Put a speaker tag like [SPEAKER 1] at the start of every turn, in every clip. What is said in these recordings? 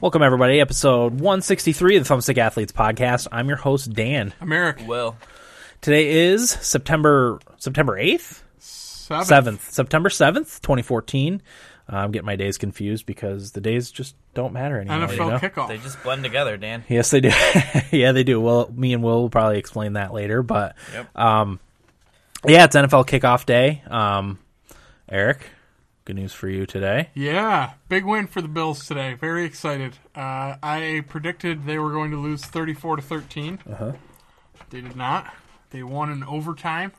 [SPEAKER 1] Welcome, everybody. Episode 163 of the Thumbstick Athletes Podcast. I'm your host, Dan.
[SPEAKER 2] I'm Eric.
[SPEAKER 3] Well,
[SPEAKER 1] Today is September September 8th?
[SPEAKER 2] Seven.
[SPEAKER 1] 7th. September 7th, 2014. Uh, I'm getting my days confused because the days just don't matter anymore.
[SPEAKER 2] NFL
[SPEAKER 1] you know?
[SPEAKER 2] kickoff.
[SPEAKER 3] they just blend together, Dan.
[SPEAKER 1] Yes, they do. yeah, they do. Well, me and Will will probably explain that later. But
[SPEAKER 3] Yep.
[SPEAKER 1] um, yeah, it's NFL kickoff day. Um, Eric, good news for you today.
[SPEAKER 2] yeah, big win for the Bills today. Very excited. Uh, I predicted they were going to lose 34 to 13. Uh-huh. They did not. They won in overtime.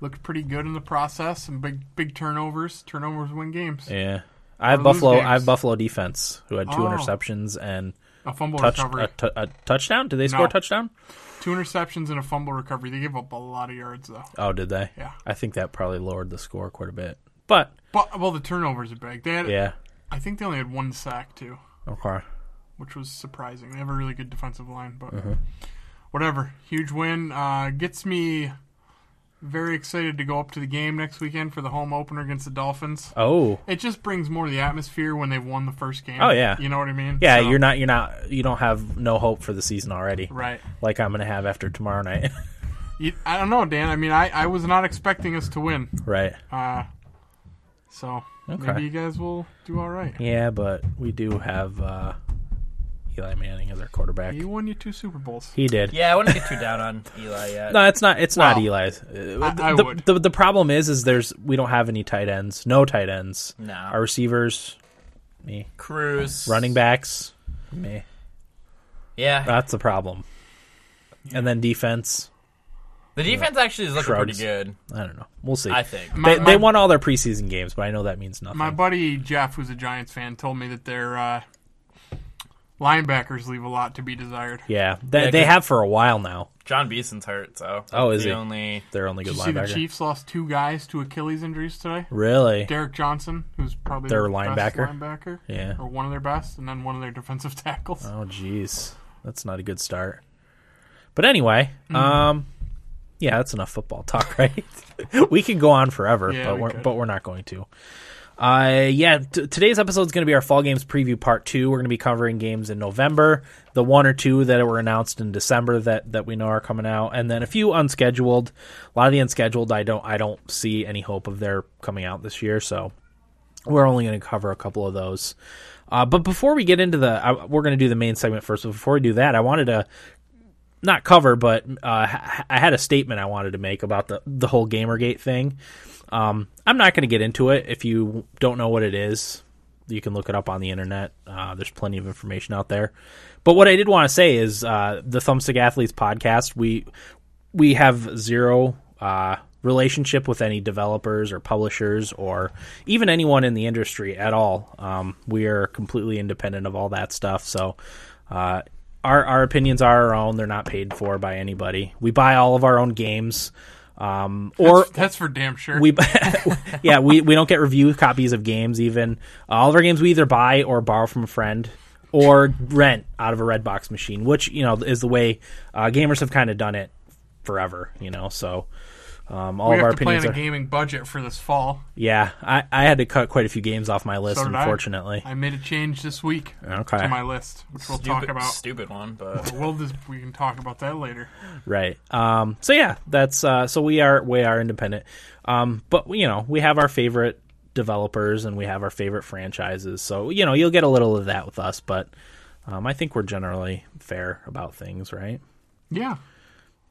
[SPEAKER 2] Looked pretty good in the process. Some big big turnovers. Turnovers win games.
[SPEAKER 1] Yeah. I have
[SPEAKER 2] Or lose
[SPEAKER 1] Buffalo. I have
[SPEAKER 2] games.
[SPEAKER 1] Buffalo defense, who had two
[SPEAKER 2] Oh.
[SPEAKER 1] interceptions and
[SPEAKER 2] A fumble
[SPEAKER 1] touch uh,
[SPEAKER 2] recovery.
[SPEAKER 1] a, t- a touchdown. Did they score a touchdown?
[SPEAKER 2] Two interceptions and a fumble recovery. They gave up a lot of yards though.
[SPEAKER 1] Oh, did they?
[SPEAKER 2] Yeah.
[SPEAKER 1] I think that probably lowered the score quite a bit. But
[SPEAKER 2] But well, the turnovers are big. They had,
[SPEAKER 1] yeah,
[SPEAKER 2] I think they only had one sack too.
[SPEAKER 1] okay.
[SPEAKER 2] which was surprising. They have a really good defensive line, but
[SPEAKER 1] Uh-huh.
[SPEAKER 2] whatever. Huge win. Uh, gets me very excited to go up to the game next weekend for the home opener against the Dolphins.
[SPEAKER 1] Oh,
[SPEAKER 2] It just brings more to the atmosphere when they've won the first game.
[SPEAKER 1] Oh, yeah.
[SPEAKER 2] You know what I mean?
[SPEAKER 1] yeah.
[SPEAKER 2] So-
[SPEAKER 1] You're not. You're not. You don't have no hope for the season already.
[SPEAKER 2] Right.
[SPEAKER 1] Like I'm gonna have after tomorrow night.
[SPEAKER 2] You, I don't know, Dan. I mean, I, I was not expecting us to win.
[SPEAKER 1] right.
[SPEAKER 2] Uh, so
[SPEAKER 1] Okay.
[SPEAKER 2] maybe you guys will do all right.
[SPEAKER 1] Yeah, but we do have uh, Eli Manning as our quarterback.
[SPEAKER 2] You won your two Super Bowls.
[SPEAKER 1] He did.
[SPEAKER 3] Yeah, I wouldn't get too down on Eli yet.
[SPEAKER 1] No, it's not. It's not
[SPEAKER 2] Wow.
[SPEAKER 1] Eli's. Uh,
[SPEAKER 2] I- I
[SPEAKER 1] the,
[SPEAKER 2] would.
[SPEAKER 1] The, the problem is, is there's we don't have any tight ends. No tight ends.
[SPEAKER 2] Mm.
[SPEAKER 3] No.
[SPEAKER 1] Our receivers, me.
[SPEAKER 3] Cruz
[SPEAKER 1] Running backs, me.
[SPEAKER 3] Yeah,
[SPEAKER 1] That's the problem. And then defense.
[SPEAKER 3] the defense actually is looking
[SPEAKER 1] Shrugs.
[SPEAKER 3] pretty good.
[SPEAKER 1] I don't know. We'll see.
[SPEAKER 3] I think.
[SPEAKER 1] They,
[SPEAKER 2] My-
[SPEAKER 1] they
[SPEAKER 2] my-
[SPEAKER 1] won all their preseason games, but I know that means nothing.
[SPEAKER 2] My buddy Jeff, who's a Giants fan, told me that their uh, linebackers leave a lot to be desired.
[SPEAKER 1] yeah, they,
[SPEAKER 3] Yeah,
[SPEAKER 1] they
[SPEAKER 3] 'cause-
[SPEAKER 1] have for a while now.
[SPEAKER 3] John Beason's hurt, so
[SPEAKER 1] Oh,
[SPEAKER 3] that's
[SPEAKER 1] is
[SPEAKER 3] the
[SPEAKER 1] he?
[SPEAKER 3] only
[SPEAKER 1] They're only good
[SPEAKER 2] Did you see the
[SPEAKER 1] linebacker.
[SPEAKER 2] Chiefs lost two guys to Achilles injuries today?
[SPEAKER 1] Really?
[SPEAKER 2] Derek Johnson, who's probably
[SPEAKER 1] Their
[SPEAKER 2] their, best
[SPEAKER 1] linebacker?
[SPEAKER 2] linebacker,
[SPEAKER 1] Yeah.
[SPEAKER 2] or one of their best, and then one of their defensive tackles.
[SPEAKER 1] Oh, jeez, that's not a good start. But anyway,
[SPEAKER 2] Mm-hmm.
[SPEAKER 1] um, yeah, that's enough football talk, right? we could go on forever,
[SPEAKER 2] Yeah,
[SPEAKER 1] but
[SPEAKER 2] we
[SPEAKER 1] we are
[SPEAKER 2] could.
[SPEAKER 1] but we're not going to. Uh, yeah, t- today's episode is going to be our fall games preview part two. We're going to be covering games in November, the one or two that were announced in December that that we know are coming out, and then a few unscheduled. A lot of the unscheduled, I don't I don't see any hope of their coming out this year, so we're only going to cover a couple of those. Uh, but before we get into the, I, we're going to do the main segment first. But before we do that, I wanted to not cover, but uh, ha- I had a statement I wanted to make about the the whole GamerGate thing. Um, I'm not going to get into it. If you don't know what it is, you can look it up on the internet. Uh, there's plenty of information out there. But what I did want to say is uh, the Thumbstick Athletes podcast. We we have zero uh, relationship with any developers or publishers or even anyone in the industry at all. Um, we are completely independent of all that stuff. So uh, our our opinions are our own. They're not paid for by anybody. We buy all of our own games. Um, or
[SPEAKER 2] that's, that's for damn sure.
[SPEAKER 1] we yeah we, we don't get review copies of games even all of our games we either buy or borrow from a friend or rent out of a red box machine which you know is the way uh, gamers have kind of done it forever you know so um, all
[SPEAKER 2] We
[SPEAKER 1] of our
[SPEAKER 2] have to
[SPEAKER 1] opinions
[SPEAKER 2] plan
[SPEAKER 1] are
[SPEAKER 2] a gaming budget for this fall.
[SPEAKER 1] yeah I, I had to cut quite a few games off my list
[SPEAKER 2] So did I.
[SPEAKER 1] unfortunately
[SPEAKER 2] I made a change this week
[SPEAKER 1] okay
[SPEAKER 2] to my list, which we'll
[SPEAKER 3] stupid,
[SPEAKER 2] talk about.
[SPEAKER 3] stupid one, but
[SPEAKER 2] We'll just, we can talk about that later.
[SPEAKER 1] right um so yeah that's uh so we are we are independent um but you know we have our favorite developers and we have our favorite franchises so you know you'll get a little of that with us but um i think we're generally fair about things right
[SPEAKER 2] Yeah,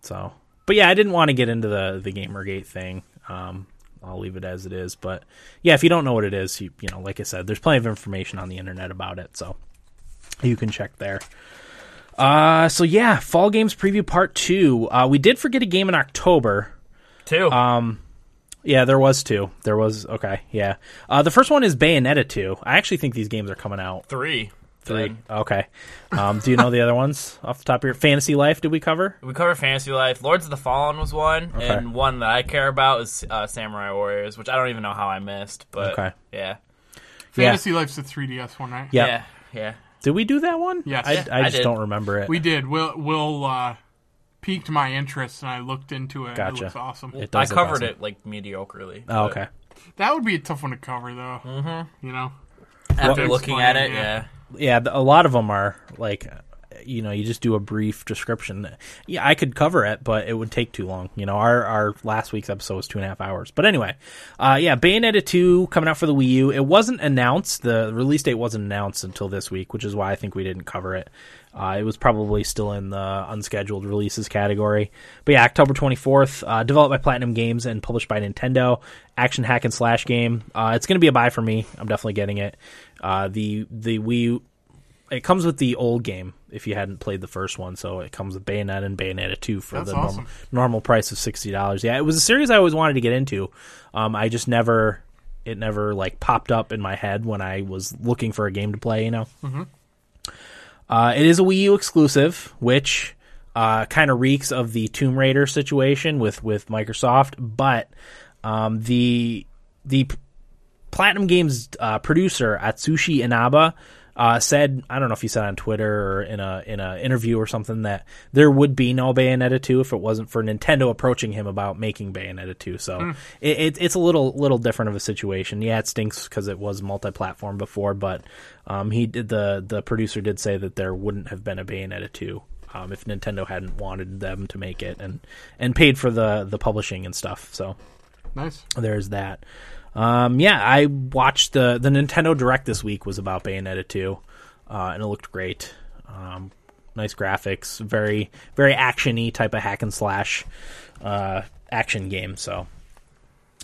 [SPEAKER 1] so but yeah i didn't want to get into the the gamergate thing um i'll leave it as it is but yeah if you don't know what it is you, you know like i said there's plenty of information on the internet about it so you can check there uh so yeah fall games preview part two uh we did forget a game in october
[SPEAKER 3] two.
[SPEAKER 1] Um, yeah, there was two. There was okay. Yeah, uh, the first one is Bayonetta two. I actually think these games are coming out.
[SPEAKER 3] three.
[SPEAKER 1] Three.
[SPEAKER 3] Then
[SPEAKER 1] Okay. Um, do you know the other ones off the top of your Fantasy Life? Did we cover?
[SPEAKER 3] We covered Fantasy Life. Lords of the Fallen was one,
[SPEAKER 1] Okay.
[SPEAKER 3] and one that I care about is uh, Samurai Warriors, which I don't even know how I missed, but
[SPEAKER 1] Okay.
[SPEAKER 3] yeah.
[SPEAKER 2] Fantasy Life's a 3DS one, right?
[SPEAKER 1] Yeah.
[SPEAKER 3] Yeah, yeah.
[SPEAKER 1] Did we do that one?
[SPEAKER 2] Yes.
[SPEAKER 1] I,
[SPEAKER 2] Yeah,
[SPEAKER 1] I
[SPEAKER 3] I
[SPEAKER 1] just
[SPEAKER 3] did.
[SPEAKER 1] don't remember it.
[SPEAKER 2] we did. Will Will uh, piqued my interest, and I looked into it. And
[SPEAKER 1] Gotcha.
[SPEAKER 2] it looks awesome.
[SPEAKER 1] It
[SPEAKER 3] I
[SPEAKER 1] does look
[SPEAKER 3] covered
[SPEAKER 1] awesome.
[SPEAKER 3] it like mediocrely.
[SPEAKER 1] Oh,
[SPEAKER 3] but
[SPEAKER 1] okay.
[SPEAKER 2] That would be a tough one to cover, though. Mm-hmm. You know,
[SPEAKER 3] After
[SPEAKER 1] Well-
[SPEAKER 3] looking at it,
[SPEAKER 2] Yeah.
[SPEAKER 3] yeah.
[SPEAKER 1] yeah, th- a lot of them are like, you know, you just do a brief description. Yeah, I could cover it, but it would take too long. You know, our our last week's episode was two and a half hours. But anyway, uh, yeah, Bayonetta two coming out for the Wii U. It wasn't announced. The release date wasn't announced until this week, which is why I think we didn't cover it. Uh, it was probably still in the unscheduled releases category. But yeah, October 24th, uh, developed by Platinum Games and published by Nintendo, action hack and slash game. Uh, it's going to be a buy for me. I'm definitely getting it. Uh, the the Wii U- it comes with the old game if you hadn't played the first one, so it comes with Bayonetta and Bayonetta 2 for
[SPEAKER 2] That's
[SPEAKER 1] the
[SPEAKER 2] awesome.
[SPEAKER 1] normal, normal price of $60. Yeah, it was a series I always wanted to get into. Um, I just never it never like popped up in my head when I was looking for a game to play, you know.
[SPEAKER 2] Mm-hmm.
[SPEAKER 1] Uh, it is a Wii U exclusive, which uh, kind of reeks of the Tomb Raider situation with with Microsoft. But um, the the P- Platinum Games uh, producer Atsushi Inaba uh, said, I don't know if he said on Twitter or in a in a interview or something that there would be no Bayonetta two if it wasn't for Nintendo approaching him about making Bayonetta two. So it, it, it's a little little different of a situation. Yeah, it stinks because it was multi platform before, but um, he did the the producer did say that there wouldn't have been a Bayonetta two. Um, if Nintendo hadn't wanted them to make it and and paid for the the publishing and stuff, so
[SPEAKER 2] Nice.
[SPEAKER 1] there's that. Um, yeah, I watched the the Nintendo Direct this week was about Bayonetta two, uh, and it looked great. Um, nice graphics, very very actiony type of hack and slash uh, action game. So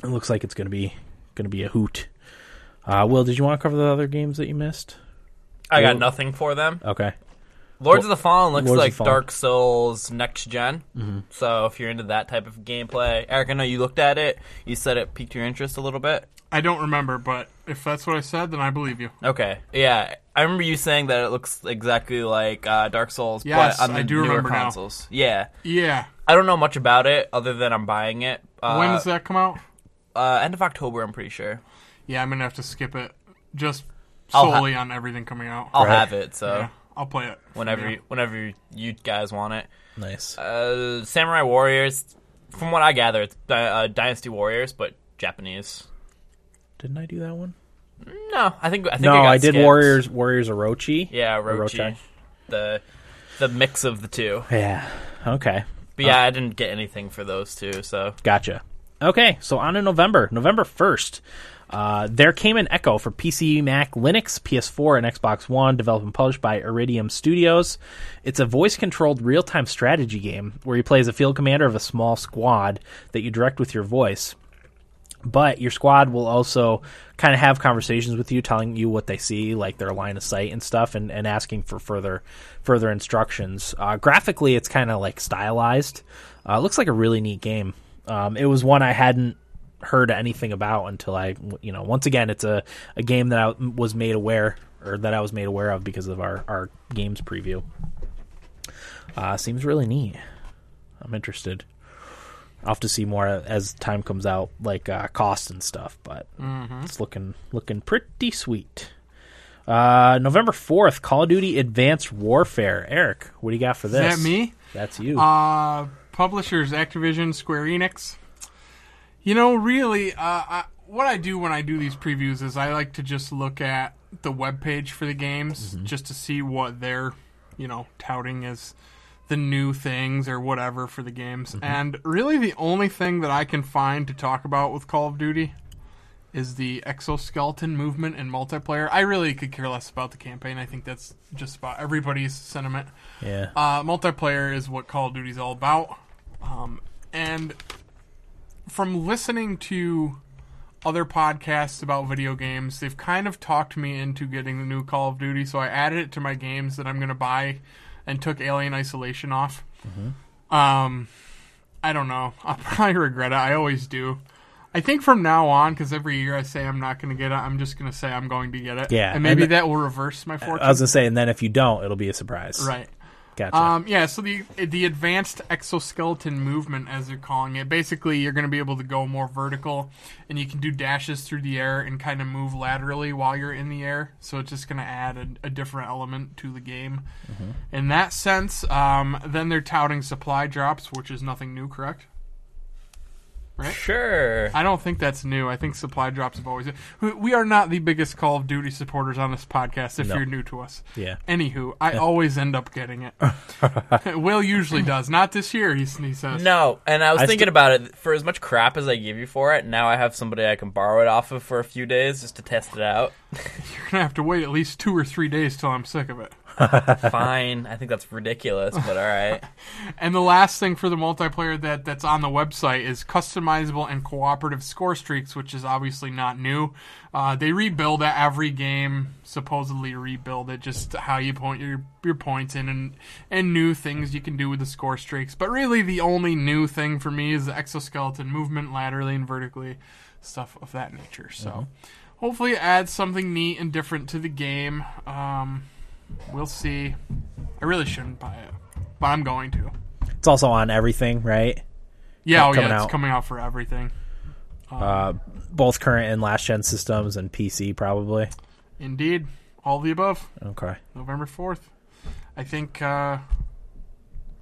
[SPEAKER 1] it looks like it's gonna be gonna be a hoot. Uh, Will, did you want to cover the other games that you missed?
[SPEAKER 3] I got
[SPEAKER 1] Well-
[SPEAKER 3] nothing for them.
[SPEAKER 1] Okay,
[SPEAKER 3] Lords of the Fallen looks
[SPEAKER 1] Lords of
[SPEAKER 3] like
[SPEAKER 1] the Fallen. Mm-hmm.
[SPEAKER 3] Dark Souls next general So if you're into that type of gameplay, Eric, I know you looked at it. You said it piqued your interest a little bit.
[SPEAKER 2] I don't remember, but if that's what I said, then I believe you.
[SPEAKER 3] Okay, yeah, I remember you saying that it looks exactly like uh, Dark Souls,
[SPEAKER 2] Yes,
[SPEAKER 3] but on the
[SPEAKER 2] I do
[SPEAKER 3] newer
[SPEAKER 2] remember now.
[SPEAKER 3] consoles. Yeah,
[SPEAKER 2] Yeah.
[SPEAKER 3] I don't know much about it other than I'm buying it. Uh,
[SPEAKER 2] when does that come out?
[SPEAKER 3] Uh, end of October, I'm pretty sure.
[SPEAKER 2] Yeah, I'm gonna have to skip it just
[SPEAKER 3] I'll ha-
[SPEAKER 2] solely on everything coming out.
[SPEAKER 3] I'll
[SPEAKER 1] Right.
[SPEAKER 3] have it. So
[SPEAKER 2] yeah, I'll play it
[SPEAKER 3] whenever,
[SPEAKER 2] Yeah.
[SPEAKER 3] you, whenever you guys want it.
[SPEAKER 1] nice.
[SPEAKER 3] Uh, Samurai Warriors, from what I gather, it's Dy- uh, Dynasty Warriors, but Japanese.
[SPEAKER 1] Didn't I do that one?
[SPEAKER 3] No, I think I think
[SPEAKER 1] No,
[SPEAKER 3] it got
[SPEAKER 1] I did
[SPEAKER 3] skipped.
[SPEAKER 1] Warriors Warriors Orochi.
[SPEAKER 3] Yeah, Rochi.
[SPEAKER 1] Orochi.
[SPEAKER 3] The the mix of the two.
[SPEAKER 1] Yeah. Okay.
[SPEAKER 3] But yeah, I didn't get anything for those two, so
[SPEAKER 1] Gotcha. Okay, so on to November, November 1st. Uh, there came an Echo for PC, Mac, Linux, PS4, and Xbox One, developed and published by Iridium Studios. It's a voice controlled real time strategy game where you play as a field commander of a small squad that you direct with your voice but your squad will also kind of have conversations with you telling you what they see like their line of sight and stuff and, and asking for further further instructions uh, graphically it's kind of like stylized uh, it looks like a really neat game um, it was one i hadn't heard anything about until i you know once again it's a, a game that i was made aware or that i was made aware of because of our, our games preview uh, seems really neat i'm interested I'll have to see more as time comes out, like uh, cost and stuff. But
[SPEAKER 2] Mm-hmm.
[SPEAKER 1] it's looking looking pretty sweet. Uh, November fourth, Call of Duty: Advanced Warfare. Eric, what do you got for this?
[SPEAKER 2] Is that me?
[SPEAKER 1] That's you.
[SPEAKER 2] Uh, publishers Activision, Square Enix. You know, really, uh, I, what I do when I do these previews is I like to just look at the webpage for the games just to see what they're, you know, touting as the new things or whatever for the games. And really, the only thing that I can find to talk about with Call of Duty is the exoskeleton movement in multiplayer. I really could care less about the campaign. I think that's just about everybody's sentiment.
[SPEAKER 1] yeah,
[SPEAKER 2] Uh, multiplayer is what Call of Duty's all about. Um, and from listening to other podcasts about video games, they've kind of talked me into getting the new Call of Duty, so I added it to my games that I'm going to buy and took Alien Isolation off.
[SPEAKER 1] Mm-hmm.
[SPEAKER 2] Um, I don't know. I'll probably regret it. I always do. I think from now on, because every year I say I'm not going to get it, I'm just going to say I'm going to get it.
[SPEAKER 1] Yeah,
[SPEAKER 2] And maybe
[SPEAKER 1] and-
[SPEAKER 2] that will reverse my fortune.
[SPEAKER 1] I was gonna say, and then if you don't, it'll be a surprise.
[SPEAKER 2] right.
[SPEAKER 1] Gotcha.
[SPEAKER 2] Um, yeah, so the the advanced exoskeleton movement, as they're calling it, basically you're going to be able to go more vertical, and you can do dashes through the air and kind of move laterally while you're in the air. So it's just going to add a, a different element to the game.
[SPEAKER 1] Mm-hmm.
[SPEAKER 2] In that sense, um, then they're touting supply drops, which is nothing new, correct? right?
[SPEAKER 3] Sure.
[SPEAKER 2] I don't think that's new. I think supply drops have always. we- We are not the biggest Call of Duty supporters on this podcast. If
[SPEAKER 1] No.
[SPEAKER 2] you're new to us,
[SPEAKER 1] Yeah.
[SPEAKER 2] Anywho, I always end up getting it. Will usually does. Not this year. He, he says.
[SPEAKER 3] No, and I was
[SPEAKER 1] I
[SPEAKER 3] thinking
[SPEAKER 1] sti-
[SPEAKER 3] about it. For as much crap as I give you for it, now I have somebody I can borrow it off of for a few days just to test it out.
[SPEAKER 2] You're gonna have to wait at least two or three days till I'm sick of it.
[SPEAKER 3] Fine, I think that's ridiculous, but all right.
[SPEAKER 2] And the last thing for the multiplayer that that's on the website is customizable and cooperative score streaks, which is obviously not new. Uh, they rebuild it every game, supposedly rebuild it, just how you point your your points in and and new things you can do with the score streaks. But really, the only new thing for me is the exoskeleton movement laterally and vertically, stuff of that nature. So. Hopefully, it adds something neat and different to the game. Um, we'll see. I really shouldn't buy it, but I'm going to.
[SPEAKER 1] It's also on everything, right?
[SPEAKER 2] Yeah, oh
[SPEAKER 1] coming
[SPEAKER 2] yeah, it's
[SPEAKER 1] out.
[SPEAKER 2] coming out for everything.
[SPEAKER 1] Uh, both current and last gen systems and PC probably.
[SPEAKER 2] Indeed, all the above.
[SPEAKER 1] Okay.
[SPEAKER 2] November fourth. I think. Uh,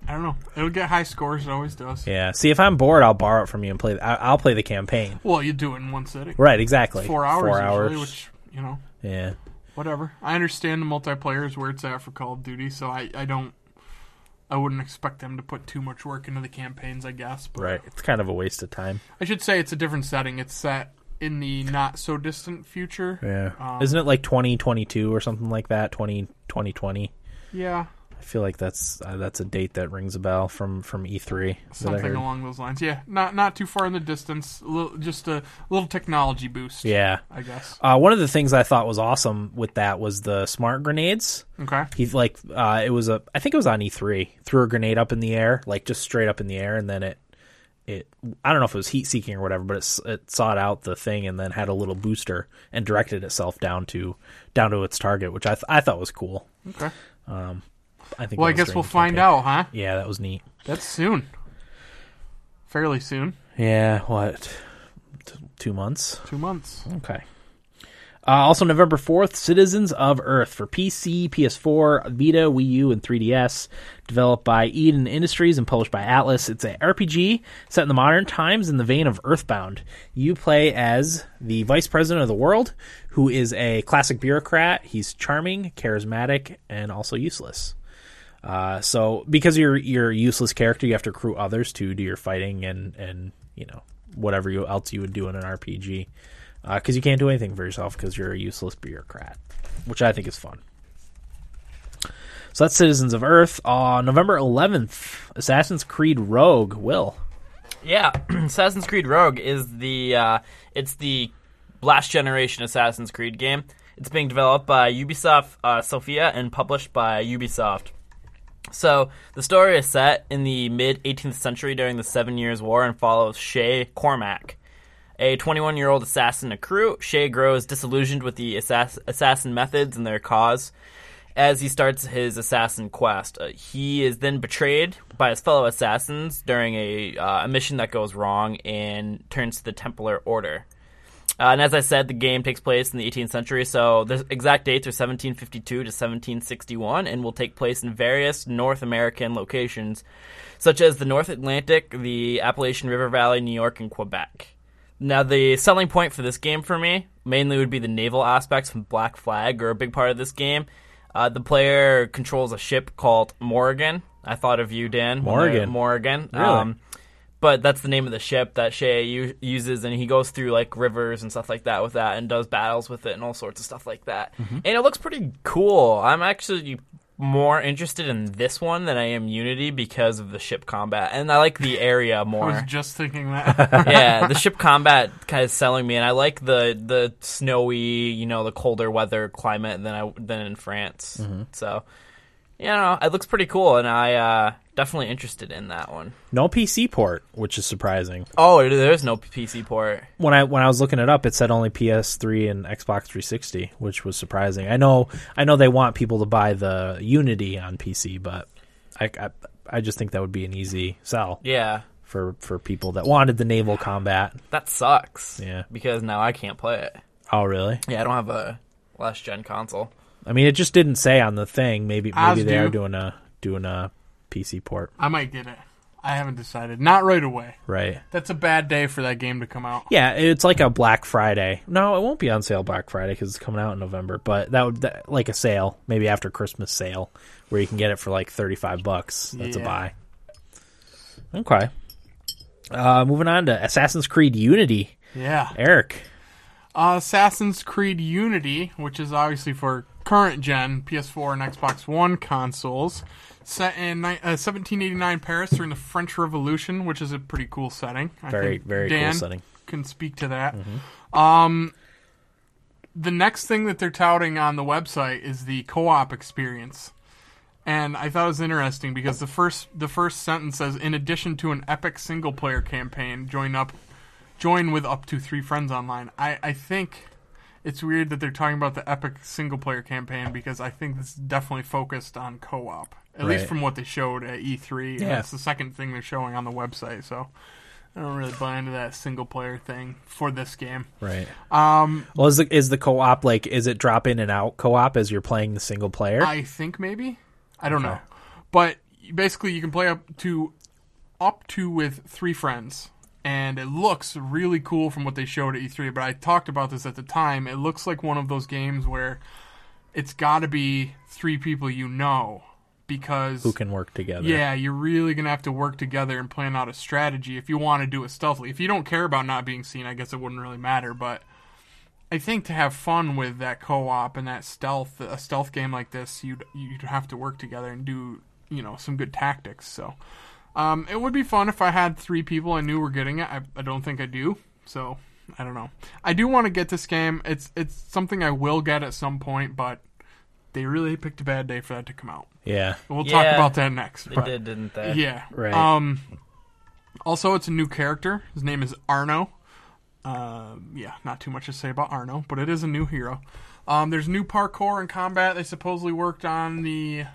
[SPEAKER 2] I don't know. It'll get high scores. It always does.
[SPEAKER 1] Yeah. See, if I'm bored, I'll borrow it from you and play. I- I'll play the campaign.
[SPEAKER 2] Well, you do it in one sitting.
[SPEAKER 1] Right. Exactly.
[SPEAKER 2] Four hours.
[SPEAKER 1] Four
[SPEAKER 2] usually,
[SPEAKER 1] hours.
[SPEAKER 2] Which you know,
[SPEAKER 1] yeah.
[SPEAKER 2] whatever. I understand the multiplayer is where it's at for Call of Duty, so I, I don't. I wouldn't expect them to put too much work into the campaigns. I guess. But
[SPEAKER 1] Right. It's kind of a waste of time.
[SPEAKER 2] I should say it's a different setting. It's set in the not so distant future.
[SPEAKER 1] Yeah.
[SPEAKER 2] Um,
[SPEAKER 1] Isn't it like 2022 or something like that? 20 2020.
[SPEAKER 2] Yeah.
[SPEAKER 1] I feel like that's uh, that's a date that rings a bell from from E3. that I
[SPEAKER 2] something
[SPEAKER 1] heard.
[SPEAKER 2] along those lines. Yeah, not not too far in the distance. A little, just a little technology boost.
[SPEAKER 1] Yeah.
[SPEAKER 2] I guess.
[SPEAKER 1] Uh, one of the things I thought was awesome with that was the smart grenades.
[SPEAKER 2] Okay.
[SPEAKER 1] He like uh, it was a I think it was on E3 threw a grenade up in the air like just straight up in the air and then it it I don't know if it was heat seeking or whatever but it, s- it sought out the thing and then had a little booster and directed itself down to down to its target which I th- I thought was cool.
[SPEAKER 2] Okay.
[SPEAKER 1] I think.
[SPEAKER 2] Well,
[SPEAKER 1] that
[SPEAKER 2] I
[SPEAKER 1] was
[SPEAKER 2] guess
[SPEAKER 1] during
[SPEAKER 2] we'll
[SPEAKER 1] the
[SPEAKER 2] find
[SPEAKER 1] campaign.
[SPEAKER 2] out, huh?
[SPEAKER 1] Yeah, that was neat.
[SPEAKER 2] That's soon. Fairly soon.
[SPEAKER 1] Yeah, what t- two months?
[SPEAKER 2] Two months.
[SPEAKER 1] Okay. Uh, also, November 4th, Citizens of Earth for PC, PS4, Vita, Wii U, and 3DS. Developed by Eden Industries and published by Atlas. It's a RPG set in the modern times in the vein of Earthbound. You play as the vice president of the world, who is a classic bureaucrat. He's charming, charismatic, and also useless. Uh, so, because you're you're a useless character, you have to recruit others to do your fighting and and you know whatever you, else you would do in an RPG, because Uh, you can't do anything for yourself because you're a useless bureaucrat, which I think is fun. So that's Citizens of Earth. Uh, November 11th, Assassin's Creed Rogue. Will
[SPEAKER 3] Yeah, Assassin's Creed Rogue is the uh, it's the last generation Assassin's Creed game. It's being developed by Ubisoft uh, Sofia and published by Ubisoft. So the story is set in the mid 18th century during the Seven Years' War and follows Shay Cormac. A 21 year old assassin and crew, Shay grows disillusioned with the assass- assassin methods and their cause as he starts his assassin quest. Uh, he is then betrayed by his fellow assassins during a, uh, a mission that goes wrong and turns to the Templar Order. Uh, and as I said, the game takes place in the 18th century, so the exact dates are 1752 to 1761 and will take place in various North American locations, such as the North Atlantic, the Appalachian River Valley, New York, and Quebec. Now, the selling point for this game for me mainly would be the naval aspects from Black Flag, or a big part of this game. Uh, the player controls a ship called Morrigan. I thought of you, Dan. when they're-
[SPEAKER 1] Morrigan.
[SPEAKER 3] Morrigan.
[SPEAKER 1] Really?
[SPEAKER 3] Um, but that's the name of the ship that Shay u- uses, and he goes through like rivers and stuff like that with that, and does battles with it and all sorts of stuff like that. And it looks pretty cool. I'm actually more interested in this one than I am Unity because of the ship combat, and I like the area
[SPEAKER 2] I
[SPEAKER 3] more
[SPEAKER 2] was just thinking that.
[SPEAKER 3] yeah, the ship combat kind of selling me, and I like the the snowy, you know, the colder weather climate than I than in France. So, you know, it looks pretty cool, and I uh, definitely interested in that one.
[SPEAKER 1] no PC port, which is surprising.
[SPEAKER 3] Oh, there's no PC port.
[SPEAKER 1] when I when I was looking it up, it said only PS3 and Xbox 360, which was surprising. I know I know they want people to buy the Unity on PC, but I I, I just think that would be an easy sell
[SPEAKER 3] Yeah,
[SPEAKER 1] for for people that wanted the naval combat.
[SPEAKER 3] that sucks.
[SPEAKER 1] Yeah.
[SPEAKER 3] because now I can't play it.
[SPEAKER 1] Oh, really?
[SPEAKER 3] Yeah, I don't have a last gen console.
[SPEAKER 1] I mean, it just didn't say on the thing. Maybe maybe
[SPEAKER 2] As
[SPEAKER 1] they
[SPEAKER 2] do.
[SPEAKER 1] are doing a doing a PC port.
[SPEAKER 2] I might get it. I haven't decided. Not right away.
[SPEAKER 1] Right.
[SPEAKER 2] That's a bad day for that game to come out.
[SPEAKER 1] Yeah, it's like a Black Friday. No, it won't be on sale Black Friday because it's coming out in November. But that would that, like a sale, maybe after Christmas sale, where you can get it for like thirty five bucks. That's
[SPEAKER 2] Yeah.
[SPEAKER 1] a buy. Okay. Uh, moving on to Assassin's Creed Unity,
[SPEAKER 2] Yeah.
[SPEAKER 1] Eric.
[SPEAKER 2] Uh, Assassin's Creed Unity, which is obviously for current gen PS4 and Xbox One consoles, set in ni- uh, 1789 Paris during the French Revolution, which is a pretty cool setting. I
[SPEAKER 1] Very,
[SPEAKER 2] think
[SPEAKER 1] very cool
[SPEAKER 2] Dan
[SPEAKER 1] setting.
[SPEAKER 2] Can speak to that. Um, the next thing that they're touting on the website is the co-op experience. And I thought it was interesting because the first the first sentence says, "In addition to an epic single player campaign, join up join with up to three friends online. I, I think it's weird that they're talking about the epic single player campaign because I think this is definitely focused on co op. At least
[SPEAKER 1] Right.
[SPEAKER 2] from what they showed at E E3.
[SPEAKER 1] Yeah.
[SPEAKER 2] Yeah. That's the second thing they're showing on the website, so I don't really buy into that single player thing for this game.
[SPEAKER 1] Right.
[SPEAKER 2] Um
[SPEAKER 1] Well, is the, is the co op like? Is it drop in and out co op as you're playing the single player?
[SPEAKER 2] I think maybe. I don't know. But basically you can play up to up to with three friends. And it looks really cool from what they showed at E3, but I talked about this at the time. It looks like one of those games where it's got to be three people you know because
[SPEAKER 1] Who can work together?
[SPEAKER 2] yeah, you're really gonna have to work together and plan out a strategy if you want to do it stealthily. If you don't care about not being seen, I guess it wouldn't really matter. But I think to have fun with that co-op and that stealth, a stealth game like this, you'd you'd have to work together and do you know some good tactics. So um, it would be fun if I had three people I knew were getting it. I, I don't think I do. So I don't know. I do want to get this game. It's it's something I will get at some point, but they really picked a bad day for that to come out.
[SPEAKER 1] Yeah.
[SPEAKER 2] We'll
[SPEAKER 3] Yeah.
[SPEAKER 2] talk about that next.
[SPEAKER 3] They
[SPEAKER 2] but-
[SPEAKER 3] did, didn't they?
[SPEAKER 2] yeah.
[SPEAKER 1] Right.
[SPEAKER 2] Um. Also, it's a new character. His name is Arno. Uh, yeah, not too much to say about Arno, but it is a new hero. Um, there's new parkour and combat. They supposedly worked on the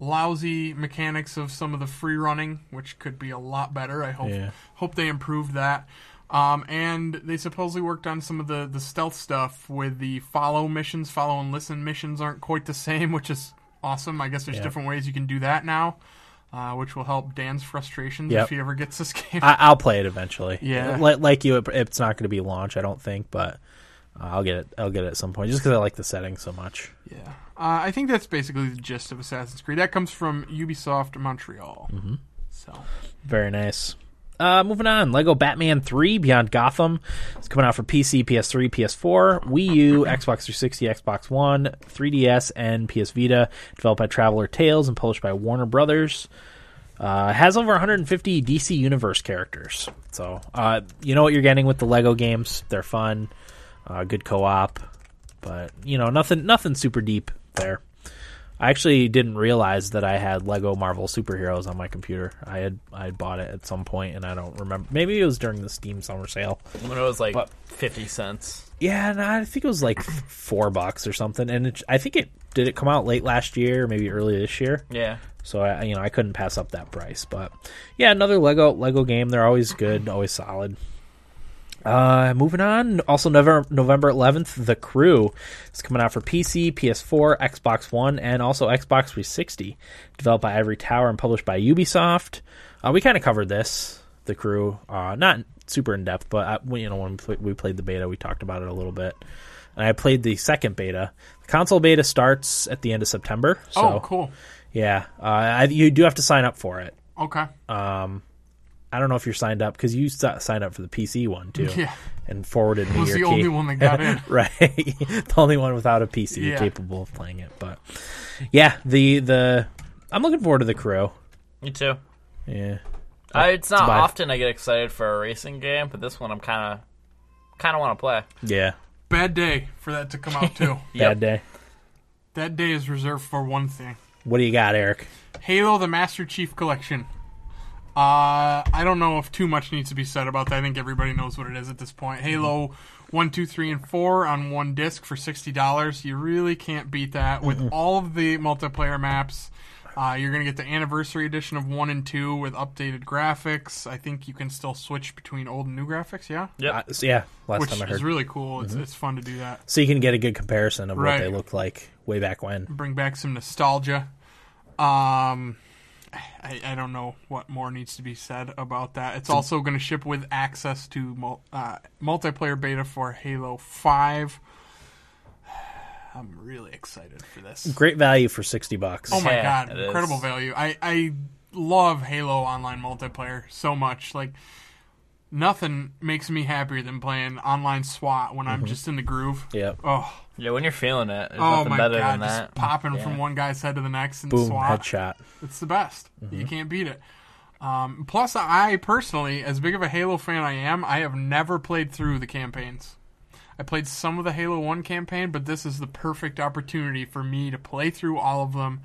[SPEAKER 2] lousy mechanics of some of the free running, which could be a lot better. I hope
[SPEAKER 1] Yeah.
[SPEAKER 2] hope they improved that. Um, and they supposedly worked on some of the, the stealth stuff with the follow missions. Follow and listen missions aren't quite the same, which is awesome. I guess there's
[SPEAKER 1] Yeah.
[SPEAKER 2] different ways you can do that now, uh, which will help Dan's frustrations
[SPEAKER 1] Yep.
[SPEAKER 2] if he ever gets this game.
[SPEAKER 1] I, I'll play it eventually.
[SPEAKER 2] Yeah.
[SPEAKER 1] Like, like you, it, it's not going to be launch, I don't think, but uh, I'll get it. I'll get it at some point, just because I like the setting so much.
[SPEAKER 2] yeah. Uh, I think that's basically the gist of Assassin's Creed. That comes from Ubisoft Montreal. Mm-hmm. So,
[SPEAKER 1] Very nice. Uh, moving on, Lego Batman 3 Beyond Gotham. It's coming out for PC, PS3, PS4, Wii U, Xbox 360, Xbox One, 3DS, and PS Vita. Developed by Traveler Tales and published by Warner Brothers. Uh, has over 150 DC Universe characters. So, uh, you know what you're getting with the Lego games. They're fun, uh, good co op, but, you know, nothing, nothing super deep there. I actually didn't realize that I had Lego Marvel Superheroes on my computer. I had I had bought it at some point, and I don't remember. Maybe it was during the Steam summer sale.
[SPEAKER 3] When it was like
[SPEAKER 1] But-
[SPEAKER 3] fifty cents.
[SPEAKER 1] Yeah, and I think it was like four bucks or something. And it, I think it did it come out late last year, maybe early this year.
[SPEAKER 3] Yeah.
[SPEAKER 1] So I you know I couldn't pass up that price. But yeah, another Lego Lego game. They're always good, always solid. Uh, moving on. Also, November November 11th, The Crew is coming out for PC, PS4, Xbox One, and also Xbox 360. Developed by Ivory Tower and published by Ubisoft. Uh, we kind of covered this, The Crew, uh, not super in depth, but uh, we- you know when we pl- we played the beta, we talked about it a little bit. And I played the second beta. The console beta starts at the end of September. So
[SPEAKER 2] oh, cool.
[SPEAKER 1] yeah, uh, I, you do have to sign up for it.
[SPEAKER 2] Okay.
[SPEAKER 1] uh, I don't know if you're signed up because you s- signed up for the PC one too,
[SPEAKER 2] Yeah.
[SPEAKER 1] and forwarded me
[SPEAKER 2] was
[SPEAKER 1] your
[SPEAKER 2] the
[SPEAKER 1] key.
[SPEAKER 2] only one that got in.
[SPEAKER 1] right, the only one without a PC
[SPEAKER 2] Yeah.
[SPEAKER 1] capable of playing it. But yeah, the the I'm looking forward to the crew.
[SPEAKER 3] Me too.
[SPEAKER 1] Yeah,
[SPEAKER 3] I, it's not
[SPEAKER 1] buy.
[SPEAKER 3] often I get excited for a racing game, but this one I'm kind of, kind of want to play.
[SPEAKER 1] yeah,
[SPEAKER 2] Bad day for that to come out, too.
[SPEAKER 1] bad day.
[SPEAKER 2] that day is reserved for one thing.
[SPEAKER 1] What do you got, Eric?
[SPEAKER 2] Halo the Master Chief Collection. Uh, I don't know if too much needs to be said about that. I think everybody knows what it is at this point.
[SPEAKER 1] Mm-hmm.
[SPEAKER 2] Halo 1, 2, 3, and 4 on one disc for $60. You really can't beat that with all of the multiplayer maps. Uh, you're going to get the anniversary edition of 1 and 2 with updated graphics. I think you can still switch between old and new graphics, yeah?
[SPEAKER 1] Uh, so yeah, last
[SPEAKER 2] Which
[SPEAKER 1] time I heard. Mm-hmm.
[SPEAKER 2] is really cool. It's, it's fun to do that.
[SPEAKER 1] so you can get a good comparison of what
[SPEAKER 2] Right.
[SPEAKER 1] they looked like way back when.
[SPEAKER 2] bring back some nostalgia. Um, I, I don't know what more needs to be said about that. It's also going to ship with access to mul- uh, multiplayer beta for Halo 5. I'm really excited for this.
[SPEAKER 1] Great value for sixty bucks.
[SPEAKER 2] Oh my
[SPEAKER 3] Yeah,
[SPEAKER 2] god,
[SPEAKER 3] it is.
[SPEAKER 2] incredible value. I, I love Halo online multiplayer so much. Like nothing makes me happier than playing online SWAT when I'm just in the groove.
[SPEAKER 1] Yep.
[SPEAKER 2] Oh,
[SPEAKER 3] Yeah, when you're feeling it, there's
[SPEAKER 2] oh
[SPEAKER 3] nothing
[SPEAKER 2] my
[SPEAKER 3] better
[SPEAKER 2] god,
[SPEAKER 3] than that.
[SPEAKER 2] just popping from one guy's head to the next and
[SPEAKER 1] Boom,
[SPEAKER 2] SWAT.
[SPEAKER 1] headshot.
[SPEAKER 2] It's the best.
[SPEAKER 3] Mm-hmm.
[SPEAKER 2] You can't beat it. Um, plus, I personally, as big of a Halo fan I am, I have never played through the campaigns. I played some of the Halo 1 campaign, but this is the perfect opportunity for me to play through all of them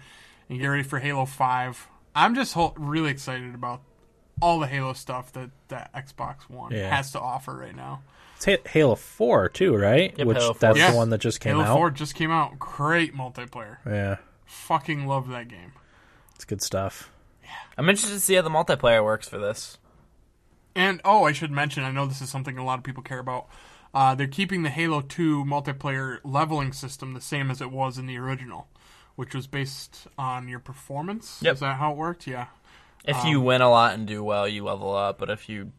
[SPEAKER 2] and get ready for Halo 5. I'm just ho- really excited about all the Halo stuff that, that Xbox One
[SPEAKER 1] Yeah.
[SPEAKER 2] has to offer right now.
[SPEAKER 1] It's Ha- Halo Four too, right?
[SPEAKER 3] Yep,
[SPEAKER 1] Which
[SPEAKER 3] Halo 4.
[SPEAKER 1] that's
[SPEAKER 2] Yeah.
[SPEAKER 1] the one that just came
[SPEAKER 2] Halo
[SPEAKER 1] out.
[SPEAKER 2] 4 just came out. Great multiplayer.
[SPEAKER 1] Yeah,
[SPEAKER 2] Fucking love that game.
[SPEAKER 1] it's good stuff.
[SPEAKER 3] I'm interested to see how the multiplayer works for this.
[SPEAKER 2] And oh, I should mention, I know this is something a lot of people care about. Uh, they're keeping the Halo 2 multiplayer leveling system the same as it was in the original, which was based on your performance.
[SPEAKER 3] Yep.
[SPEAKER 2] Is that how it worked? Yeah.
[SPEAKER 3] If
[SPEAKER 2] Um,
[SPEAKER 3] you win a lot and do well, you level up. But if you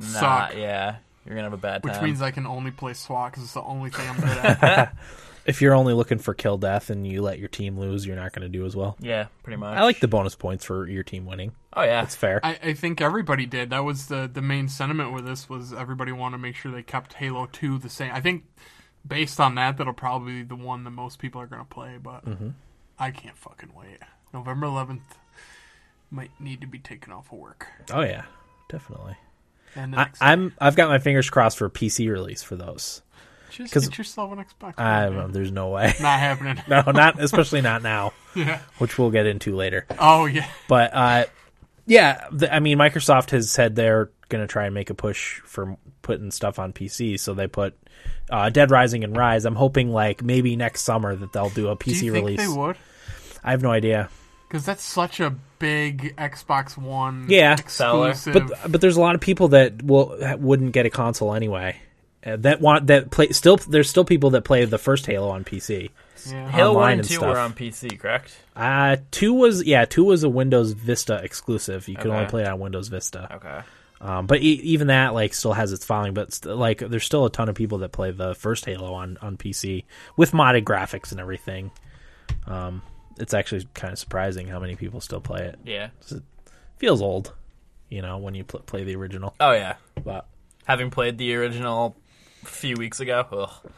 [SPEAKER 2] Suck.
[SPEAKER 3] not, yeah, you're gonna have a bad
[SPEAKER 2] Which
[SPEAKER 3] time.
[SPEAKER 2] means I can only play SWAT because it's the only thing I'm good at.
[SPEAKER 1] If you're only looking for kill death and you let your team lose, you're not going to do as well.
[SPEAKER 3] yeah, pretty much.
[SPEAKER 1] I like the bonus points for your team winning.
[SPEAKER 3] Oh yeah,
[SPEAKER 1] It's fair.
[SPEAKER 2] I, I think everybody did. That was the the main sentiment with this was everybody wanted to make sure they kept Halo 2 the same. I think based on that, that'll probably be the one that most people are going to play. But
[SPEAKER 1] Mm-hmm.
[SPEAKER 2] I can't fucking wait. November 11th might need to be taken off of work.
[SPEAKER 1] oh yeah, definitely.
[SPEAKER 2] And the
[SPEAKER 1] I,
[SPEAKER 2] next-
[SPEAKER 1] I'm I've got my fingers crossed for PC release for those.
[SPEAKER 2] just
[SPEAKER 1] 'cause
[SPEAKER 2] get yourself an Xbox.
[SPEAKER 1] I
[SPEAKER 2] One,
[SPEAKER 1] don't know.
[SPEAKER 2] man.
[SPEAKER 1] There's no way.
[SPEAKER 2] Not happening.
[SPEAKER 1] no, not especially not now,
[SPEAKER 2] yeah.
[SPEAKER 1] which we'll get into later.
[SPEAKER 2] Oh yeah.
[SPEAKER 1] But uh, yeah, the, I mean, Microsoft has said they're going to try and make a push for putting stuff on PC. So they put uh, Dead Rising and Rise. I'm hoping like maybe next summer that they'll do a
[SPEAKER 2] Do you
[SPEAKER 1] PC
[SPEAKER 2] think
[SPEAKER 1] release.
[SPEAKER 2] they would?
[SPEAKER 1] I have no idea.
[SPEAKER 2] Because that's such a big Xbox One.
[SPEAKER 1] Yeah.
[SPEAKER 3] Seller.
[SPEAKER 2] exclusive.
[SPEAKER 1] But but there's a lot of people that will that wouldn't get a console anyway. Uh, that want that play still. There's still people that play the first Halo on PC.
[SPEAKER 2] yeah.
[SPEAKER 3] Halo
[SPEAKER 1] online
[SPEAKER 3] One and
[SPEAKER 1] and
[SPEAKER 3] Two
[SPEAKER 1] stuff.
[SPEAKER 3] were on PC, correct?
[SPEAKER 1] Uh two was yeah, two was a Windows Vista exclusive. You could only
[SPEAKER 3] Okay.
[SPEAKER 1] play it on Windows Vista.
[SPEAKER 3] Okay.
[SPEAKER 1] Um, but e- even that like still has its following. But st- like, there's still a ton of people that play the first Halo on on PC with modded graphics and everything. Um, it's actually kind of surprising how many people still play it.
[SPEAKER 3] Yeah.
[SPEAKER 1] Feels old, you know, when you pl- play the original.
[SPEAKER 3] Oh yeah.
[SPEAKER 1] But
[SPEAKER 3] Having played the original a few weeks ago, ugh.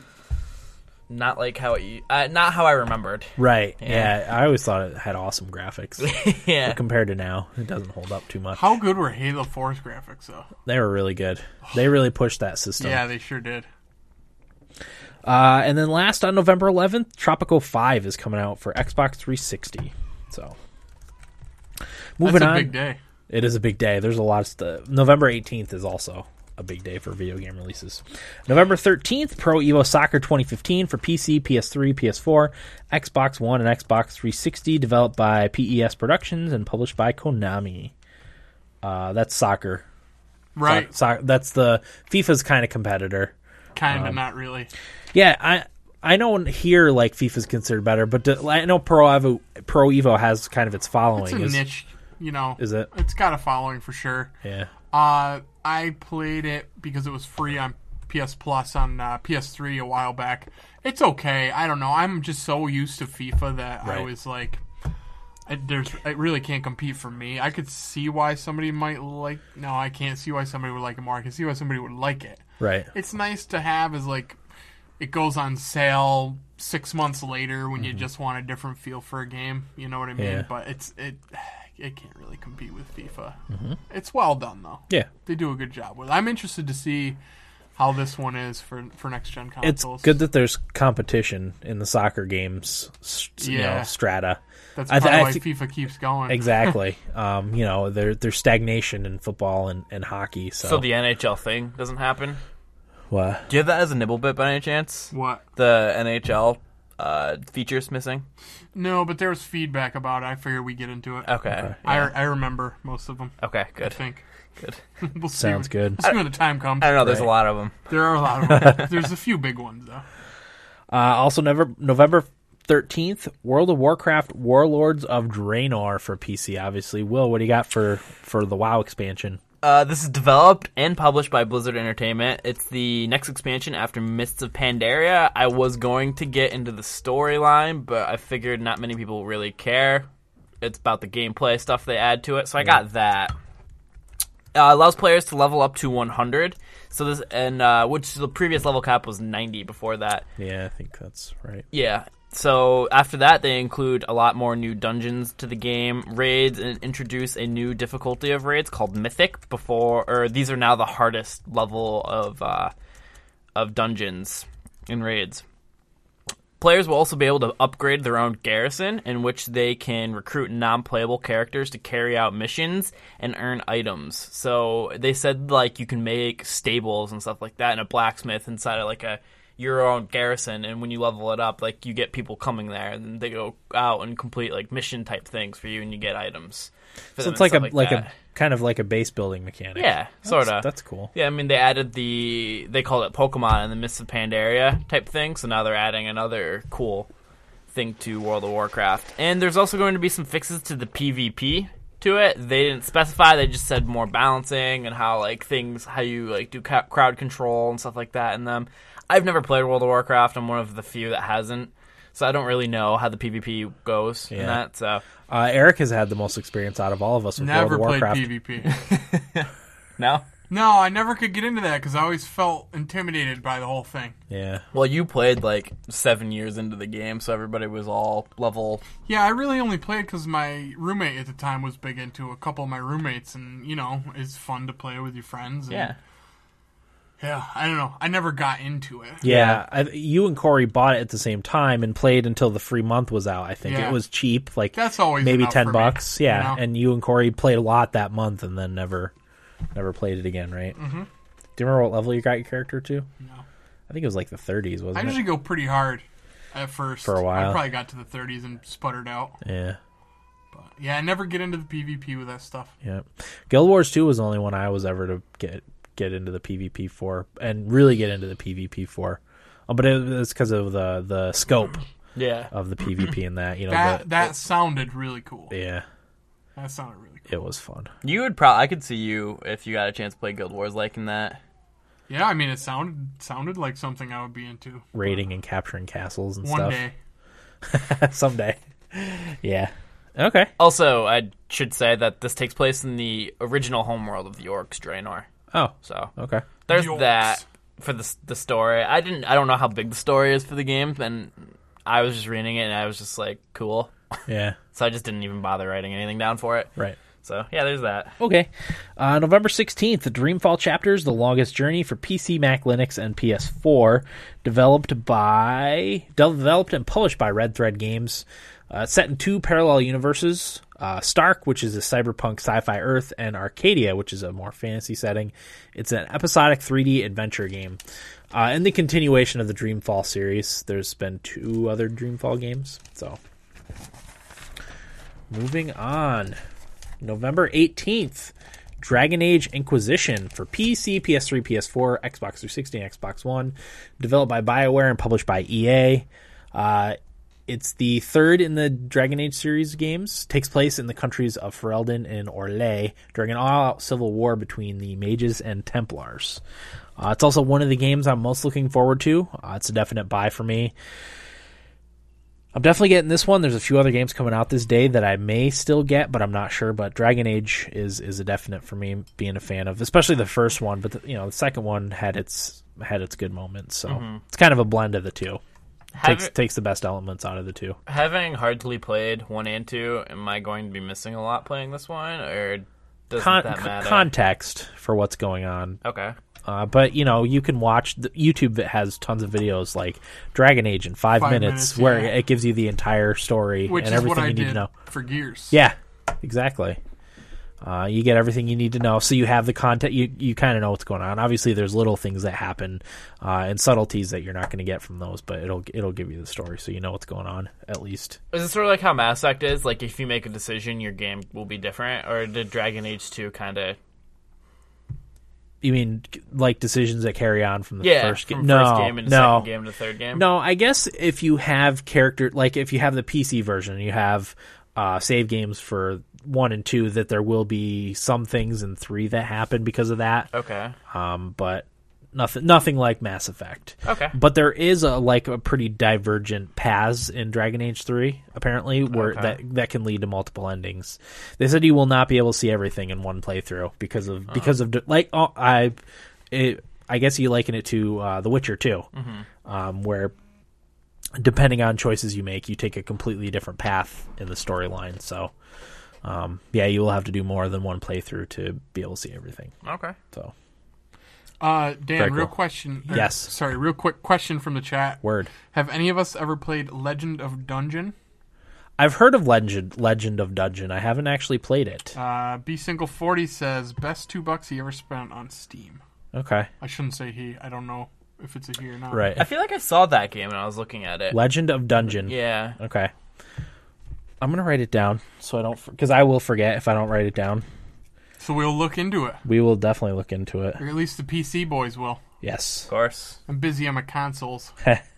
[SPEAKER 3] not like how it, uh, not how I remembered.
[SPEAKER 1] right, yeah. I always thought it had awesome graphics.
[SPEAKER 3] yeah.
[SPEAKER 1] But compared to now, it doesn't hold up too much.
[SPEAKER 2] How good were Halo 4's graphics though?
[SPEAKER 1] They were really good. They really pushed that system.
[SPEAKER 2] Yeah, they sure did.
[SPEAKER 1] Uh, and then last on November 11th, Tropico 5 is coming out for Xbox 360. So moving
[SPEAKER 2] That's a
[SPEAKER 1] on,
[SPEAKER 2] big day.
[SPEAKER 1] it is a big day. There's a lot of stuff. November 18th is also a big day for video game releases. November 13th, Pro Evo Soccer 2015 for PC, PS3, PS4, Xbox One, and Xbox 360, developed by PES Productions and published by Konami. Uh, that's soccer.
[SPEAKER 2] Right.
[SPEAKER 1] So- that's the FIFA's kind of competitor.
[SPEAKER 2] kind of not really.
[SPEAKER 1] Yeah, I I know here like FIFA's considered better, but do, I know Pro Evo Pro Evo has kind of its
[SPEAKER 2] It's a
[SPEAKER 1] following. is,
[SPEAKER 2] niche, you know.
[SPEAKER 1] is it?
[SPEAKER 2] It's got a following for sure.
[SPEAKER 1] Yeah.
[SPEAKER 2] Uh, I played it because it was free on PS Plus on uh, PS3 a while back. It's okay. I don't know. I'm just so used to FIFA that I
[SPEAKER 1] Right.
[SPEAKER 2] was like, I, there's, it really can't compete for me. I could see why somebody might like. No, I can't see why somebody would like it more. I can see why somebody would like it.
[SPEAKER 1] Right.
[SPEAKER 2] It's nice to have as like, it goes on sale six months later when you just want a different feel for a game. You know what I mean?
[SPEAKER 1] Mm-hmm. Yeah.
[SPEAKER 2] But it's it. It can't really compete with FIFA.
[SPEAKER 1] Mm-hmm.
[SPEAKER 2] It's well done though
[SPEAKER 1] Yeah.
[SPEAKER 2] they do a good job with. it. I'm interested to see how this one is for for next gen
[SPEAKER 1] It's
[SPEAKER 2] consoles.
[SPEAKER 1] good that there's competition in the soccer games, s- you know,
[SPEAKER 2] Yeah.
[SPEAKER 1] strata.
[SPEAKER 2] That's
[SPEAKER 1] I th-
[SPEAKER 2] probably
[SPEAKER 1] I
[SPEAKER 2] why
[SPEAKER 1] thi-
[SPEAKER 2] FIFA keeps going.
[SPEAKER 1] Exactly. um, you know, there there's stagnation in football and, and hockey. So,
[SPEAKER 3] So the NHL thing doesn't happen.
[SPEAKER 1] Wha-
[SPEAKER 3] Do you have that as a nibble bit by any chance?
[SPEAKER 2] What?
[SPEAKER 3] The NHL uh, features missing.
[SPEAKER 2] No, but there was feedback about it. I figure we get into it.
[SPEAKER 3] Okay.
[SPEAKER 2] I, I remember most of them.
[SPEAKER 3] Okay.
[SPEAKER 2] I
[SPEAKER 3] Good.
[SPEAKER 2] think.
[SPEAKER 3] Good.
[SPEAKER 2] we'll see
[SPEAKER 1] sounds
[SPEAKER 2] when-
[SPEAKER 1] good.
[SPEAKER 2] We'll see when the time comes.
[SPEAKER 3] I don't know. There's a lot of them.
[SPEAKER 2] There are a lot of them. There's a few big ones though.
[SPEAKER 1] Uh, also, never November 13th, World of Warcraft Warlords of Draenor for PC, obviously. Will, what do you got for, for the WoW expansion?
[SPEAKER 3] Uh, this is developed and published by Blizzard Entertainment. It's the next expansion after Mists of Pandaria. I was going to get into the storyline, but I figured not many people really care. It's about the gameplay stuff they add to it, so I got that. Uh, allows players to level up to 100. So this and uh, which the previous level cap was 90 before that.
[SPEAKER 1] Yeah, I think that's right.
[SPEAKER 3] Yeah. So after that, they include a lot more new dungeons to the game, raids, and introduce a new difficulty of raids called Mythic. Before, or these are now the hardest level of uh, of dungeons and raids. Players will also be able to upgrade their own garrison, in which they can recruit non-playable characters to carry out missions and earn items. So they said like you can make stables and stuff like that, and a blacksmith inside of like a your own garrison. And when you level it up, like you get people coming there, and they go out and complete like mission type things for you, and you get items. for
[SPEAKER 1] So
[SPEAKER 3] them
[SPEAKER 1] it's
[SPEAKER 3] and
[SPEAKER 1] like a
[SPEAKER 3] stuff
[SPEAKER 1] like,
[SPEAKER 3] that.
[SPEAKER 1] a kind of like a base building mechanic.
[SPEAKER 3] Yeah,
[SPEAKER 1] That's-
[SPEAKER 3] sorta.
[SPEAKER 1] That's cool.
[SPEAKER 3] Yeah, I mean they added the they called it Pokemon and the Mists of Pandaria type thing, so now they're adding another cool thing to World of Warcraft. And there's also going to be some fixes to the PvP to it. They didn't specify; they just said more balancing and how like things, how you like do ca- crowd control and stuff like that in them. I've never played World of Warcraft. I'm one of the few that hasn't, so I don't really know how the PvP goes in
[SPEAKER 1] Yeah.
[SPEAKER 3] that. So
[SPEAKER 1] Uh, Eric has had the most experience out of all of us with
[SPEAKER 2] Never
[SPEAKER 1] World of
[SPEAKER 2] played
[SPEAKER 1] Warcraft.
[SPEAKER 2] PvP.
[SPEAKER 3] no.
[SPEAKER 2] No, I never could get into that because I always felt intimidated by the whole thing.
[SPEAKER 1] Yeah.
[SPEAKER 3] Well, you played like seven years into the game, so everybody was all level
[SPEAKER 2] Yeah, I really only played because my roommate at the time was big into a couple of my roommates, and you know, it's fun to play with your friends. And,
[SPEAKER 3] yeah.
[SPEAKER 2] yeah. I don't know. I never got into it.
[SPEAKER 1] Yeah, I, you and Corey bought it at the same time and played until the free month was out. I think
[SPEAKER 2] Yeah.
[SPEAKER 1] it was cheap, like
[SPEAKER 2] That's always
[SPEAKER 1] maybe
[SPEAKER 2] enough
[SPEAKER 1] ten
[SPEAKER 2] for me,
[SPEAKER 1] bucks. yeah,
[SPEAKER 2] you know?
[SPEAKER 1] and you and Corey played a lot that month and then never, never played it again. Right? Mm-hmm. Do you remember what level you got your character to? No, I think it was like the 30s, wasn't
[SPEAKER 2] I
[SPEAKER 1] it?
[SPEAKER 2] usually go pretty hard at first.
[SPEAKER 1] For a while.
[SPEAKER 2] I probably got to the 30s and sputtered out.
[SPEAKER 1] yeah,
[SPEAKER 2] But yeah, I never get into the PvP with that stuff.
[SPEAKER 1] yeah. Guild Wars 2 was the only one I was ever to get get into the PvP for and really get into the PvP for, oh, but it was because of the the scope
[SPEAKER 3] Yeah.
[SPEAKER 1] of the PvP and that you know
[SPEAKER 2] That
[SPEAKER 1] the-
[SPEAKER 2] that sounded really cool.
[SPEAKER 1] yeah,
[SPEAKER 2] That sounded really cool.
[SPEAKER 1] it was fun.
[SPEAKER 3] You would probably. I could see you if you got a chance to play Guild Wars liking that.
[SPEAKER 2] Yeah, I mean, it sounded sounded like something I would be into
[SPEAKER 1] raiding and capturing castles and
[SPEAKER 2] one
[SPEAKER 1] stuff
[SPEAKER 2] day.
[SPEAKER 1] someday. Yeah. Okay.
[SPEAKER 3] Also, I should say that this takes place in the original homeworld of the Orcs, Draenor.
[SPEAKER 1] Oh.
[SPEAKER 3] So
[SPEAKER 1] Okay.
[SPEAKER 3] there's
[SPEAKER 2] The Orcs.
[SPEAKER 3] that for the s- the story. I didn't. I don't know how big the story is for the game, and I was just reading it, and I was just like, cool.
[SPEAKER 1] Yeah.
[SPEAKER 3] So I just didn't even bother writing anything down for it.
[SPEAKER 1] Right.
[SPEAKER 3] So yeah, there's that.
[SPEAKER 1] Okay. Uh, November 16th, Dreamfall Chapters, The Longest Journey for PC, Mac, Linux, and PS4. Developed by. Developed and published by Red Thread Games. Uh, set in two parallel universes uh, Stark, which is a cyberpunk sci fi Earth, and Arcadia, which is a more fantasy setting. It's an episodic 3D adventure game. Uh, and the continuation of the Dreamfall series. There's been two other Dreamfall games. So. Moving on. November 18th, Dragon Age Inquisition for PC, PS3, PS4, Xbox 360, and Xbox One. Developed by BioWare and published by EA. Uh, it's the third in the Dragon Age series games. Takes place in the countries of Ferelden and Orlais during an all-out civil war between the mages and Templars. Uh, it's also one of the games I'm most looking forward to. Uh, it's a definite buy for me. I'm definitely getting this one. There's a few other games coming out this day that I may still get, but I'm not sure. But Dragon Age is is a definite for me, being a fan of, especially the first one. But the, you know, the second one had its had its good moments, so
[SPEAKER 2] Mm-hmm.
[SPEAKER 1] it's kind of a blend of the two.
[SPEAKER 3] Have-
[SPEAKER 1] Takes takes the best elements out of the two.
[SPEAKER 3] having hardly played one and two, am I going to be missing a lot playing this one, or doesn't
[SPEAKER 1] Con-
[SPEAKER 3] that
[SPEAKER 1] con-
[SPEAKER 3] matter?
[SPEAKER 1] context for what's going on,
[SPEAKER 3] okay.
[SPEAKER 1] uh, but you know, you can watch the, YouTube that has tons of videos like Dragon Age in five,
[SPEAKER 2] Five
[SPEAKER 1] minutes,
[SPEAKER 2] minutes,
[SPEAKER 1] where
[SPEAKER 2] yeah.
[SPEAKER 1] it gives you the entire story
[SPEAKER 2] Which
[SPEAKER 1] and
[SPEAKER 2] is
[SPEAKER 1] everything
[SPEAKER 2] what I
[SPEAKER 1] you need to
[SPEAKER 2] did
[SPEAKER 1] know.
[SPEAKER 2] for Gears.
[SPEAKER 1] Yeah, exactly. Uh, you get everything you need to know, so you have the content. You you kind of know what's going on. Obviously, there's little things that happen uh, and subtleties that you're not going to get from those, but it'll it'll give you the story, so you know what's going on at least.
[SPEAKER 3] Is it sort of like how Mass Effect is? Like, if you make a decision, your game will be different? Or did Dragon Age 2 kind of.
[SPEAKER 1] You mean like decisions that carry on from the
[SPEAKER 3] Yeah,
[SPEAKER 1] first game?
[SPEAKER 3] from
[SPEAKER 1] no,
[SPEAKER 3] first game into
[SPEAKER 1] no,
[SPEAKER 3] second game to third game.
[SPEAKER 1] no. I guess if you have character, like if you have the PC version, you have uh, save games for one and two. That there will be some things in three that happen because of that.
[SPEAKER 3] Okay.
[SPEAKER 1] Um, but nothing, nothing like Mass Effect.
[SPEAKER 3] Okay.
[SPEAKER 1] But there is a like a pretty divergent paths in Dragon Age Three, apparently, where
[SPEAKER 3] Okay.
[SPEAKER 1] that that can lead to multiple endings. They said you will not be able to see everything in one playthrough because of because of like oh, I, it, I guess you liken it to uh, The Witcher 2
[SPEAKER 3] Mm-hmm.
[SPEAKER 1] um, where depending on choices you make, you take a completely different path in the storyline. So. Um, yeah, you will have to do more than one playthrough to be able to see everything.
[SPEAKER 3] Okay.
[SPEAKER 1] So,
[SPEAKER 2] Uh, Dan,
[SPEAKER 1] Very
[SPEAKER 2] real
[SPEAKER 1] cool.
[SPEAKER 2] question.
[SPEAKER 1] Yes.
[SPEAKER 2] Sorry, real quick question from the chat.
[SPEAKER 1] word.
[SPEAKER 2] Have any of us ever played Legend of Dungeon?
[SPEAKER 1] I've heard of Legend Legend of Dungeon. I haven't actually played it.
[SPEAKER 2] Uh, B single forty says best two bucks he ever spent on Steam.
[SPEAKER 1] Okay,
[SPEAKER 2] I shouldn't say he. I don't know if it's a he or not.
[SPEAKER 1] right.
[SPEAKER 3] I feel like I saw that game and I was looking at it.
[SPEAKER 1] Legend of Dungeon.
[SPEAKER 3] Yeah.
[SPEAKER 1] Okay. I'm gonna write it down so I don't because I will forget if I don't write it down.
[SPEAKER 2] So we'll look into it,
[SPEAKER 1] We will definitely look into it.
[SPEAKER 2] or at least the PC boys will.
[SPEAKER 1] Yes,
[SPEAKER 3] Of course.
[SPEAKER 2] I'm busy on my consoles.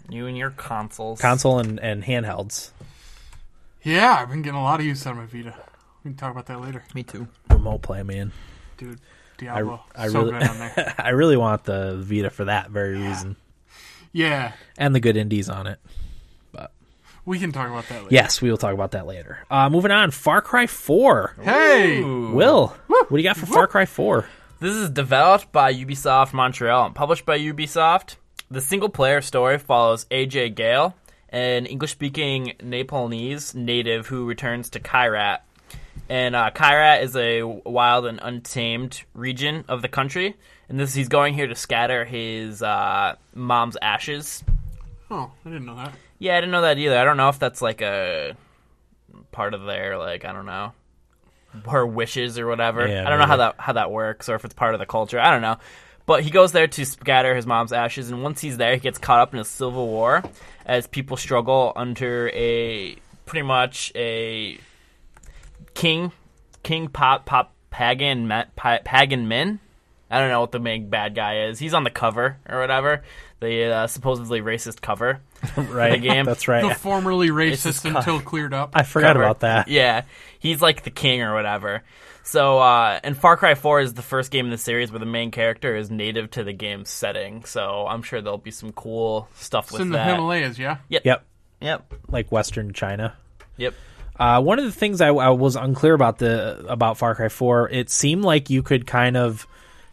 [SPEAKER 3] You and your consoles.
[SPEAKER 1] console and, and handhelds.
[SPEAKER 2] Yeah, I've been getting a lot of use out of my Vita. We can talk about that later,
[SPEAKER 3] Me too.
[SPEAKER 1] Remote play, man.
[SPEAKER 2] dude. Diablo,
[SPEAKER 1] I- I
[SPEAKER 2] so
[SPEAKER 1] really-
[SPEAKER 2] good on there.
[SPEAKER 1] I really want the Vita for that very reason
[SPEAKER 2] Yeah,
[SPEAKER 1] and the good indies on it.
[SPEAKER 2] we can talk about that later.
[SPEAKER 1] Yes, we will talk about that later. Uh, moving on, Far Cry Four.
[SPEAKER 2] Hey,
[SPEAKER 1] Will, what do you got for Far Cry Four?
[SPEAKER 3] This is developed by Ubisoft Montreal and published by Ubisoft. The single player story follows AJ Gale, an English speaking Nepalese native who returns to Kairat. And uh, Kairat is a wild and untamed region of the country. And this he's going here to scatter his uh, mom's ashes.
[SPEAKER 2] oh, I didn't know that.
[SPEAKER 3] Yeah, I didn't know that either. I don't know if that's like a part of their like I don't know her wishes or whatever.
[SPEAKER 1] Yeah,
[SPEAKER 3] I don't know how
[SPEAKER 1] maybe.
[SPEAKER 3] that how that works or if it's part of the culture. I don't know. But he goes there to scatter his mom's ashes, and once he's there, he gets caught up in a civil war as people struggle under a pretty much a king, king pop pop pagan ma- pa- pagan men. I don't know what the main bad guy is. He's on the cover or whatever, the uh, supposedly racist cover.
[SPEAKER 1] Right,
[SPEAKER 3] game.
[SPEAKER 1] That's
[SPEAKER 2] The
[SPEAKER 1] right.
[SPEAKER 2] formerly
[SPEAKER 3] just
[SPEAKER 2] racist
[SPEAKER 3] cut.
[SPEAKER 2] until cleared up.
[SPEAKER 1] I forgot
[SPEAKER 3] cover.
[SPEAKER 1] about that.
[SPEAKER 3] Yeah, he's like the king or whatever. So, uh, and Far Cry 4 is the first game in the series where the main character is native to the game's setting. So I'm sure there'll be some cool stuff
[SPEAKER 2] it's
[SPEAKER 3] with
[SPEAKER 2] in the
[SPEAKER 3] that.
[SPEAKER 2] Himalayas, yeah.
[SPEAKER 1] Yep,
[SPEAKER 3] Yep,
[SPEAKER 1] like Western China.
[SPEAKER 3] yep.
[SPEAKER 1] Uh, one of the things I, I was unclear about the about Far Cry Four, it seemed like you could kind of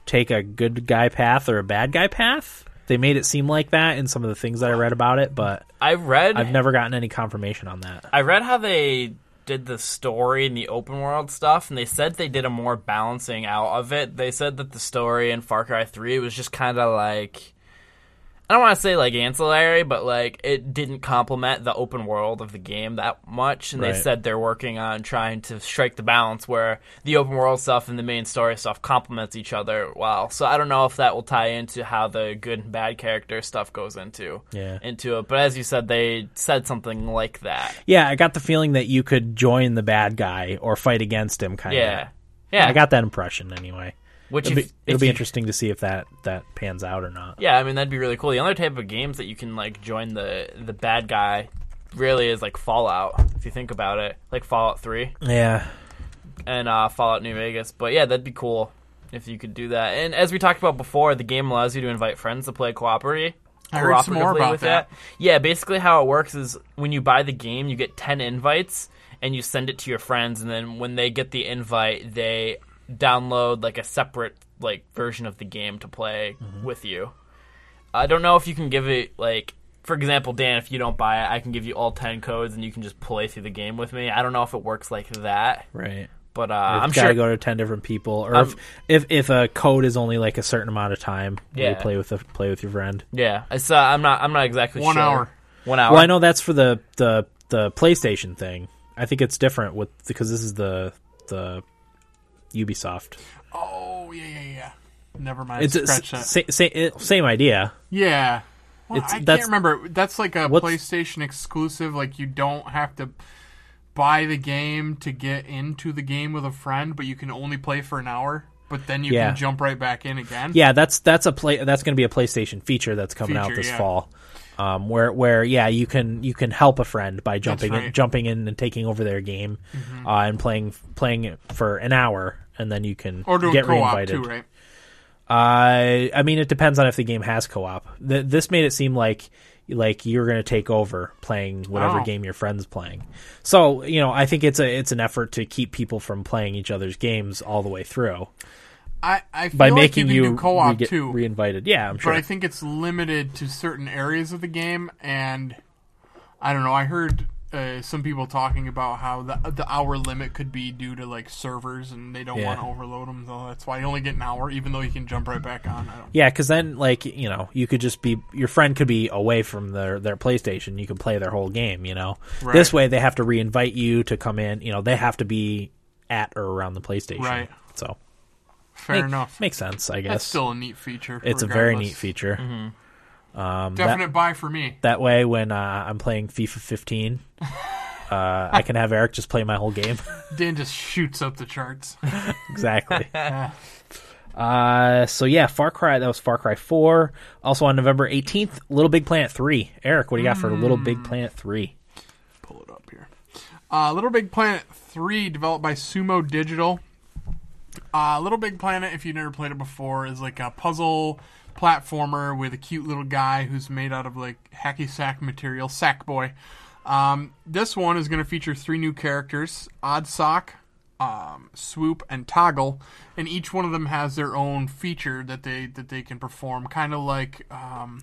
[SPEAKER 1] take a good guy path or a bad guy path. They made it seem like that in some of the things that I read about it, but
[SPEAKER 3] I read,
[SPEAKER 1] I've never gotten any confirmation on that.
[SPEAKER 3] I read how they did the story and the open world stuff, and they said they did a more balancing out of it. They said that the story in Far Cry 3 was just kind of like. I don't want to say like ancillary, but like it didn't complement the open world of the game that much. And
[SPEAKER 1] Right.
[SPEAKER 3] they said they're working on trying to strike the balance where the open world stuff and the main story stuff complements each other well. So I don't know if that will tie into how the good and bad character stuff goes into
[SPEAKER 1] Yeah.
[SPEAKER 3] into it. But as you said, they said something like that.
[SPEAKER 1] Yeah, I got the feeling that you could join the bad guy or fight against him, kind of.
[SPEAKER 3] Yeah. Yeah.
[SPEAKER 1] I got that impression anyway.
[SPEAKER 3] which
[SPEAKER 1] It'll be,
[SPEAKER 3] if-
[SPEAKER 1] it'll
[SPEAKER 3] if
[SPEAKER 1] be
[SPEAKER 3] you-
[SPEAKER 1] interesting to see if that that pans out or not.
[SPEAKER 3] Yeah, I mean that'd be really cool. The other type of games that you can like join the the bad guy really is like Fallout, if you think about it. Like Fallout 3
[SPEAKER 1] Yeah,
[SPEAKER 3] and uh, Fallout New Vegas. But yeah, that'd be cool if you could do that. And as we talked about before, the game allows you to invite friends to play cooperatively.
[SPEAKER 2] I heard some more
[SPEAKER 3] cooperatively
[SPEAKER 2] about
[SPEAKER 3] with
[SPEAKER 2] that.
[SPEAKER 3] Yeah, basically how it works is when you buy the game, you get 10 invites and you send it to your friends and then when they get the invite, they download like a separate like version of the game to play
[SPEAKER 2] Mm-hmm.
[SPEAKER 3] with you. I don't know if you can give it like for example, Dan, if you don't buy it, I can give you all 10 codes and you can just play through the game with me. I don't know if it works like that,
[SPEAKER 1] right.
[SPEAKER 3] but uh,
[SPEAKER 1] It's
[SPEAKER 3] I'm
[SPEAKER 1] gotta
[SPEAKER 3] sure
[SPEAKER 1] go to ten different people, or
[SPEAKER 3] Um,
[SPEAKER 1] if, if if a code is only like a certain amount of time, where you
[SPEAKER 3] Yeah.
[SPEAKER 1] play with a, play with your friend.
[SPEAKER 3] Yeah, it's, uh, I'm not. I'm not exactly
[SPEAKER 2] One
[SPEAKER 3] sure.
[SPEAKER 2] hour.
[SPEAKER 3] One hour.
[SPEAKER 1] Well, I know that's for the the the PlayStation thing. I think it's different with because this is the the Ubisoft.
[SPEAKER 2] Oh yeah, yeah, yeah. Never mind.
[SPEAKER 1] It's
[SPEAKER 2] Scratch
[SPEAKER 1] a,
[SPEAKER 2] that.
[SPEAKER 1] sa- sa- it- same idea.
[SPEAKER 2] Yeah. Well,
[SPEAKER 1] It's-
[SPEAKER 2] I can't
[SPEAKER 1] that's-
[SPEAKER 2] remember. That's like a
[SPEAKER 1] What's-
[SPEAKER 2] PlayStation exclusive. Like you don't have to buy the game to get into the game with a friend, but you can only play for an hour. but then you
[SPEAKER 1] Yeah.
[SPEAKER 2] can jump right back in again.
[SPEAKER 1] Yeah, that's that's a play. That's going to be a PlayStation feature that's coming out
[SPEAKER 2] Feature,
[SPEAKER 1] this
[SPEAKER 2] yeah.
[SPEAKER 1] fall. Um, where where yeah, you can you can help a friend by jumping in,
[SPEAKER 2] right. Mm-hmm.
[SPEAKER 1] jumping in and taking over their game, uh, and playing playing it for an hour, and then you can
[SPEAKER 2] Or do a
[SPEAKER 1] get
[SPEAKER 2] co-op
[SPEAKER 1] reinvited.
[SPEAKER 2] too, right?
[SPEAKER 1] I I mean, it depends on if the game has co-op. Th- this made it seem like like you're going to take over playing whatever
[SPEAKER 2] Oh.
[SPEAKER 1] game your friend's playing. So you know, I think it's a it's an effort to keep people from playing each other's games all the way through
[SPEAKER 2] I, I feel
[SPEAKER 1] by
[SPEAKER 2] like
[SPEAKER 1] making
[SPEAKER 2] you
[SPEAKER 1] you,
[SPEAKER 2] can do co-op
[SPEAKER 1] re- get
[SPEAKER 2] too,
[SPEAKER 1] reinvited. Yeah, I'm sure.
[SPEAKER 2] but I think it's limited to certain areas of the game. And I don't know. I heard uh, some people talking about how the the hour limit could be due to like servers, and they don't
[SPEAKER 1] Yeah.
[SPEAKER 2] want to overload them. So that's why you only get an hour, even though you can jump right back on. I don't,
[SPEAKER 1] Yeah, because then, like you know, you could just be your friend could be away from their their PlayStation. You can play their whole game. You know,
[SPEAKER 2] Right.
[SPEAKER 1] this way they have to reinvite you to come in. You know, they have to be at or around the PlayStation.
[SPEAKER 2] Right.
[SPEAKER 1] So
[SPEAKER 2] fair
[SPEAKER 1] make-
[SPEAKER 2] enough.
[SPEAKER 1] makes sense, I guess.
[SPEAKER 2] That's still a neat feature.
[SPEAKER 1] it's a very
[SPEAKER 2] regardless.
[SPEAKER 1] neat feature. Um,
[SPEAKER 2] Definite buy for me.
[SPEAKER 1] That way, when uh, I'm playing FIFA 15, uh, I can have Eric just play my whole game.
[SPEAKER 2] Dan just shoots up the charts.
[SPEAKER 1] exactly. Uh, so yeah, Far Cry. That was Far Cry Four. Also on November 18th, Little Big Planet 3. Eric, what do you got for Little Big Planet 3?
[SPEAKER 2] pull it up here. Uh, Little Big Planet 3, developed by Sumo Digital. Uh, Little Big Planet, if you've never played it before, is like a puzzle platformer with a cute little guy who's made out of like hacky sack material, Sack Boy. Um, this one is going to feature three new characters Oddsock, um, Swoop, and Toggle, and each one of them has their own feature that they that they can perform, kind of like. Um,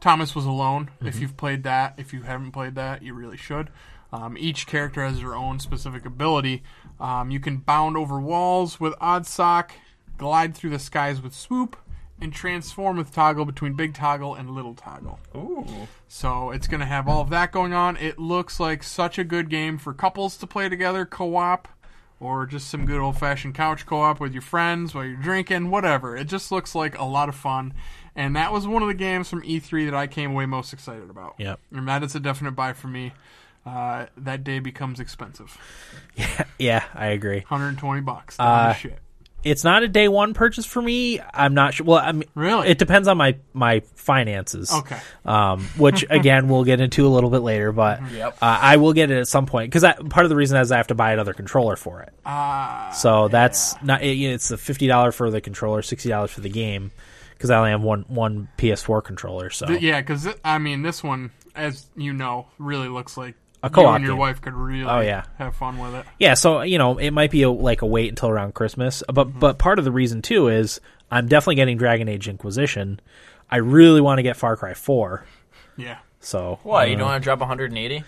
[SPEAKER 2] Thomas was alone. If you've played that, if you haven't played that, you really should. Um, each character has their own specific ability. Um, you can bound over walls with Oddsock, glide through the skies with Swoop, and transform with Toggle between Big Toggle and Little Toggle.
[SPEAKER 3] Ooh.
[SPEAKER 2] So it's going to have all of that going on. It looks like such a good game for couples to play together, co op, or just some good old fashioned couch co op with your friends while you're drinking, whatever. It just looks like a lot of fun. And that was one of the games from E3 that I came away most excited about.
[SPEAKER 1] Yep.
[SPEAKER 2] And that is a definite buy for me. Uh, that day becomes expensive.
[SPEAKER 1] Yeah, I agree.
[SPEAKER 2] 120 bucks.
[SPEAKER 1] Uh,
[SPEAKER 2] That was shit.
[SPEAKER 1] It's not a day one purchase for me. I'm not sure. Well, I mean,
[SPEAKER 2] Really?
[SPEAKER 1] it depends on my my finances.
[SPEAKER 2] Okay.
[SPEAKER 1] Um, which again we'll get into a little bit later, but
[SPEAKER 3] Yep.
[SPEAKER 1] uh, I will get it at some point because part of the reason is I have to buy another controller for it.
[SPEAKER 2] Uh,
[SPEAKER 1] So that's not it, it's the fifty dollar for the controller, sixty dollars for the game because I only have one one PS4 controller. So
[SPEAKER 2] th- yeah, because, I mean, this one, as you know, really looks like
[SPEAKER 1] A co-op
[SPEAKER 2] you and your
[SPEAKER 1] game.
[SPEAKER 2] wife could really
[SPEAKER 1] Oh, yeah.
[SPEAKER 2] have fun with it.
[SPEAKER 1] yeah, so you know it might be a, like a wait until around Christmas, uh, but but part of the reason too is I'm definitely getting Dragon Age Inquisition. I really want to get Far Cry Four.
[SPEAKER 2] Yeah.
[SPEAKER 1] So
[SPEAKER 3] What? You
[SPEAKER 1] uh,
[SPEAKER 3] don't want to drop 180?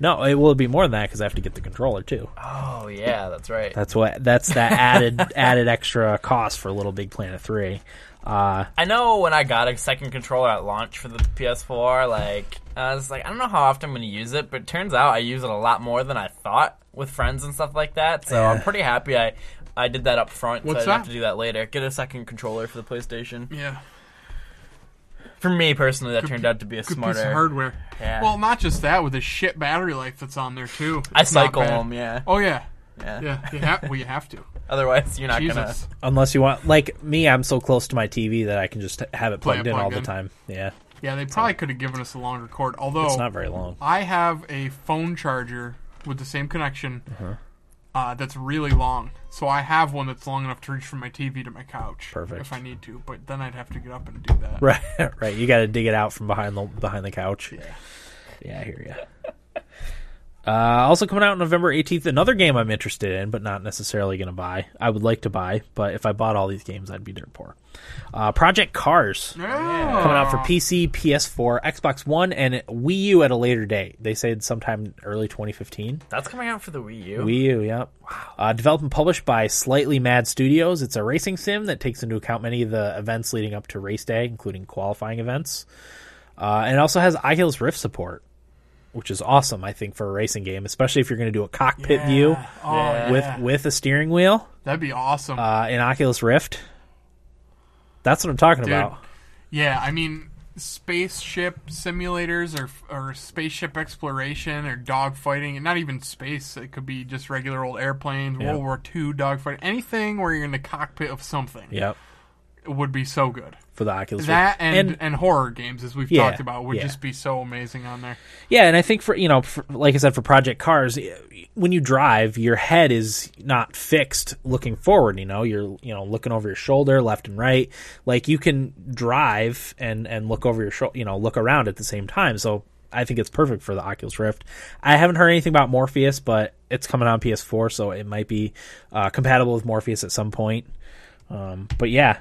[SPEAKER 1] No, it will be more than that because I have to get the controller too.
[SPEAKER 3] Oh yeah, that's right.
[SPEAKER 1] That's what. That's that added added extra cost for Little Big Planet Three. Uh,
[SPEAKER 3] I know when I got a second controller at launch for the PS4, like I was like, I don't know how often I'm going to use it, but it turns out I use it a lot more than I thought with friends and stuff like that. So I'm pretty happy I I did that up front.
[SPEAKER 2] What's
[SPEAKER 3] so I didn't have
[SPEAKER 2] that?
[SPEAKER 3] to do that later. Get a second controller for the PlayStation.
[SPEAKER 2] Yeah.
[SPEAKER 3] For me personally, that turned out to be a
[SPEAKER 2] good piece of
[SPEAKER 3] smarter.
[SPEAKER 2] hardware.
[SPEAKER 3] Yeah.
[SPEAKER 2] Well, not just that, with the shit battery life that's on there too.
[SPEAKER 3] I
[SPEAKER 2] It's not
[SPEAKER 3] cycle
[SPEAKER 2] bad.
[SPEAKER 3] them, yeah.
[SPEAKER 2] Oh yeah,
[SPEAKER 3] yeah.
[SPEAKER 2] yeah. You ha- well, you have to.
[SPEAKER 3] Otherwise, you're not gonna.
[SPEAKER 2] Jesus,
[SPEAKER 1] unless you want, like me, I'm so close to my TV that I can just have it
[SPEAKER 2] Play
[SPEAKER 1] plugged
[SPEAKER 2] it
[SPEAKER 1] in all
[SPEAKER 2] plugged
[SPEAKER 1] the
[SPEAKER 2] in.
[SPEAKER 1] time. Yeah,
[SPEAKER 2] yeah. They probably could have given us a longer cord. Although
[SPEAKER 1] it's not very long.
[SPEAKER 2] I have a phone charger with the same connection
[SPEAKER 1] Uh-huh.
[SPEAKER 2] uh, that's really long. So I have one that's long enough to reach from my TV to my couch.
[SPEAKER 1] Perfect.
[SPEAKER 2] If I need to, but then I'd have to get up and do that.
[SPEAKER 1] Right, right. You got to dig it out from behind the behind the couch. Yeah, I hear you. Uh, also coming out November 18th, another game I'm interested in, but not necessarily going to buy. I would like to buy, but if I bought all these games, I'd be dirt poor. Uh, Project Cars.
[SPEAKER 2] Yeah.
[SPEAKER 1] coming out for PC, PS4, Xbox One, and Wii U at a later date. They said sometime early 2015.
[SPEAKER 3] That's coming out for the Wii U.
[SPEAKER 1] Wii U, yep. Uh, developed and published by Slightly Mad Studios. It's a racing sim that takes into account many of the events leading up to race day, including qualifying events. Uh, and it also has Oculus Rift support, which is awesome, I think, for a racing game, especially if you're going to do a cockpit view
[SPEAKER 2] Oh,
[SPEAKER 3] Yeah.
[SPEAKER 1] with with a steering wheel
[SPEAKER 2] that'd be awesome.
[SPEAKER 1] uh, in Oculus Rift. That's what I'm talking
[SPEAKER 2] Dude.
[SPEAKER 1] about.
[SPEAKER 2] Yeah, I mean, spaceship simulators or or spaceship exploration or dogfighting, and not even space. It could be just regular old airplanes,
[SPEAKER 1] Yeah.
[SPEAKER 2] World War II dogfighting, anything where you're in the cockpit of something
[SPEAKER 1] Yep.
[SPEAKER 2] would be so good.
[SPEAKER 1] For the Oculus.
[SPEAKER 2] That
[SPEAKER 1] Rift.
[SPEAKER 2] and, and horror games, as we've
[SPEAKER 1] Yeah,
[SPEAKER 2] talked about, would
[SPEAKER 1] yeah.
[SPEAKER 2] just be so amazing on there.
[SPEAKER 1] Yeah, and I think for you know, for, like I said, for Project Cars, y- when you drive, your head is not fixed looking forward. You know, you're you know looking over your shoulder, left and right. Like you can drive and and look over your shoulder, you know, look around at the same time. So I think it's perfect for the Oculus Rift. I haven't heard anything about Morpheus, but it's coming on PS4, so it might be uh, compatible with Morpheus at some point. Um, but yeah.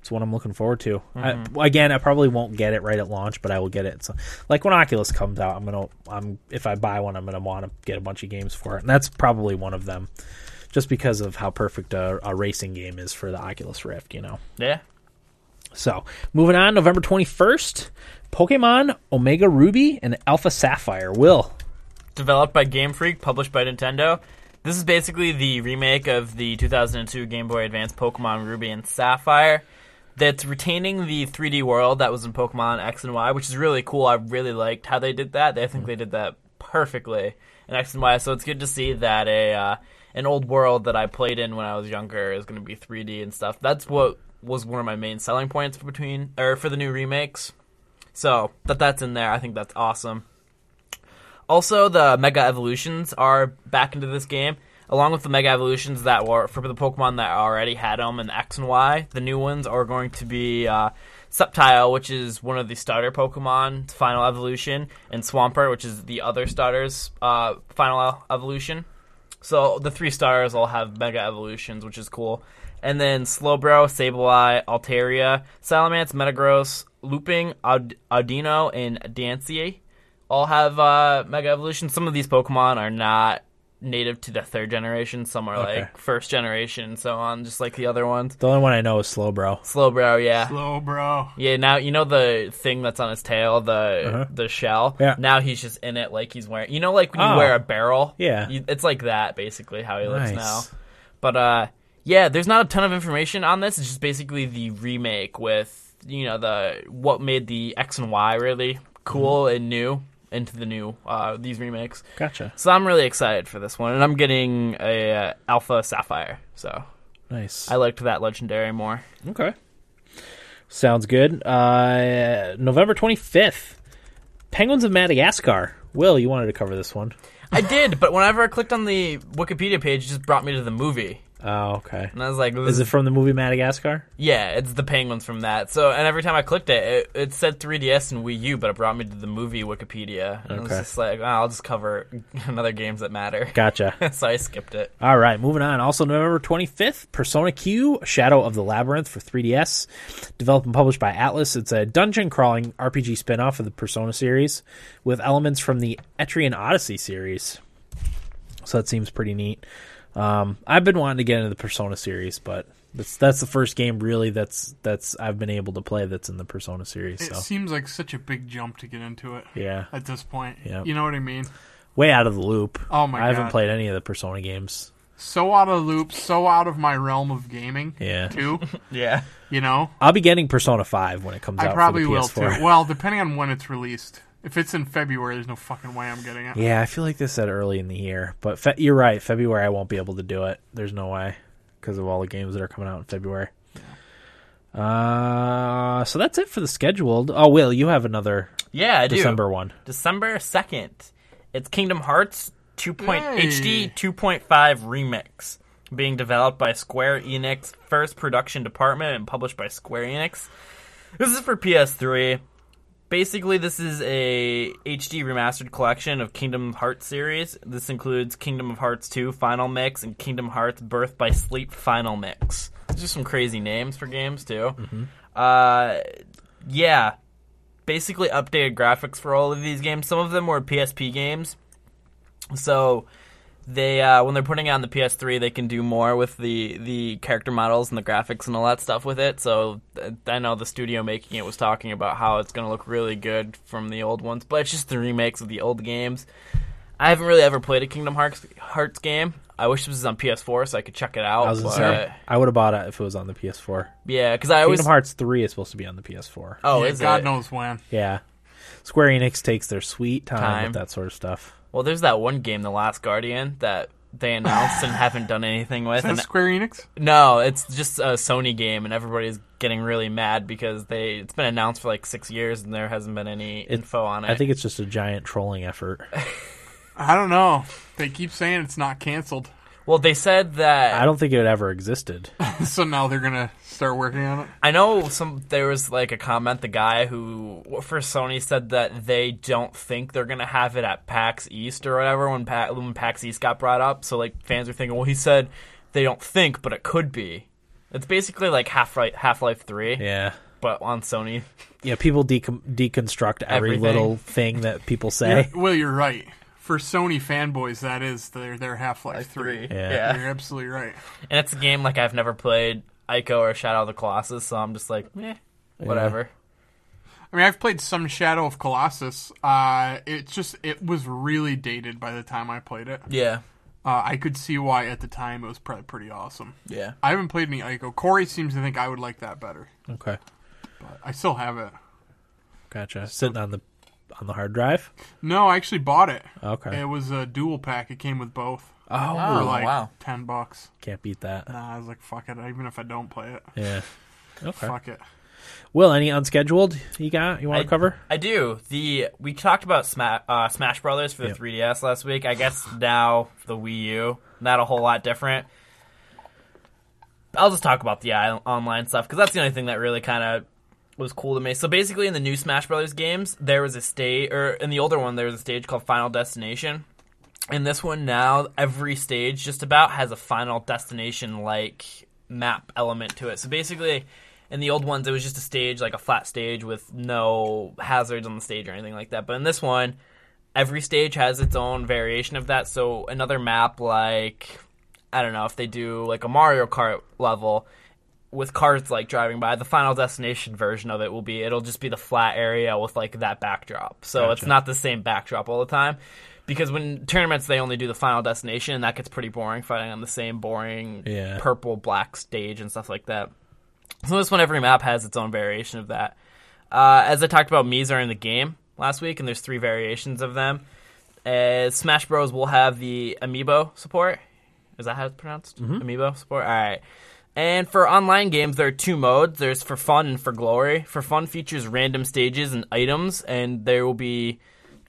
[SPEAKER 1] It's one I'm looking forward to. I, again, I probably won't get it right at launch, but I will get it. So, like when Oculus comes out, I'm gonna, I'm if I buy one, I'm gonna want to get a bunch of games for it, and that's probably one of them, just because of how perfect a, a racing game is for the Oculus Rift, you know.
[SPEAKER 3] Yeah.
[SPEAKER 1] So, moving on, November 21st, Pokemon Omega Ruby and Alpha Sapphire. Will
[SPEAKER 3] developed by Game Freak, published by Nintendo. This is basically the remake of the 2002 Game Boy Advance Pokemon Ruby and Sapphire. That's retaining the 3D world that was in Pokemon X and Y, which is really cool. I really liked how they did that. I think they did that perfectly in X and Y. So it's good to see that a uh, an old world that I played in when I was younger is going to be 3D and stuff. That's what was one of my main selling points between or for the new remakes. So that that's in there. I think that's awesome. Also, the Mega Evolutions are back into this game, along with the Mega Evolutions that were for the Pokemon that already had them in X and Y. The new ones are going to be uh, Sceptile, which is one of the starter Pokemon's final evolution, and Swampert, which is the other starter's uh, final evolution. So the three stars all have mega evolutions, which is cool. And then Slowbro, Sableye, Altaria, Salamence, Metagross, Looping, Aud- Audino, and Dancie all have uh, mega evolutions. Some of these Pokemon are not native to the third generation. Some are
[SPEAKER 1] Okay.
[SPEAKER 3] like first generation and so on, just like the other ones.
[SPEAKER 1] the only one I know is Slowbro.
[SPEAKER 3] Slowbro, yeah.
[SPEAKER 2] Slow, bro.
[SPEAKER 3] Yeah, now you know the thing that's on his tail, the the shell.
[SPEAKER 1] Uh-huh. Yeah.
[SPEAKER 3] Now he's just in it, like he's wearing. You know, like when you
[SPEAKER 1] Oh.
[SPEAKER 3] wear a barrel.
[SPEAKER 1] Yeah.
[SPEAKER 3] You, it's like that basically how he looks now.
[SPEAKER 1] Nice.
[SPEAKER 3] But uh, yeah, there's not a ton of information on this. It's just basically the remake with you know the what made the X and Y really cool
[SPEAKER 1] Mm-hmm.
[SPEAKER 3] and new into the new uh these remakes.
[SPEAKER 1] Gotcha.
[SPEAKER 3] So I'm really excited for this one, and I'm getting a uh, Alpha Sapphire. So
[SPEAKER 1] Nice.
[SPEAKER 3] I liked that legendary more.
[SPEAKER 1] Okay. Sounds good. Uh, November 25th, Penguins of Madagascar. Will, you wanted to cover this one.
[SPEAKER 3] I did, but whenever I clicked on the Wikipedia page, it just brought me to the movie.
[SPEAKER 1] Oh, okay.
[SPEAKER 3] And I was like,
[SPEAKER 1] Is it from the movie Madagascar?
[SPEAKER 3] yeah, it's the penguins from that. So, and every time I clicked it, it, it said 3DS and Wii U, but it brought me to the movie Wikipedia. And I was
[SPEAKER 1] Okay.
[SPEAKER 3] just like, oh, I'll just cover another games that matter.
[SPEAKER 1] Gotcha.
[SPEAKER 3] so I skipped it.
[SPEAKER 1] All right, moving on. Also, November 25th, Persona Q Shadow of the Labyrinth for 3DS. Developed and published by Atlas, it's a dungeon crawling RPG spin off of the Persona series with elements from the Etrian Odyssey series. So that seems pretty neat. Um, I've been wanting to get into the Persona series, but that's that's the first game really that's that's I've been able to play that's in the Persona series. So
[SPEAKER 2] It seems like such a big jump to get into it.
[SPEAKER 1] yeah,
[SPEAKER 2] At this point,
[SPEAKER 1] Yeah.
[SPEAKER 2] you know what I mean.
[SPEAKER 1] way out of the loop.
[SPEAKER 2] Oh my
[SPEAKER 1] I haven't
[SPEAKER 2] God.
[SPEAKER 1] played any of the Persona games.
[SPEAKER 2] So out of the loop, so out of my realm of gaming.
[SPEAKER 1] Yeah.
[SPEAKER 2] Too.
[SPEAKER 3] Yeah.
[SPEAKER 2] You know,
[SPEAKER 1] I'll be getting Persona Five when it comes out.
[SPEAKER 2] I
[SPEAKER 1] for
[SPEAKER 2] probably
[SPEAKER 1] the
[SPEAKER 2] will
[SPEAKER 1] PS4.
[SPEAKER 2] too. Well, depending on when it's released. If it's in February, there's no fucking way I'm getting it.
[SPEAKER 1] Yeah, I feel like they said early in the year, but fe- you're right. February, I won't be able to do it. There's no way because of all the games that are coming out in February. Uh, so that's it for the scheduled. Oh, Will, you have another
[SPEAKER 3] Yeah, I do.
[SPEAKER 1] December one.
[SPEAKER 3] December 2nd. It's Kingdom Hearts 2. Point
[SPEAKER 2] Hey.
[SPEAKER 3] HD 2.5 Remix, being developed by Square Enix First Production Department and published by Square Enix. This is for PS3. Basically, this is a HD remastered collection of Kingdom Hearts series. This includes Kingdom of Hearts 2 Final Mix and Kingdom Hearts Birth by Sleep Final Mix. Just some crazy names for games too. Uh, yeah, basically updated graphics for all of these games. Some of them were PSP games, so they uh, when they're putting it on the PS3, they can do more with the the character models and the graphics and all that stuff with it. So th- I know the studio making it was talking about how it's going to look really good from the old ones, but it's just the remakes of the old games. I haven't really ever played a Kingdom Hearts Hearts game. I wish this was on PS4 so I could check it out.
[SPEAKER 1] I was gonna
[SPEAKER 3] Oh, but-
[SPEAKER 1] say, I would have bought it if it was on the PS4.
[SPEAKER 3] yeah, because I always
[SPEAKER 1] Kingdom Hearts 3 is supposed to be on the PS4.
[SPEAKER 3] oh
[SPEAKER 2] Yeah,
[SPEAKER 3] is
[SPEAKER 2] God
[SPEAKER 3] it?
[SPEAKER 2] knows when.
[SPEAKER 1] Yeah. Square Enix takes their sweet time,
[SPEAKER 3] Time.
[SPEAKER 1] with that sort of stuff.
[SPEAKER 3] Well, there's that one game, The Last Guardian, that they announced and haven't done anything
[SPEAKER 2] Is
[SPEAKER 3] with. And
[SPEAKER 2] that Square Enix?
[SPEAKER 3] no, it's just a Sony game, and everybody's getting really mad because they it's been announced for like six years and there hasn't been any info on it.
[SPEAKER 1] I think it's just a giant trolling effort.
[SPEAKER 2] I don't know. They keep saying it's not canceled,
[SPEAKER 3] well, they said that
[SPEAKER 1] I don't think it ever existed.
[SPEAKER 2] so now they're gonna start working on it.
[SPEAKER 3] I know some. There was like a comment. The guy who for Sony said that they don't think they're gonna have it at PAX East or whatever when, pa- when PAX East got brought up. So like fans are thinking, well, he said they don't think, but it could be. It's basically like Half Life, Half Life Three,
[SPEAKER 1] Yeah.
[SPEAKER 3] but on Sony.
[SPEAKER 1] Yeah, people decom- deconstruct every
[SPEAKER 3] Everything.
[SPEAKER 1] little thing that people say.
[SPEAKER 2] Well, you're right. For Sony fanboys, that is their their Half Life Three.
[SPEAKER 1] Yeah.
[SPEAKER 2] You're absolutely right.
[SPEAKER 3] and it's a game like I've never played Ico or Shadow of the Colossus, so I'm just like, eh, whatever.
[SPEAKER 2] I mean, I've played some Shadow of Colossus. Uh, it just it was really dated by the time I played it.
[SPEAKER 3] Yeah,
[SPEAKER 2] Uh, I could see why at the time it was probably pretty awesome.
[SPEAKER 3] yeah.
[SPEAKER 2] I haven't played any Ico. Corey seems to think I would like that better.
[SPEAKER 1] Okay.
[SPEAKER 2] I still have it.
[SPEAKER 1] Gotcha. Sitting on the on the hard drive.
[SPEAKER 2] No, I actually bought it.
[SPEAKER 1] Okay.
[SPEAKER 2] It was a dual pack. It came with both
[SPEAKER 1] Oh,
[SPEAKER 2] for
[SPEAKER 3] Oh,
[SPEAKER 2] like
[SPEAKER 3] wow.
[SPEAKER 2] ten bucks.
[SPEAKER 1] can't beat
[SPEAKER 3] Uh,
[SPEAKER 1] that.
[SPEAKER 2] Nah, I was like, fuck it. Even if I don't play it,
[SPEAKER 1] Yeah. Okay.
[SPEAKER 2] fuck it.
[SPEAKER 1] Will, any unscheduled you got you want
[SPEAKER 3] I-
[SPEAKER 1] to cover?
[SPEAKER 3] I do. The we talked about Sma- uh, Smash Brothers for the
[SPEAKER 1] Yep.
[SPEAKER 3] 3DS last week. I guess now the Wii U, not a whole lot different. I'll just talk about the i- online stuff because that's the only thing that really kind of was cool to me. So basically, in the new Smash Brothers games, there was a stage, or in the older one, there was a stage called Final Destination. In this one now, every stage just about has a Final Destination like map element to it. So basically, in the old ones, it was just a stage, like a flat stage with no hazards on the stage or anything like that. But in this one, every stage has its own variation of that. So another map, like I don't know if they do like a Mario Kart level with cars like driving by, the final destination version of it will be it'll just be the flat area with like that backdrop. So it's not the same backdrop all the time. Because when tournaments they only do the final destination and that gets pretty boring fighting on the same boring
[SPEAKER 1] Yeah.
[SPEAKER 3] purple black stage and stuff like that. So this one every map has its own variation of that. Uh, as I talked about, Mii's are in the game last week, and there's three variations of them. Uh, Smash Bros. will have the amiibo support. Is that how it's pronounced? Amiibo support. All right. And for online games, there are two modes. There's for fun and for glory. For fun features random stages and items, and there will be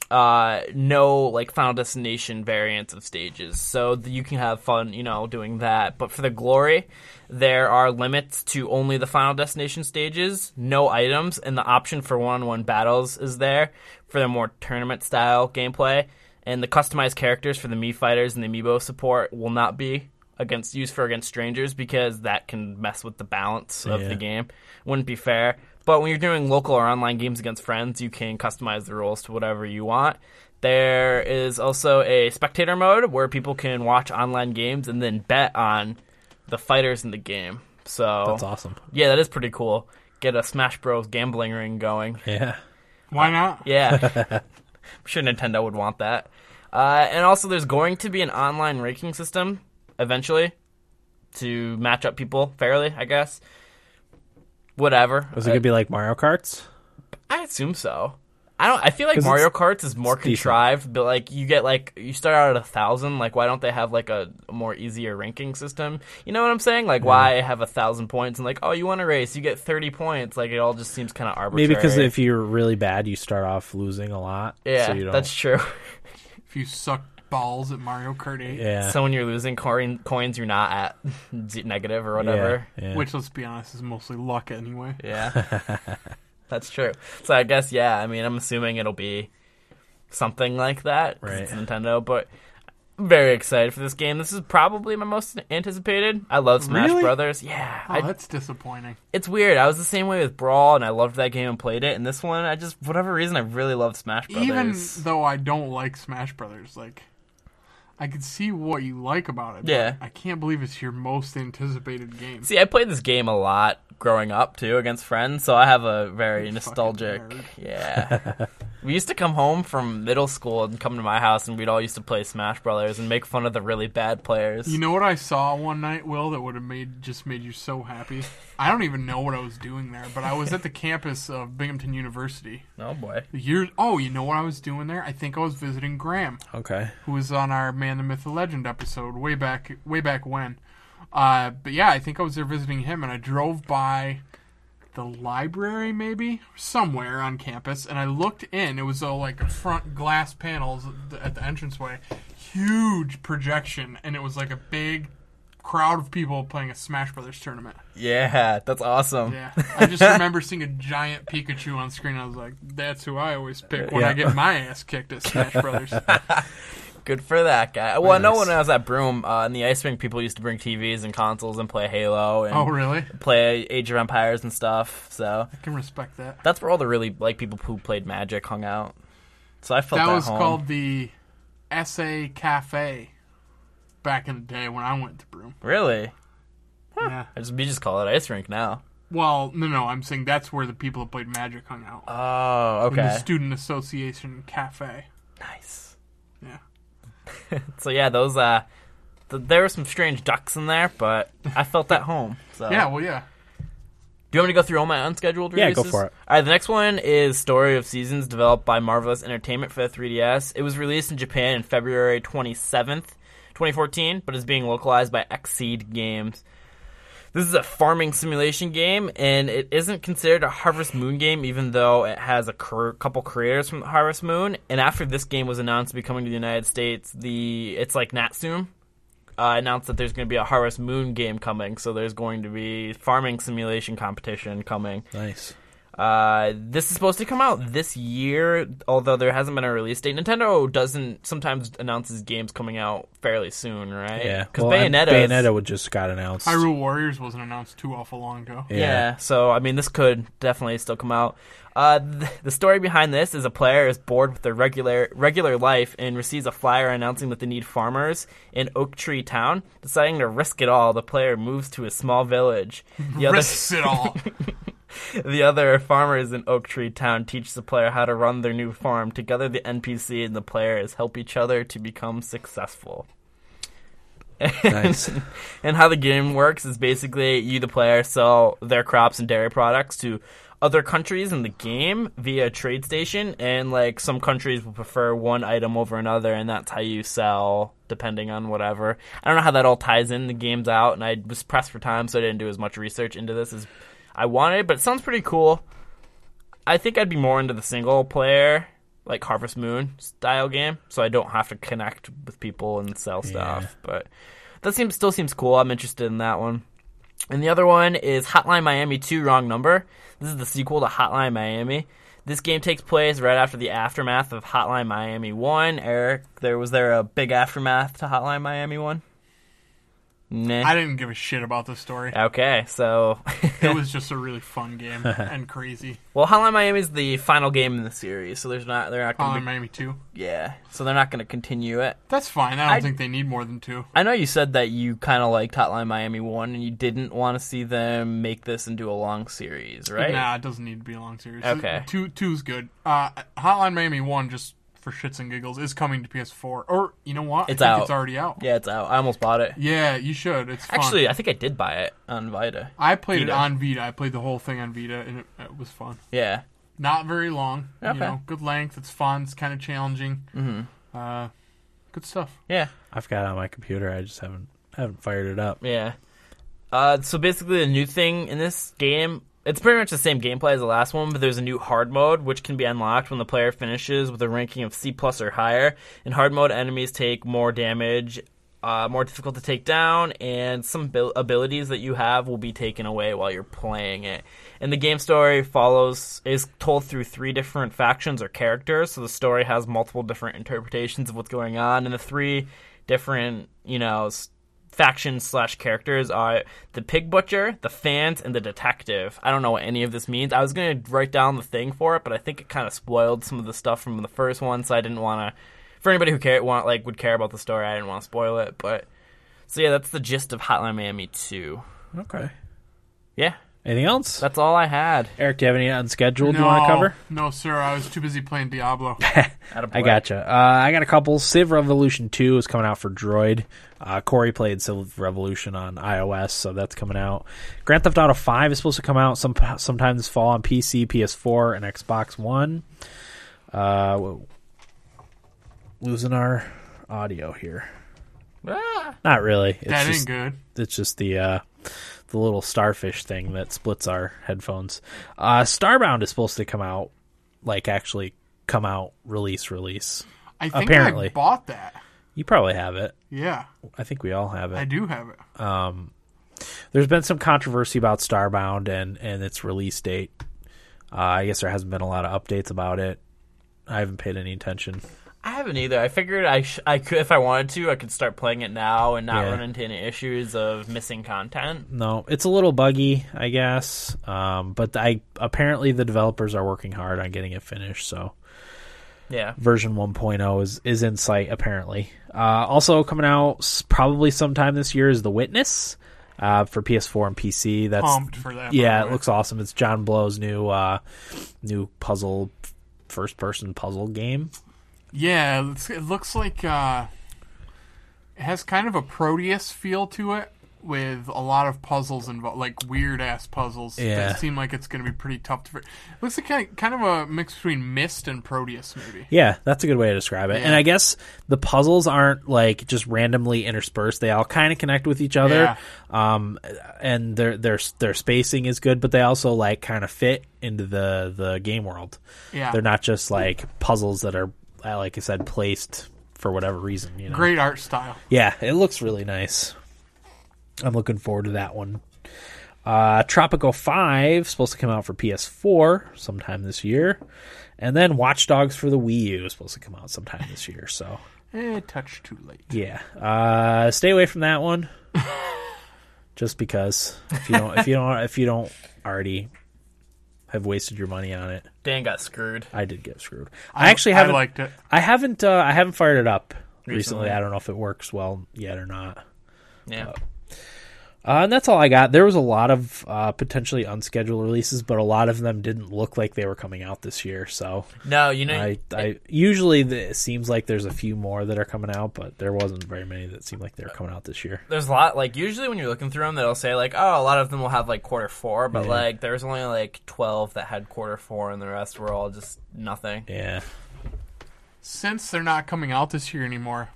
[SPEAKER 3] uh, no like Final Destination variants of stages, so th- you can have fun, you know, doing that. But for the glory, there are limits to only the Final Destination stages, no items, and the option for one-on-one battles is there for the more tournament-style gameplay. And the customized characters for the Mii fighters and the amiibo support will not be against used for against strangers because that can mess with the balance of
[SPEAKER 1] Yeah.
[SPEAKER 3] the game. Wouldn't be fair. But when you're doing local or online games against friends, you can customize the rules to whatever you want. There is also a spectator mode where people can watch online games and then bet on the fighters in the game. So
[SPEAKER 1] That's awesome.
[SPEAKER 3] yeah, that is pretty cool. Get a Smash Bros. gambling ring going.
[SPEAKER 1] Yeah. Uh,
[SPEAKER 2] Why not?
[SPEAKER 3] Yeah. I'm sure Nintendo would want that. Uh, and also, there's going to be an online ranking system eventually to match up people fairly, I guess. Whatever.
[SPEAKER 1] Was it going to be like Mario Karts?
[SPEAKER 3] I assume so. I don't. I feel like
[SPEAKER 1] 'Cause
[SPEAKER 3] Mario Kart's is more
[SPEAKER 1] it's decent.
[SPEAKER 3] contrived, but like you get like you start out at a thousand. Like why don't they have like a more easier ranking system? You know what I'm saying? Like why have a thousand points and like oh you won a race you get thirty points? Like it all just seems kind of arbitrary.
[SPEAKER 1] Maybe because if you're really bad, you start off losing a lot.
[SPEAKER 3] yeah
[SPEAKER 1] so you don't,
[SPEAKER 3] that's true.
[SPEAKER 2] If you suck balls at Mario Kart Eight,
[SPEAKER 1] yeah.
[SPEAKER 3] so when you're losing coin, coins, you're not at z- negative or whatever.
[SPEAKER 1] Yeah. yeah.
[SPEAKER 2] which let's be honest is mostly luck anyway.
[SPEAKER 3] Yeah. That's true. So I guess yeah, I mean I'm assuming it'll be something like that 'cause it's
[SPEAKER 1] Right.
[SPEAKER 3] Nintendo, but I'm very excited for this game. This is probably my most anticipated. I love Smash
[SPEAKER 2] Really?
[SPEAKER 3] Brothers. Yeah.
[SPEAKER 2] Oh,
[SPEAKER 3] I-
[SPEAKER 2] that's disappointing.
[SPEAKER 3] it's weird. I was the same way with Brawl and I loved that game and played it and this one I just for whatever reason I really loved Smash Brothers.
[SPEAKER 2] Even though I don't like Smash Brothers, like I can see what you like about it. but
[SPEAKER 3] Yeah.
[SPEAKER 2] I can't believe it's your most anticipated game.
[SPEAKER 3] See, I played this game a lot growing up too against friends, so I have a very
[SPEAKER 2] You fucking
[SPEAKER 3] nostalgic.
[SPEAKER 2] nerd.
[SPEAKER 3] Yeah, We used to come home from middle school and come to my house, and we'd all used to play Smash Brothers and make fun of the really bad players.
[SPEAKER 2] You know what I saw one night, Will, that would have made just made you so happy. I don't even know what I was doing there, but I was at the campus of Binghamton University.
[SPEAKER 3] oh boy.
[SPEAKER 2] Years. Oh, you know what I was doing there? I think I was visiting Graham,
[SPEAKER 1] Okay.
[SPEAKER 2] who was on our Man, the Myth, the Legend episode way back, way back when. Uh, but yeah, I think I was there visiting him, and I drove by the library, maybe somewhere on campus, and I looked in. It was all like front glass panels at the, at the entranceway, huge projection, and it was like a big crowd of people playing a Smash Brothers tournament.
[SPEAKER 3] Yeah, that's awesome.
[SPEAKER 2] Yeah, I just remember seeing a giant Pikachu on screen. I was like, "That's who I always pick when
[SPEAKER 1] Yeah.
[SPEAKER 2] I get my ass kicked at Smash Brothers."
[SPEAKER 3] Good for that guy. Well, I know
[SPEAKER 1] Nice.
[SPEAKER 3] when I was at Broom, uh, in the ice rink, people used to bring TVs and consoles and play Halo and
[SPEAKER 2] oh, really?
[SPEAKER 3] play Age of Empires and stuff. So
[SPEAKER 2] I can respect that.
[SPEAKER 3] that's where all the really like people who played Magic hung out. So I felt
[SPEAKER 2] That
[SPEAKER 3] at
[SPEAKER 2] was
[SPEAKER 3] home.
[SPEAKER 2] called the SA Cafe back in the day when I went to Broome.
[SPEAKER 3] really.
[SPEAKER 2] Yeah.
[SPEAKER 3] I just we just call it ice rink now.
[SPEAKER 2] Well, no, no, I'm saying that's where the people that played Magic hung out.
[SPEAKER 3] Oh,
[SPEAKER 2] In the
[SPEAKER 3] okay.
[SPEAKER 2] Student Association Cafe.
[SPEAKER 3] nice.
[SPEAKER 2] Yeah.
[SPEAKER 3] So yeah, those uh, th- there were some strange ducks in there, but I felt at home. So
[SPEAKER 2] Yeah, well, yeah.
[SPEAKER 3] Do you want me to go through all my unscheduled
[SPEAKER 1] Yeah,
[SPEAKER 3] releases?
[SPEAKER 1] go for it.
[SPEAKER 3] All right, the next one is Story of Seasons, developed by Marvelous Entertainment for the 3DS. It was released in Japan in February 27th, 2014, but is being localized by Xseed Games. This is a farming simulation game, and it isn't considered a Harvest Moon game, even though it has a cur- couple creators from Harvest Moon. And after this game was announced to be coming to the United States, the it's like Natsume, uh, announced that there's going to be a Harvest Moon game coming, so there's going to be farming simulation competition coming.
[SPEAKER 1] Nice.
[SPEAKER 3] Uh, this is supposed to come out this year, although there hasn't been a release date. Nintendo doesn't sometimes announces games coming out fairly soon, right?
[SPEAKER 1] Yeah.
[SPEAKER 3] because
[SPEAKER 1] Well, and
[SPEAKER 3] Bayonetta.
[SPEAKER 1] Bayonetta would just got announced.
[SPEAKER 2] Hyrule Warriors wasn't announced too awful long ago.
[SPEAKER 1] Yeah.
[SPEAKER 3] yeah. so I mean, this could definitely still come out. Uh, th- the story behind this is a player is bored with their regular regular life and receives a flyer announcing that they need farmers in Oak Tree Town. Deciding to risk it all, the player moves to a small village. The other
[SPEAKER 2] Risks it all.
[SPEAKER 3] the other farmers in Oak Tree Town teach the player how to run their new farm. Together, the NPC and the players help each other to become successful.
[SPEAKER 1] Nice.
[SPEAKER 3] And how the game works is basically you, the player, sell their crops and dairy products to other countries in the game via a trade station, and like some countries will prefer one item over another, and that's how you sell depending on whatever. I don't know how that all ties in. The game's out, and I was pressed for time, so I didn't do as much research into this as I wanted, but it sounds pretty cool. I think I'd be more into the single player, like Harvest Moon style game, so I don't have to connect with people and sell stuff. But that seems still seems cool. I'm interested in that one. And the other one is Hotline Miami 2 Wrong Number. This is the sequel to Hotline Miami. This game takes place right after the aftermath of Hotline Miami 1. Eric, there was there a big aftermath to Hotline Miami 1? Nah.
[SPEAKER 2] I didn't give a shit about the story.
[SPEAKER 3] okay, so
[SPEAKER 2] It was just a really fun game and crazy.
[SPEAKER 3] Well, Hotline Miami is the final game in the series, so there's not they're not
[SPEAKER 2] Hotline
[SPEAKER 3] going to
[SPEAKER 2] Miami 2.
[SPEAKER 3] yeah, so they're not going to continue it.
[SPEAKER 2] That's fine. I don't
[SPEAKER 3] I-
[SPEAKER 2] think they need more than two.
[SPEAKER 3] I know you said that you kind of liked Hotline Miami one, and you didn't want to see them make this into a long series, right?
[SPEAKER 2] Nah, it doesn't need to be a long series.
[SPEAKER 3] Okay.
[SPEAKER 2] Two two's good. Uh, Hotline Miami one just for shits and giggles is coming to PS4. Or you know what?
[SPEAKER 3] It's
[SPEAKER 2] I think
[SPEAKER 3] out.
[SPEAKER 2] It's already out.
[SPEAKER 3] Yeah, it's out. I almost bought it.
[SPEAKER 2] Yeah, you should. It's fun.
[SPEAKER 3] Actually, I think I did buy it on Vita.
[SPEAKER 2] I played
[SPEAKER 3] Vita.
[SPEAKER 2] it on Vita. I played the whole thing on Vita, and it, it was fun.
[SPEAKER 3] Yeah,
[SPEAKER 2] Not very long.
[SPEAKER 3] Okay.
[SPEAKER 2] You know, good length. It's fun. It's kind of challenging. Mm-hmm. Uh, good stuff.
[SPEAKER 3] yeah,
[SPEAKER 1] I've got it on my computer. I just haven't haven't fired it up.
[SPEAKER 3] yeah. Uh, so basically, the new thing in this game. It's pretty much the same gameplay as the last one, but there's a new hard mode which can be unlocked when the player finishes with a ranking of C plus or higher. In hard mode, enemies take more damage, uh, more difficult to take down, and some abil- abilities that you have will be taken away while you're playing it. And the game story follows is told through three different factions or characters, so the story has multiple different interpretations of what's going on, and the three different you know s- factions slash characters are the pig butcher, the fans, and the detective. I don't know what any of this means. I was gonna write down the thing for it, but I think it kind of spoiled some of the stuff from the first one, so I didn't want to. For anybody who care want like would care about the story, I didn't want to spoil it. But so yeah, that's the gist of Hotline Miami two.
[SPEAKER 1] Okay.
[SPEAKER 3] Yeah,
[SPEAKER 1] Anything else?
[SPEAKER 3] That's all I had.
[SPEAKER 1] Eric, do you have any unscheduled
[SPEAKER 2] no,
[SPEAKER 1] you want to cover?
[SPEAKER 2] No, sir. I was too busy playing Diablo.
[SPEAKER 3] Attaboy.
[SPEAKER 1] I gotcha. Uh, I got a couple. Civ Revolution 2 is coming out for Droid. Uh, Corey played Civ Revolution on iOS, so that's coming out. Grand Theft Auto 5 is supposed to come out some sometime this fall on PC, PS4, and Xbox One. Uh, whoa. losing our audio here.
[SPEAKER 3] Ah.
[SPEAKER 1] Not really. It's
[SPEAKER 2] that
[SPEAKER 1] just,
[SPEAKER 2] ain't good.
[SPEAKER 1] it's just the uh, the little starfish thing that splits our headphones. Uh, Starbound is supposed to come out, like actually come out, release, release.
[SPEAKER 2] I think
[SPEAKER 1] apparently.
[SPEAKER 2] I bought that.
[SPEAKER 1] You probably have it.
[SPEAKER 2] Yeah,
[SPEAKER 1] I think we all have
[SPEAKER 2] I
[SPEAKER 1] it.
[SPEAKER 2] do have it.
[SPEAKER 1] There's been some controversy about Starbound and and its release date. Uh, I guess there hasn't been a lot of updates about it. I haven't paid any attention.
[SPEAKER 3] I haven't either. I figured I, sh- I could if I wanted to, I could start playing it now and not
[SPEAKER 1] Yeah.
[SPEAKER 3] run into any issues of missing content.
[SPEAKER 1] No, it's a little buggy, I guess. Um, but I apparently the developers are working hard on getting it finished. So
[SPEAKER 3] Yeah.
[SPEAKER 1] version 1.0 is is in sight apparently. Uh, also coming out s- probably sometime this year is The Witness uh, for PS4 and PC. That's
[SPEAKER 2] Pumped for that. by
[SPEAKER 1] yeah,
[SPEAKER 2] the
[SPEAKER 1] it
[SPEAKER 2] way.
[SPEAKER 1] looks awesome. It's John Blow's new uh, new puzzle first person puzzle game.
[SPEAKER 2] Yeah, it looks, it looks like uh, it has kind of a Proteus feel to it, with a lot of puzzles involved, like weird ass puzzles.
[SPEAKER 1] Yeah.
[SPEAKER 2] that seem like it's going to be pretty tough to. It looks like kind of, kind of a mix between Mist and Proteus, maybe.
[SPEAKER 1] Yeah, that's a good way to describe it.
[SPEAKER 2] Yeah.
[SPEAKER 1] And I guess the puzzles aren't like just randomly interspersed. They all kind of connect with each other. Um and their their their spacing is good, but they also like kind of fit into the the game world.
[SPEAKER 2] Yeah,
[SPEAKER 1] They're not just like puzzles that are uh, like I said placed for whatever reason, you know.
[SPEAKER 2] great art style.
[SPEAKER 1] Yeah, it looks really nice. I'm looking forward to that one. Uh, Tropico 5 supposed to come out for PS4 sometime this year, and then Watch Dogs for the Wii U is supposed to come out sometime this year. So
[SPEAKER 2] Eh, touch too late.
[SPEAKER 1] yeah, uh, stay away from that one. Just because if you don't, if you don't, if you don't already have wasted your money on it,
[SPEAKER 3] Dan got screwed.
[SPEAKER 1] I did get screwed. I actually haven't.
[SPEAKER 2] I liked it.
[SPEAKER 1] I haven't. Uh, I haven't fired it up recently.
[SPEAKER 3] Recently.
[SPEAKER 1] I don't know if it works well yet or not.
[SPEAKER 3] Yeah.
[SPEAKER 1] Oh. Uh, and that's all I got. There was a lot of uh, potentially unscheduled releases, but a lot of them didn't look like they were coming out this year. So
[SPEAKER 3] No, you know,
[SPEAKER 1] I, I usually the, it seems like there's a few more that are coming out, but there wasn't very many that seemed like they were coming out this year.
[SPEAKER 3] there's a lot. Like usually when you're looking through them, they'll say like, oh, a lot of them will have like quarter four, but like there was only like twelve that had quarter four, and the rest were all just nothing.
[SPEAKER 1] Yeah,
[SPEAKER 2] Since they're not coming out this year anymore,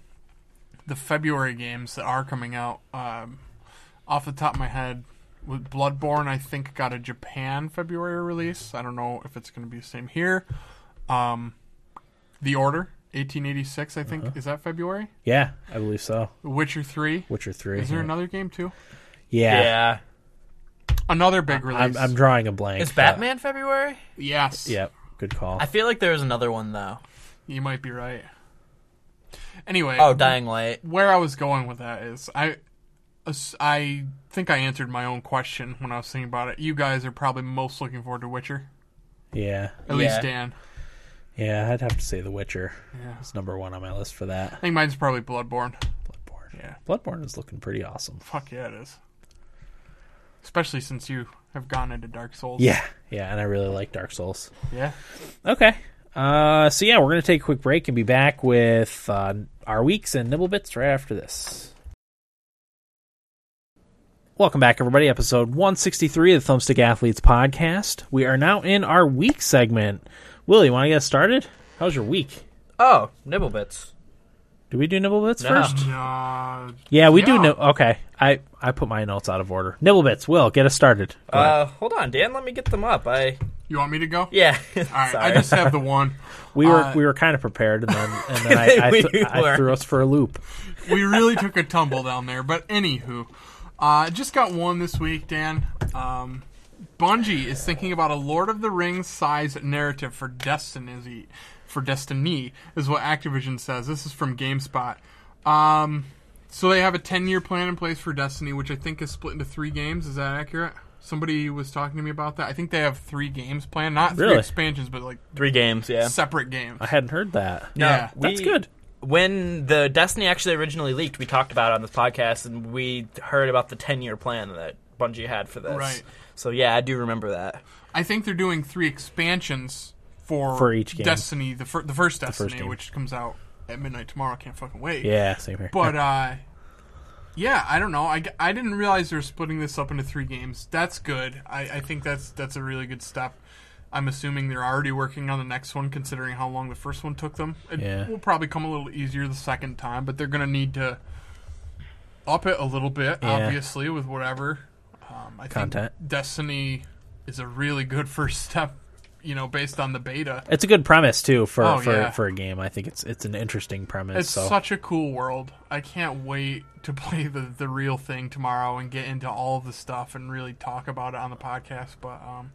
[SPEAKER 2] the February games that are coming out, um, off the top of my head, with Bloodborne, I think got a Japan February release. I don't know if it's going to be the same here. Um, the Order, 1886, I
[SPEAKER 1] Uh-huh.
[SPEAKER 2] think, is that February?
[SPEAKER 1] yeah, I believe so.
[SPEAKER 2] Witcher 3.
[SPEAKER 1] Witcher three.
[SPEAKER 2] Is there another game too?
[SPEAKER 1] Yeah,
[SPEAKER 3] yeah.
[SPEAKER 2] Another big release.
[SPEAKER 1] I'm, I'm drawing a blank.
[SPEAKER 3] Is
[SPEAKER 1] but-
[SPEAKER 3] Batman February?
[SPEAKER 2] yes.
[SPEAKER 1] Yep, good call.
[SPEAKER 3] I feel like there was another one though.
[SPEAKER 2] You might be right. Anyway.
[SPEAKER 3] Oh, Dying Light.
[SPEAKER 2] where I was going with that is I as- I think I answered my own question when I was thinking about it. You guys are probably most looking forward to Witcher.
[SPEAKER 1] yeah,
[SPEAKER 2] At least
[SPEAKER 3] Yeah.
[SPEAKER 2] Dan.
[SPEAKER 1] yeah, I'd have to say The Witcher
[SPEAKER 2] Yeah.
[SPEAKER 1] is number one on my list for that.
[SPEAKER 2] I think mine's probably Bloodborne.
[SPEAKER 1] Bloodborne.
[SPEAKER 2] Yeah.
[SPEAKER 1] Bloodborne is looking pretty awesome.
[SPEAKER 2] Fuck yeah, it is. Especially since you have gone into Dark Souls.
[SPEAKER 1] Yeah, yeah, and I really like Dark Souls.
[SPEAKER 2] Yeah.
[SPEAKER 1] Okay. Uh, so yeah, we're gonna take a quick break and be back with uh, our weeks and nibble bits right after this. Welcome back, everybody. Episode 163 of the Thumbstick Athletes podcast. We are now in our week segment. Willie, want to get us started? How's your week?
[SPEAKER 3] Oh, Nibble Bits.
[SPEAKER 1] Do we do nibble bits
[SPEAKER 3] No.
[SPEAKER 1] first?
[SPEAKER 2] Uh,
[SPEAKER 1] Yeah, we do.
[SPEAKER 2] Yeah.
[SPEAKER 1] Nib- okay, I I put my notes out of order. Nibble bits. Will get us started. Go ahead.
[SPEAKER 3] Uh, hold on, Dan. Let me get them up. I
[SPEAKER 2] you want me to go?
[SPEAKER 3] yeah.
[SPEAKER 2] All right.
[SPEAKER 3] Sorry.
[SPEAKER 2] I just have the one.
[SPEAKER 1] we were
[SPEAKER 2] uh,
[SPEAKER 1] we were kind of prepared, and then and then I, I,
[SPEAKER 3] We
[SPEAKER 1] I
[SPEAKER 3] were.
[SPEAKER 1] threw us for a loop.
[SPEAKER 2] we really took a tumble down there. But anywho, uh, just got one this week, Dan. Um, Bungie is thinking about a Lord of the Rings size narrative for Destiny. For Destiny is what Activision says. This is from GameSpot. Um, so they have a ten-year plan in place for Destiny, which I think is split into three games. Is that accurate? Somebody was talking to me about that. I think they have three games planned, not three
[SPEAKER 1] Really?
[SPEAKER 2] expansions, but like
[SPEAKER 3] Three games. Yeah.
[SPEAKER 2] separate games.
[SPEAKER 1] I hadn't heard that.
[SPEAKER 3] No,
[SPEAKER 2] Yeah.
[SPEAKER 1] That's
[SPEAKER 3] we-
[SPEAKER 1] good.
[SPEAKER 3] When the Destiny actually originally leaked, we talked about it on this podcast, and we heard about the ten-year plan that Bungie had for this.
[SPEAKER 2] Right.
[SPEAKER 3] So yeah, I do remember that.
[SPEAKER 2] I think they're doing three expansions for
[SPEAKER 1] For each game.
[SPEAKER 2] Destiny, the, fir- the first Destiny,
[SPEAKER 1] game.
[SPEAKER 2] which comes out at midnight tomorrow. Can't fucking wait.
[SPEAKER 1] Yeah, same here.
[SPEAKER 2] But uh, yeah, I don't know. I, I didn't realize they were splitting this up into three games. That's good. I, I think that's that's a really good step. I'm assuming they're already working on the next one, considering how long the first one took them. It
[SPEAKER 1] Yeah.
[SPEAKER 2] will probably come a little easier the second time, but they're going to need to up it a little bit,
[SPEAKER 1] Yeah.
[SPEAKER 2] obviously, with whatever. Um, I
[SPEAKER 1] Content.
[SPEAKER 2] think Destiny is a really good first step, you know, based on the beta.
[SPEAKER 1] it's a good premise too for
[SPEAKER 2] Oh,
[SPEAKER 1] for,
[SPEAKER 2] yeah.
[SPEAKER 1] for a game. I think it's it's an interesting premise.
[SPEAKER 2] It's
[SPEAKER 1] so
[SPEAKER 2] such a cool world. I can't wait to play the, the real thing tomorrow and get into all of the stuff and really talk about it on the podcast. But um,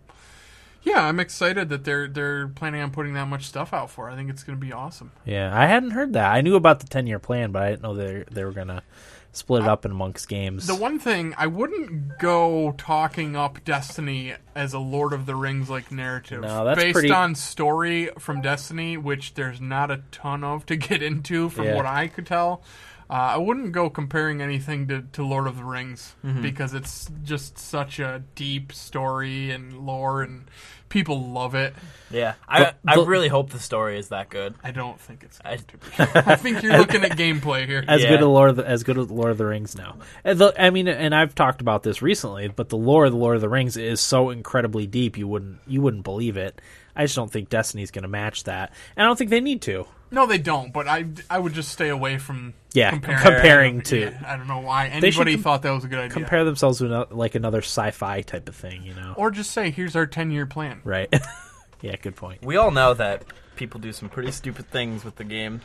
[SPEAKER 2] yeah, I'm excited that they're they're planning on putting that much stuff out for. it. I think it's going to be awesome.
[SPEAKER 1] yeah, I hadn't heard that. I knew about the ten year plan, but I didn't know they they were gonna split it up in amongst games.
[SPEAKER 2] The one thing I wouldn't go talking up Destiny as a Lord of the Rings like narrative
[SPEAKER 1] No, that's
[SPEAKER 2] based
[SPEAKER 1] pretty-
[SPEAKER 2] on story from Destiny, which there's not a ton of to get into from
[SPEAKER 1] Yeah.
[SPEAKER 2] what I could tell. Uh, I wouldn't go comparing anything to, to Lord of the Rings
[SPEAKER 1] Mm-hmm.
[SPEAKER 2] because it's just such a deep story and lore, and people love it.
[SPEAKER 3] Yeah, I I
[SPEAKER 1] the-
[SPEAKER 3] really hope the story is that good.
[SPEAKER 2] I don't think it's.
[SPEAKER 3] I-
[SPEAKER 2] Going to be. I think you're looking at gameplay here.
[SPEAKER 1] as
[SPEAKER 3] Yeah.
[SPEAKER 1] good as Lord of the, as good as Lord of the Rings now. And the- I mean, and I've talked about this recently, but the lore of the Lord of the Rings is so incredibly deep you wouldn't you wouldn't believe it. I just don't think Destiny's going to match that, and I don't think they need to.
[SPEAKER 2] No, they don't. But I, I would just stay away from
[SPEAKER 1] Yeah,
[SPEAKER 2] comparing,
[SPEAKER 1] comparing to-
[SPEAKER 2] Yeah, I don't know why
[SPEAKER 1] should
[SPEAKER 2] anybody
[SPEAKER 1] com-
[SPEAKER 2] thought that was a good idea.
[SPEAKER 1] Compare themselves to ano- like another sci-fi type of thing, you know?
[SPEAKER 2] or just say, "Here's our ten-year plan."
[SPEAKER 1] Right? yeah, good point.
[SPEAKER 3] We all know that people do some pretty stupid things with the game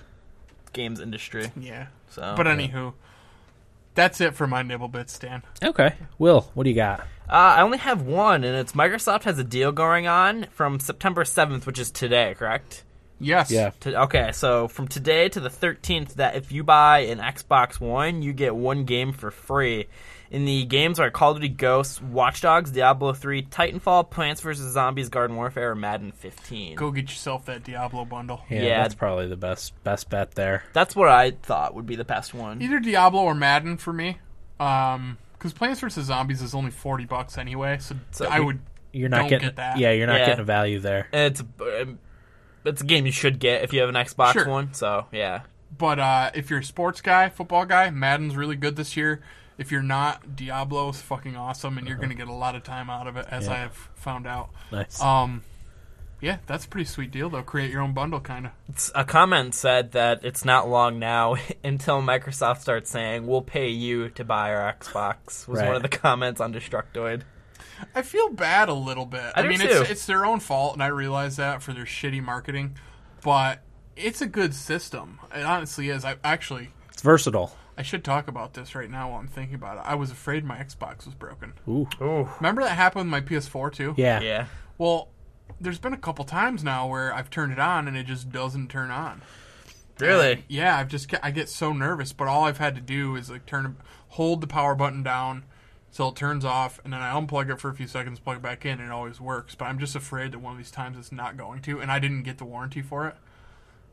[SPEAKER 3] games industry.
[SPEAKER 2] Yeah.
[SPEAKER 1] Oh,
[SPEAKER 3] So,
[SPEAKER 2] But anywho, that's it for my nibble bits, Dan.
[SPEAKER 1] Okay, Will, what do you got?
[SPEAKER 3] Uh, I only have one, and it's Microsoft has a deal going on from September 7th, which is today, correct?
[SPEAKER 2] Yes.
[SPEAKER 3] To- okay, so from today to the 13th, that if you buy an Xbox One, you get one game for free. And the games are Call of Duty Ghosts, Watch Dogs, Diablo 3, Titanfall, Plants vs. Zombies, Garden Warfare, and Madden 15.
[SPEAKER 2] Go get yourself that Diablo bundle.
[SPEAKER 1] yeah,
[SPEAKER 3] Yeah.
[SPEAKER 1] that's probably the best best bet there.
[SPEAKER 3] That's what I thought would be the best one.
[SPEAKER 2] Either Diablo or Madden for me. Um, because Plants vs Zombies is only forty bucks anyway, so,
[SPEAKER 3] So
[SPEAKER 2] I
[SPEAKER 3] we-
[SPEAKER 2] would.
[SPEAKER 1] You're not
[SPEAKER 2] Don't
[SPEAKER 1] getting
[SPEAKER 2] get that.
[SPEAKER 1] yeah, you're not
[SPEAKER 3] Yeah.
[SPEAKER 1] getting a value there.
[SPEAKER 3] And It's um, it's a game you should get if you have an Xbox
[SPEAKER 2] Sure.
[SPEAKER 3] One. So yeah,
[SPEAKER 2] But uh, if you're a sports guy, football guy, Madden's really good this year. If you're not, Diablo's fucking awesome, and you're gonna
[SPEAKER 3] Uh-huh.
[SPEAKER 2] get a lot of time out of it, as
[SPEAKER 1] Yeah.
[SPEAKER 2] I have found out.
[SPEAKER 1] Nice.
[SPEAKER 2] Um, yeah, that's a pretty sweet deal though. Create your own bundle, kind of.
[SPEAKER 3] S- a comment said that it's not long now until Microsoft starts saying we'll pay you to buy our Xbox. Was
[SPEAKER 1] Right.
[SPEAKER 3] one of the comments on Destructoid.
[SPEAKER 2] I feel bad a little bit. I,
[SPEAKER 3] I do
[SPEAKER 2] mean,
[SPEAKER 3] too.
[SPEAKER 2] it's it's their own fault, and I realize that for their shitty marketing. But it's a good system. It honestly is. I actually
[SPEAKER 1] it's versatile.
[SPEAKER 2] I should talk about this right now while I'm thinking about it. I was afraid my Xbox was broken.
[SPEAKER 1] Ooh.
[SPEAKER 3] Ooh,
[SPEAKER 2] Remember that happened with my PS4 too.
[SPEAKER 1] Yeah.
[SPEAKER 3] yeah.
[SPEAKER 2] Well, there's been a couple times now where I've turned it on and it just doesn't turn on.
[SPEAKER 3] Really?
[SPEAKER 2] Yeah, I've just I get so nervous, but all I've had to do is like turn hold the power button down till it turns off, and then I unplug it for a few seconds, plug it back in, and it always works. But I'm just afraid that one of these times it's not going to, and I didn't get the warranty for it,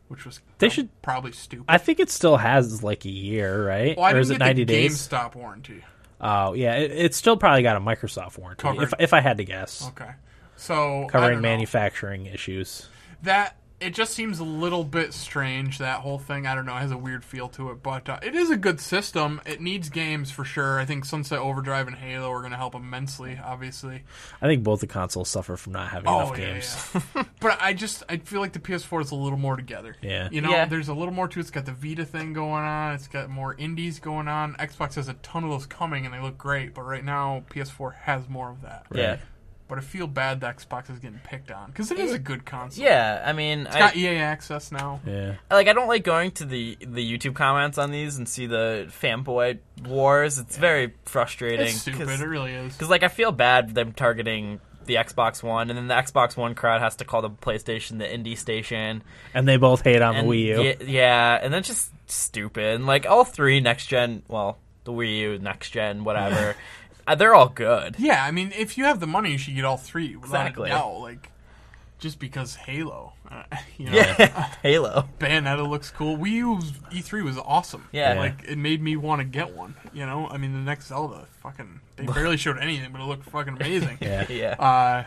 [SPEAKER 2] which was
[SPEAKER 1] They should-
[SPEAKER 2] probably stupid.
[SPEAKER 1] I think it still has like a year, right?
[SPEAKER 2] well, I
[SPEAKER 1] or
[SPEAKER 2] didn't
[SPEAKER 1] is it
[SPEAKER 2] get
[SPEAKER 1] 90
[SPEAKER 2] the
[SPEAKER 1] days?
[SPEAKER 2] GameStop warranty.
[SPEAKER 1] Oh, yeah. It, it's still probably got a Microsoft warranty,
[SPEAKER 2] Covered.
[SPEAKER 1] if, if I had to guess.
[SPEAKER 2] Okay, so I
[SPEAKER 1] Covering
[SPEAKER 2] don't know.
[SPEAKER 1] manufacturing issues.
[SPEAKER 2] that it just seems a little bit strange that whole thing i don't know it has a weird feel to it but uh, it is a good system it needs games for sure i think sunset overdrive and halo are going to help immensely obviously
[SPEAKER 1] I think both the consoles suffer from not having enough
[SPEAKER 2] Oh, yeah,
[SPEAKER 1] games.
[SPEAKER 2] yeah. but i just i feel like the ps4 is a little more together
[SPEAKER 1] Yeah.
[SPEAKER 2] you know
[SPEAKER 3] Yeah.
[SPEAKER 2] there's a little more to it it's got the vita thing going on it's got more indies going on xbox has a ton of those coming and they look great but right now ps4 has more of that
[SPEAKER 3] Yeah.
[SPEAKER 2] but i feel bad that xbox is getting picked on because it is a good console
[SPEAKER 3] Yeah, I mean,
[SPEAKER 2] it's got
[SPEAKER 3] I,
[SPEAKER 2] ea access now
[SPEAKER 1] Yeah.
[SPEAKER 3] like I don't like going to the the YouTube comments on these and see the fanboy wars. It's very frustrating.
[SPEAKER 2] It's stupid. It really is.
[SPEAKER 3] Because like I feel bad them targeting the Xbox One, and then the Xbox One crowd has to call the PlayStation the indie station.
[SPEAKER 1] And they both hate on
[SPEAKER 3] and
[SPEAKER 1] the Wii U.
[SPEAKER 3] y- yeah, and that's just stupid. And like all three next gen, well, the Wii U, next gen, whatever, uh, they're all good.
[SPEAKER 2] Yeah, I mean, if you have the money, you should get all three. Without
[SPEAKER 3] Exactly.
[SPEAKER 2] A doubt. Like, just because Halo. Uh, you know,
[SPEAKER 3] Yeah, Halo.
[SPEAKER 2] Bayonetta looks cool. Wii U's E3 was awesome.
[SPEAKER 3] Yeah.
[SPEAKER 2] like it made me want to get one. You know, I mean, the next Zelda, fucking, they barely showed anything, but it looked fucking amazing.
[SPEAKER 1] Yeah.
[SPEAKER 3] Yeah,
[SPEAKER 2] Uh,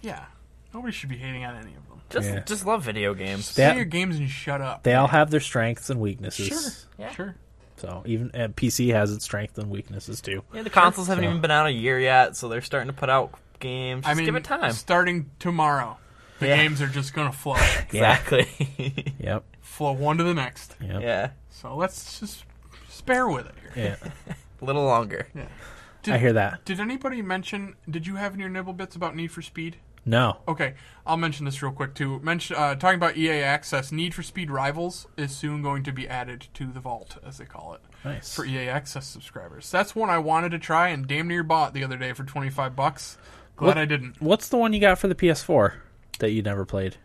[SPEAKER 2] yeah. Nobody should be hating on any of them.
[SPEAKER 3] just
[SPEAKER 1] yeah.
[SPEAKER 3] just love video games.
[SPEAKER 1] They-
[SPEAKER 2] Play your games and shut up.
[SPEAKER 1] They all have their strengths and weaknesses.
[SPEAKER 3] Yeah.
[SPEAKER 2] Sure.
[SPEAKER 1] So even and PC has its strengths and weaknesses too.
[SPEAKER 3] Yeah, the consoles haven't
[SPEAKER 1] So-
[SPEAKER 3] even been out a year yet, so they're starting to put out games. Just
[SPEAKER 2] I mean,
[SPEAKER 3] give it time.
[SPEAKER 2] starting tomorrow, the
[SPEAKER 3] Yeah.
[SPEAKER 2] games are just gonna flow,
[SPEAKER 3] Exactly.
[SPEAKER 1] Yep.
[SPEAKER 2] flow one to the next.
[SPEAKER 1] Yep.
[SPEAKER 3] yeah,
[SPEAKER 2] So let's just spare with it. Here.
[SPEAKER 1] Yeah.
[SPEAKER 3] a little longer.
[SPEAKER 2] Yeah.
[SPEAKER 1] I hear that.
[SPEAKER 2] Did anybody mention? Did you have in your nibble bits about Need for Speed?
[SPEAKER 1] No.
[SPEAKER 2] Okay, I'll mention this real quick too. Mention uh, talking about EA Access. Need for Speed Rivals is soon going to be added to the vault, as they call it,
[SPEAKER 1] Nice.
[SPEAKER 2] for EA Access subscribers. That's one I wanted to try and damn near bought the other day for twenty five bucks. Glad
[SPEAKER 1] What-
[SPEAKER 2] I didn't.
[SPEAKER 1] What's the one you got for the PS4 that you never played?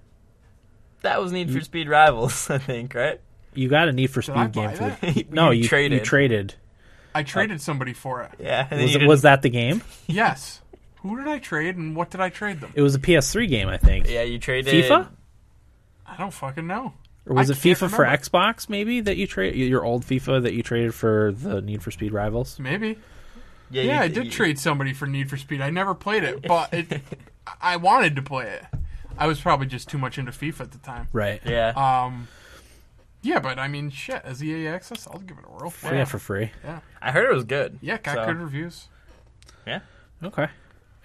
[SPEAKER 3] That was Need for Speed Rivals, I think, right?
[SPEAKER 1] You got a Need for
[SPEAKER 2] I
[SPEAKER 1] Speed
[SPEAKER 2] buy
[SPEAKER 1] game for the
[SPEAKER 3] You
[SPEAKER 1] No, you,
[SPEAKER 3] traded.
[SPEAKER 1] You traded.
[SPEAKER 2] I traded somebody for it.
[SPEAKER 3] yeah, and then
[SPEAKER 1] Was
[SPEAKER 3] you
[SPEAKER 1] it,
[SPEAKER 3] didn't-
[SPEAKER 1] was that the game?
[SPEAKER 2] Yes. Who did I trade and what did I trade them?
[SPEAKER 1] It was a PS3 game, I think.
[SPEAKER 3] Yeah, you traded
[SPEAKER 1] FIFA?
[SPEAKER 2] I don't fucking know.
[SPEAKER 1] Or was
[SPEAKER 2] I
[SPEAKER 1] it
[SPEAKER 2] can't
[SPEAKER 1] FIFA for
[SPEAKER 2] remember.
[SPEAKER 1] Xbox maybe that you trade your old FIFA that you traded for the Need for Speed Rivals?
[SPEAKER 2] Maybe.
[SPEAKER 3] Yeah,
[SPEAKER 2] Yeah,
[SPEAKER 3] you
[SPEAKER 2] I did
[SPEAKER 3] you-
[SPEAKER 2] trade somebody for Need for Speed. I never played it, but it, I wanted to play it. I was probably just too much into FIFA at the time.
[SPEAKER 1] Right. Yeah.
[SPEAKER 3] Yeah,
[SPEAKER 2] Um, yeah, but I mean, shit, as EA Access, I'll give it a whirl.
[SPEAKER 1] Free
[SPEAKER 2] yeah.
[SPEAKER 1] for free.
[SPEAKER 3] I heard it was good.
[SPEAKER 2] yeah, got
[SPEAKER 3] so-
[SPEAKER 2] good reviews.
[SPEAKER 3] Yeah.
[SPEAKER 1] Okay.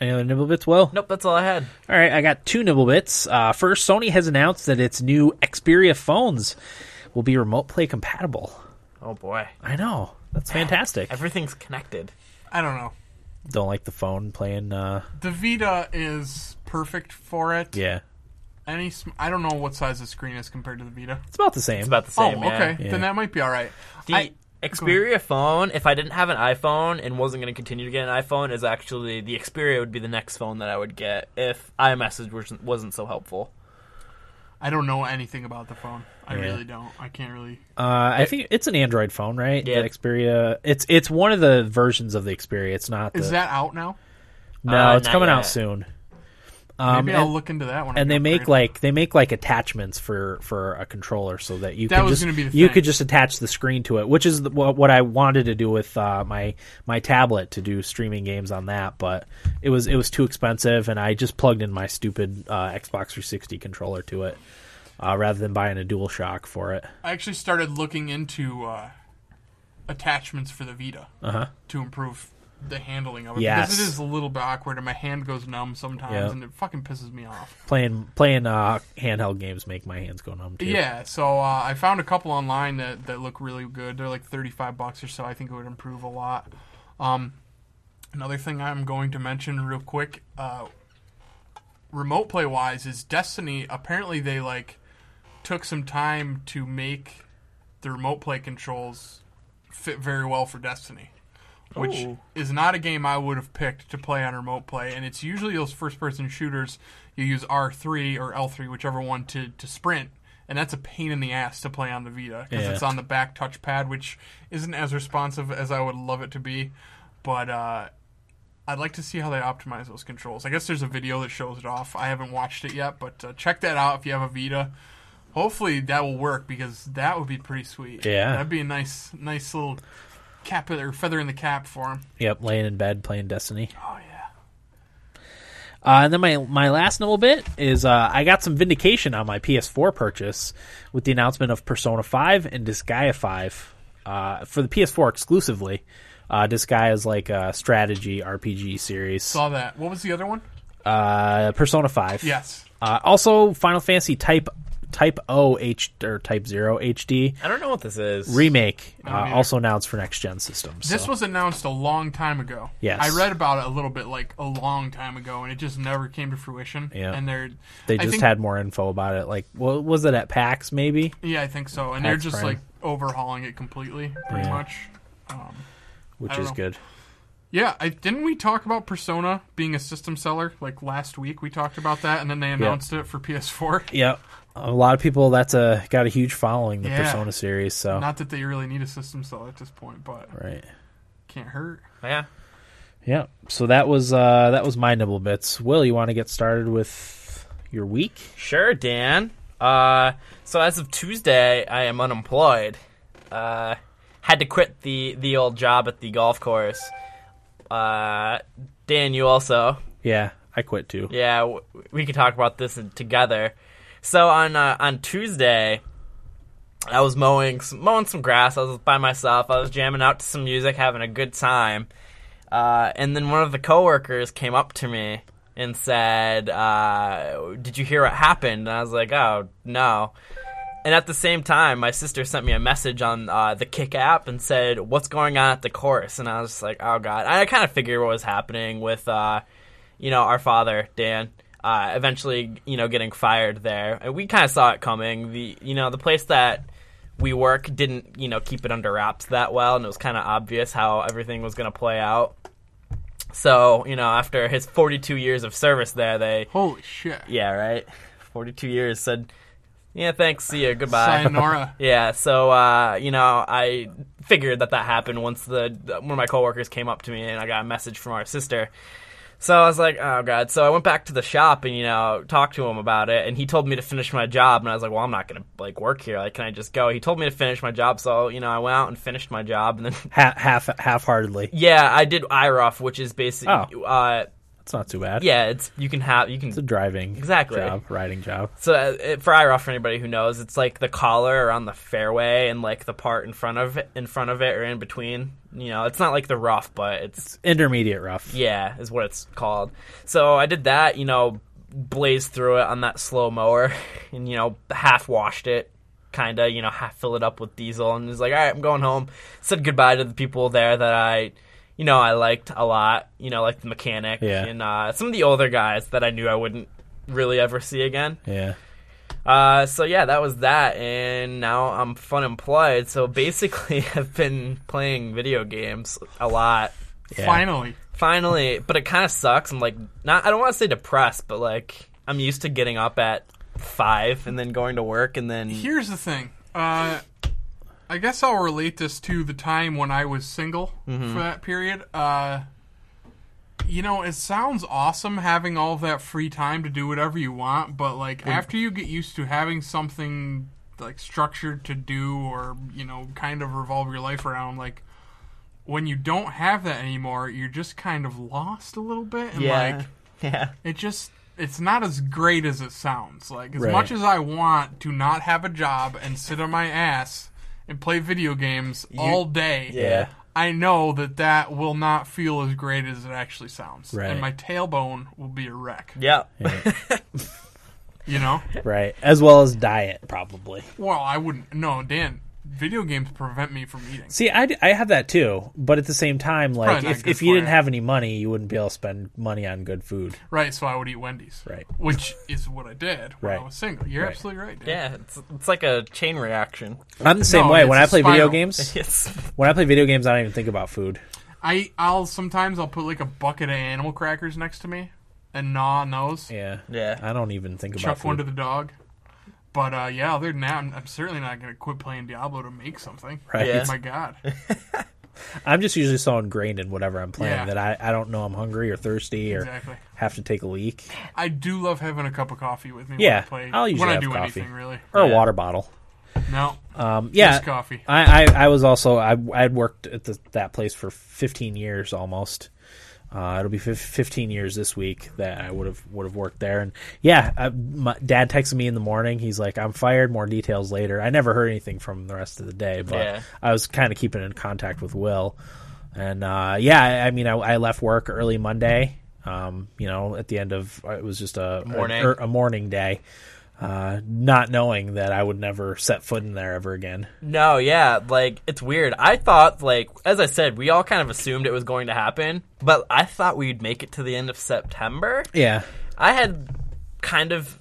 [SPEAKER 1] Any other nibble bits, Will?
[SPEAKER 3] Nope, that's all I had.
[SPEAKER 1] All right, I got two nibble bits. Uh, first, Sony has announced that its new Xperia phones will be remote play compatible.
[SPEAKER 3] Oh boy,
[SPEAKER 1] I know. That's fantastic.
[SPEAKER 3] everything's connected.
[SPEAKER 2] I don't know.
[SPEAKER 1] Don't like the phone playing. Uh,
[SPEAKER 2] The Vita is perfect for it.
[SPEAKER 1] yeah.
[SPEAKER 2] Any, sm- I don't know what size the screen is compared to the Vita.
[SPEAKER 1] It's about the same.
[SPEAKER 3] It's about the
[SPEAKER 2] Oh,
[SPEAKER 3] same. yeah.
[SPEAKER 2] okay.
[SPEAKER 1] Yeah.
[SPEAKER 2] Then that might be all right.
[SPEAKER 3] The
[SPEAKER 2] I-
[SPEAKER 3] Xperia phone, if I didn't have an iPhone and wasn't going to continue to get an iPhone, is actually the Xperia would be the next phone that I would get if iMessage wasn't, wasn't so helpful.
[SPEAKER 2] I don't know anything about the phone. I
[SPEAKER 1] Yeah.
[SPEAKER 2] really don't. I can't really.
[SPEAKER 1] Uh, I think it's an Android phone, right?
[SPEAKER 3] Yeah.
[SPEAKER 1] The Xperia. It's it's one of the versions of the Xperia. It's not. The,
[SPEAKER 2] Is that out now?
[SPEAKER 1] no,
[SPEAKER 3] Uh,
[SPEAKER 1] it's
[SPEAKER 3] not
[SPEAKER 1] coming out
[SPEAKER 3] yet.
[SPEAKER 1] soon. Um,
[SPEAKER 2] Maybe
[SPEAKER 1] and,
[SPEAKER 2] I'll look into that one.
[SPEAKER 1] and they make like they make like attachments for for a controller so that you
[SPEAKER 2] That
[SPEAKER 1] could
[SPEAKER 2] was
[SPEAKER 1] just
[SPEAKER 2] gonna be the
[SPEAKER 1] you
[SPEAKER 2] thing.
[SPEAKER 1] could just attach the screen to it, which is the, what, what I wanted to do with uh, my my tablet to do streaming games on that, but it was it was too expensive, and I just plugged in my stupid uh, Xbox 360 controller to it uh, rather than buying a DualShock for it.
[SPEAKER 2] I actually started looking into uh, attachments for the Vita to improve the handling of
[SPEAKER 1] Uh-huh.
[SPEAKER 2] it
[SPEAKER 1] Yes.
[SPEAKER 2] because it is a little bit awkward and my hand goes numb sometimes
[SPEAKER 1] Yep.
[SPEAKER 2] and it fucking pisses me off.
[SPEAKER 1] Playing playing uh, handheld games make my hands go numb too.
[SPEAKER 2] Yeah, so uh, I found a couple online that that look really good. They're like thirty five bucks or so. I think it would improve a lot. Um, another thing I'm going to mention real quick, uh, remote play wise, is Destiny. Apparently, they like took some time to make the remote play controls fit very well for Destiny, which
[SPEAKER 3] Ooh.
[SPEAKER 2] is not a game I would have picked to play on remote play. And it's usually those first person shooters you use R three or L three, whichever one to to sprint. And that's a pain in the ass to play on the Vita because
[SPEAKER 1] Yeah.
[SPEAKER 2] it's on the back touchpad, which isn't as responsive as I would love it to be. But uh, I'd like to see how they optimize those controls. I guess there's a video that shows it off. I haven't watched it yet, but uh, check that out if you have a Vita. Hopefully that will work because that would be pretty sweet.
[SPEAKER 1] Yeah.
[SPEAKER 2] that'd be a nice, nice little cap or feather in the cap for him.
[SPEAKER 1] Yep, laying in bed playing Destiny.
[SPEAKER 2] Oh yeah.
[SPEAKER 1] Uh, and then my my last little bit is uh, I got some vindication on my PS4 purchase with the announcement of Persona 5 and Disgaea 5 uh, for the PS4 exclusively. Uh, Disgaea is like a strategy RPG series.
[SPEAKER 2] Saw that. What was the other one?
[SPEAKER 1] Uh, Persona 5.
[SPEAKER 2] Yes.
[SPEAKER 1] Uh, also, Final Fantasy Type Type O H or Type Zero HD
[SPEAKER 3] I don't know what this is.
[SPEAKER 1] remake, uh,
[SPEAKER 2] either.
[SPEAKER 1] also announced for next gen systems.
[SPEAKER 2] Oh, This
[SPEAKER 1] so.
[SPEAKER 2] was announced a long time ago.
[SPEAKER 1] Yes.
[SPEAKER 2] I read about it a little bit like a long time ago and it just never came to fruition.
[SPEAKER 1] Yeah.
[SPEAKER 2] And they're
[SPEAKER 1] they
[SPEAKER 2] I
[SPEAKER 1] just
[SPEAKER 2] think-
[SPEAKER 1] had more info about it. Like, what was it at PAX? Maybe.
[SPEAKER 2] Yeah, I think so. And they're
[SPEAKER 1] Pax
[SPEAKER 2] just
[SPEAKER 1] Prime.
[SPEAKER 2] like overhauling it completely, pretty
[SPEAKER 1] Yeah.
[SPEAKER 2] much. Um, I
[SPEAKER 1] which
[SPEAKER 2] don't
[SPEAKER 1] is
[SPEAKER 2] know.
[SPEAKER 1] good.
[SPEAKER 2] Yeah, I, didn't we talk about Persona being a system seller like last week? We talked about that, and then they announced it for PS4.
[SPEAKER 1] Yeah, a lot of people. That's a got a huge following the
[SPEAKER 2] Yeah.
[SPEAKER 1] Persona series. So
[SPEAKER 2] Not that they really need a system seller at this point, but
[SPEAKER 1] right,
[SPEAKER 2] can't hurt.
[SPEAKER 3] Yeah.
[SPEAKER 1] yeah. So that was uh that was my nibble bits. Will, you want to get started with your week?
[SPEAKER 3] Sure, Dan. Uh, so as of Tuesday, I am unemployed. Uh, had to quit the the old job at the golf course. Uh, Dan, you also.
[SPEAKER 1] Yeah, I quit too.
[SPEAKER 3] Yeah, w- we could talk about this together. So on uh, on Tuesday, I was mowing some, mowing some grass. I was by myself. I was jamming out to some music, having a good time. Uh, and then one of the coworkers came up to me and said, uh, "Did you hear what happened?" And I was like, "Oh no." And at the same time, my sister sent me a message on uh, the Kick app and said, "What's going on at the course?" And I was just like, "Oh God!" I kind of figured what was happening with, uh, you know, our father Dan uh, eventually, you know, getting fired there, and we kind of saw it coming. The you know the place that we work didn't you know keep it under wraps that well, and it was kind of obvious how everything was going to play out. So you know, after his 42 years of service there, they
[SPEAKER 2] Holy shit.
[SPEAKER 3] yeah right, 42 years said, yeah, thanks, see you, goodbye.
[SPEAKER 2] Sayonara.
[SPEAKER 3] Yeah, so uh, you know, I figured that that happened once the the- one of my coworkers came up to me and I got a message from our sister. So I was like, oh god. So I went back to the shop and you know talked to him about it, and he told me to finish my job, and I was like, well, I'm not gonna like work here. Like, can I just go? He told me to finish my job, so you know I went out and finished my job, and then
[SPEAKER 1] Ha- half half heartedly.
[SPEAKER 3] yeah, I did IROF, which is basically
[SPEAKER 1] Oh.
[SPEAKER 3] uh,
[SPEAKER 1] That's not too bad.
[SPEAKER 3] yeah, it's you can have you can
[SPEAKER 1] it's a driving
[SPEAKER 3] Exactly.
[SPEAKER 1] job, riding job.
[SPEAKER 3] So uh, it, for IROF, for anybody who knows, it's like the collar around the fairway and like the part in front of it, in front of it or in between. You know, it's not like the rough, but it's
[SPEAKER 1] Intermediate rough.
[SPEAKER 3] yeah, is what it's called. So I did that. You know, blazed through it on that slow mower, and you know, half washed it. Kinda, you know, half fill it up with diesel, and was like, "All right, I'm going home." Said goodbye to the people there that I, you know, I liked a lot. You know, like the mechanic
[SPEAKER 1] Yeah.
[SPEAKER 3] and uh, some of the older guys that I knew I wouldn't really ever see again.
[SPEAKER 1] Yeah.
[SPEAKER 3] Uh, so yeah, that was that, and now I'm fun employed. So basically, I've been playing video games a lot.
[SPEAKER 1] Yeah.
[SPEAKER 2] Finally.
[SPEAKER 3] Finally, but it kind of sucks. I'm like, not. I don't want to say depressed, but like, I'm used to getting up at five and then going to work and then
[SPEAKER 2] Here's the thing. Uh, I guess I'll relate this to the time when I was single for that period. Uh, you know, it sounds awesome having all that free time to do whatever you want, but like after you get used to having something like structured to do or, you know, kind of revolve your life around, like when you don't have that anymore, you're just kind of lost a little bit and
[SPEAKER 3] yeah,
[SPEAKER 2] like
[SPEAKER 3] yeah,
[SPEAKER 2] it just it's not as great as it sounds. Like as
[SPEAKER 1] Right.
[SPEAKER 2] much as I want to not have a job and sit on my ass and play video games all day,
[SPEAKER 1] Yeah.
[SPEAKER 2] I know that that will not feel as great as it actually sounds,
[SPEAKER 1] Right.
[SPEAKER 2] and my tailbone will be a wreck.
[SPEAKER 3] yeah.
[SPEAKER 2] You know?
[SPEAKER 1] Right. As well as diet, probably.
[SPEAKER 2] well, I wouldn't. No, Dan, video games prevent me from eating.
[SPEAKER 1] See, I, d- I have that too, but at the same time, like
[SPEAKER 2] Probably not
[SPEAKER 1] if,
[SPEAKER 2] good
[SPEAKER 1] if you
[SPEAKER 2] for
[SPEAKER 1] didn't
[SPEAKER 2] you.
[SPEAKER 1] have any money, you wouldn't be able to spend money on good food.
[SPEAKER 2] Right, so I would eat Wendy's.
[SPEAKER 1] Right.
[SPEAKER 2] Which is what I did when I
[SPEAKER 1] Right.
[SPEAKER 2] was single. You're
[SPEAKER 1] Right.
[SPEAKER 2] absolutely right, Dan.
[SPEAKER 3] Yeah, it's it's like a chain reaction.
[SPEAKER 1] I'm the same
[SPEAKER 2] No,
[SPEAKER 1] way.
[SPEAKER 2] it's
[SPEAKER 1] When
[SPEAKER 2] a
[SPEAKER 1] I play video
[SPEAKER 2] spiral.
[SPEAKER 1] games,
[SPEAKER 3] It's
[SPEAKER 1] when I play video games, I don't even think about food.
[SPEAKER 2] I I'll sometimes I'll put like a bucket of animal crackers next to me and gnaw on those.
[SPEAKER 1] Yeah.
[SPEAKER 3] Yeah.
[SPEAKER 1] I don't even think about
[SPEAKER 2] chuck
[SPEAKER 1] food.
[SPEAKER 2] one to the dog. But uh, yeah, other than that, I'm, I'm certainly not going to quit playing Diablo to make something.
[SPEAKER 1] Right.
[SPEAKER 3] Yeah.
[SPEAKER 2] My God.
[SPEAKER 1] I'm just usually so ingrained in whatever I'm playing
[SPEAKER 2] Yeah.
[SPEAKER 1] that I, I don't know I'm hungry or thirsty or
[SPEAKER 2] Exactly.
[SPEAKER 1] have to take a leak
[SPEAKER 2] I do love having a cup of coffee with me
[SPEAKER 1] Yeah,
[SPEAKER 2] when I play.
[SPEAKER 1] I'll usually
[SPEAKER 2] when I
[SPEAKER 1] have
[SPEAKER 2] do
[SPEAKER 1] coffee.
[SPEAKER 2] anything, really.
[SPEAKER 1] or
[SPEAKER 3] Yeah.
[SPEAKER 1] a water bottle.
[SPEAKER 2] No.
[SPEAKER 1] Um, yeah.
[SPEAKER 2] Just coffee.
[SPEAKER 1] I, I, I was also I I had worked at the, that place for 15 years almost. Uh, it'll be fif- 15 years this week that I would have would have worked there. And yeah, I, my dad texted me in the morning. He's like, "I'm fired. More details later." I never heard anything from the rest of the day, but
[SPEAKER 3] Yeah.
[SPEAKER 1] I was kind of keeping in contact with Will. And uh, yeah, I, I mean, I, I left work early Monday. Um, you know, at the end of uh, it was just a
[SPEAKER 3] Morning.
[SPEAKER 1] a, a morning day. Uh, not knowing that I would never set foot in there ever again.
[SPEAKER 3] No, yeah, like it's weird. I thought like as I said, we all kind of assumed it was going to happen, but I thought we'd make it to the end of September.
[SPEAKER 1] Yeah.
[SPEAKER 3] I had kind of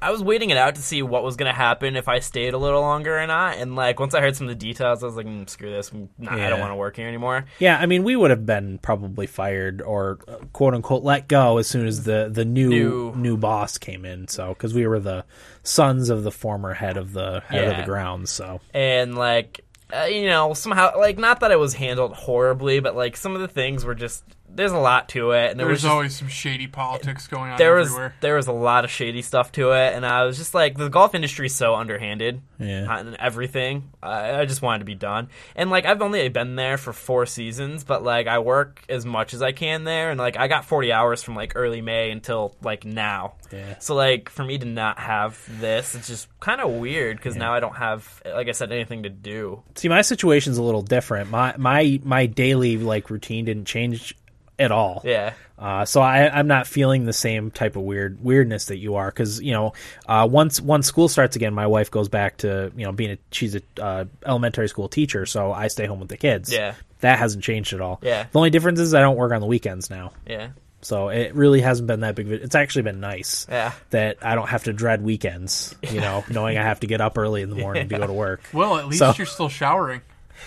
[SPEAKER 3] I was waiting it out to see what was going to happen if I stayed a little longer or not, and like once I heard some of the details, I was like, mm, screw this. I'm not- I don't
[SPEAKER 1] Yeah.
[SPEAKER 3] want to work here anymore.
[SPEAKER 1] Yeah, I mean, we would have been probably fired or uh, quote unquote let go as soon as the the new
[SPEAKER 3] New-
[SPEAKER 1] new, boss came in. So because we were the sons of the former head of the head of
[SPEAKER 3] Yeah.
[SPEAKER 1] the grounds. So
[SPEAKER 3] and like uh, you know somehow like not that it was handled horribly but like some of the things were just there's a lot to it, and there
[SPEAKER 2] There's
[SPEAKER 3] was just,
[SPEAKER 2] always some shady politics going on
[SPEAKER 3] there was
[SPEAKER 2] everywhere.
[SPEAKER 3] there was a lot of shady stuff to it, and I was just like, the golf industry is so underhanded
[SPEAKER 1] Yeah.
[SPEAKER 3] on everything. I, I just wanted to be done, and like I've only been there for four seasons, but like I work as much as I can there, and like I got forty hours from like early May until like now.
[SPEAKER 1] Yeah.
[SPEAKER 3] So like for me to not have this, it's just kind of weird because now I don't have, like I said, anything to do.
[SPEAKER 1] See, my situation's a little different. My my my daily like routine didn't change at all.
[SPEAKER 3] Yeah.
[SPEAKER 1] Uh, so I, I'm not feeling the same type of weird weirdness that you are, because you know, uh, once once school starts again, my wife goes back to you know being a she's a uh, elementary school teacher, so I stay home with the kids.
[SPEAKER 3] Yeah.
[SPEAKER 1] that hasn't changed at all.
[SPEAKER 3] Yeah.
[SPEAKER 1] the only difference is I don't work on the weekends now,
[SPEAKER 3] Yeah.
[SPEAKER 1] so it really hasn't been that big. of a- It's actually been nice.
[SPEAKER 3] Yeah.
[SPEAKER 1] that I don't have to dread weekends. You know, knowing I have to get up early in the morning to go to work.
[SPEAKER 2] well, at least
[SPEAKER 1] so-
[SPEAKER 2] you're still showering.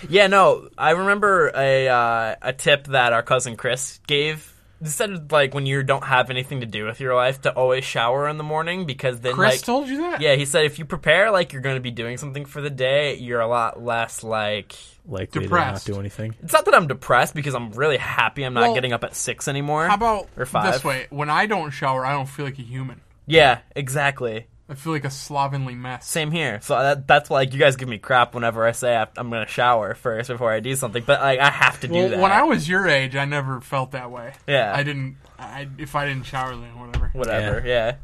[SPEAKER 3] Yeah, no, I remember a uh, a tip that our cousin Chris gave. He said like when you don't have anything to do with your life, to always shower in the morning because then
[SPEAKER 2] Chris
[SPEAKER 3] like
[SPEAKER 2] told you that?
[SPEAKER 3] yeah, he said if you prepare like you're going to be doing something for the day, you're a lot less like.
[SPEAKER 1] Likely
[SPEAKER 2] Depressed.
[SPEAKER 1] to not do anything.
[SPEAKER 3] It's not that I'm depressed because I'm really happy I'm not
[SPEAKER 2] Well,
[SPEAKER 3] getting up at six anymore.
[SPEAKER 2] How about
[SPEAKER 3] Or five.
[SPEAKER 2] this way? When I don't shower, I don't feel like a human.
[SPEAKER 3] yeah, exactly.
[SPEAKER 2] I feel like a slovenly mess.
[SPEAKER 3] Same here. So that, that's why like you guys give me crap whenever I say I, I'm going to shower first before I do something, but like I have to do
[SPEAKER 2] Well,
[SPEAKER 3] that.
[SPEAKER 2] when I was your age, I never felt that way.
[SPEAKER 3] Yeah.
[SPEAKER 2] I didn't. I, if I didn't shower, then whatever.
[SPEAKER 3] Whatever. Yeah.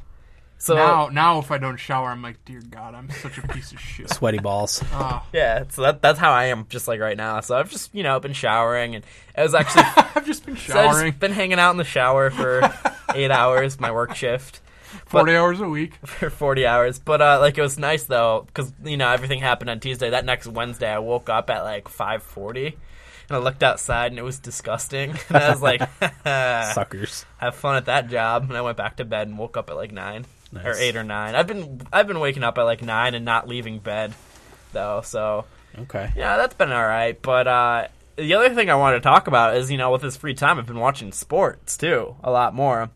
[SPEAKER 3] So
[SPEAKER 2] Now, now if I don't shower, I'm like, dear God, I'm such a piece of shit.
[SPEAKER 1] Sweaty balls.
[SPEAKER 3] Yeah, so that, that's how I am just like right now. So I've just, you know, been showering and I was actually so
[SPEAKER 2] I've just been
[SPEAKER 3] I've
[SPEAKER 2] showering
[SPEAKER 3] just been hanging out in the shower for eight hours, my work shift.
[SPEAKER 2] forty hours a week.
[SPEAKER 3] For 40 hours. But, uh, like, it was nice, though, because, you know, everything happened on Tuesday. That next Wednesday, I woke up at, like, 5.40, and I looked outside, and it was disgusting. And I was like,
[SPEAKER 1] Suckers.
[SPEAKER 3] have fun at that job. And I went back to bed and woke up at, like, 9, or
[SPEAKER 1] Nice.
[SPEAKER 3] 8 or 9. I've been, I've been waking up at, like, 9 and not leaving bed, though, so...
[SPEAKER 1] Okay.
[SPEAKER 3] Yeah, that's been all right. But uh, the other thing I wanted to talk about is, you know, with this free time, I've been watching sports too a lot more.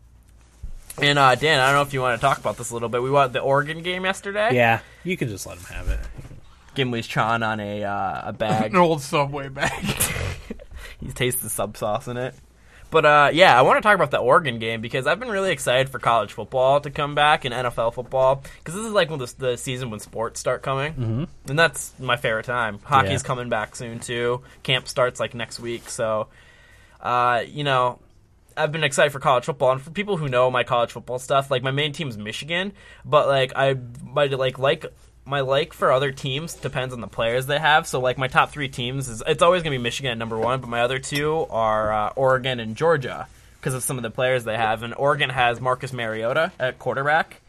[SPEAKER 3] And uh, Dan, I don't know if you want to talk about this a little bit. We watched the Oregon game yesterday.
[SPEAKER 1] Yeah, you can just let them have it.
[SPEAKER 3] Gimli's chawing on a uh, a bag.
[SPEAKER 2] An old subway bag.
[SPEAKER 3] He tastes the sub sauce in it. But uh, yeah, I want to talk about the Oregon game because I've been really excited for college football to come back and NFL football because this is like when the, the season when sports start coming, mm-hmm. and that's my favorite time. Hockey's
[SPEAKER 1] Yeah.
[SPEAKER 3] coming back soon too. Camp starts like next week, so uh, you know I've been excited for college football, and for people who know my college football stuff, like my main team's Michigan, but like I my like like my like for other teams depends on the players they have. So like my top three teams is it's always gonna be Michigan at number one, but my other two are uh, Oregon and Georgia because of some of the players they have. And Oregon has Marcus Mariota at quarterback,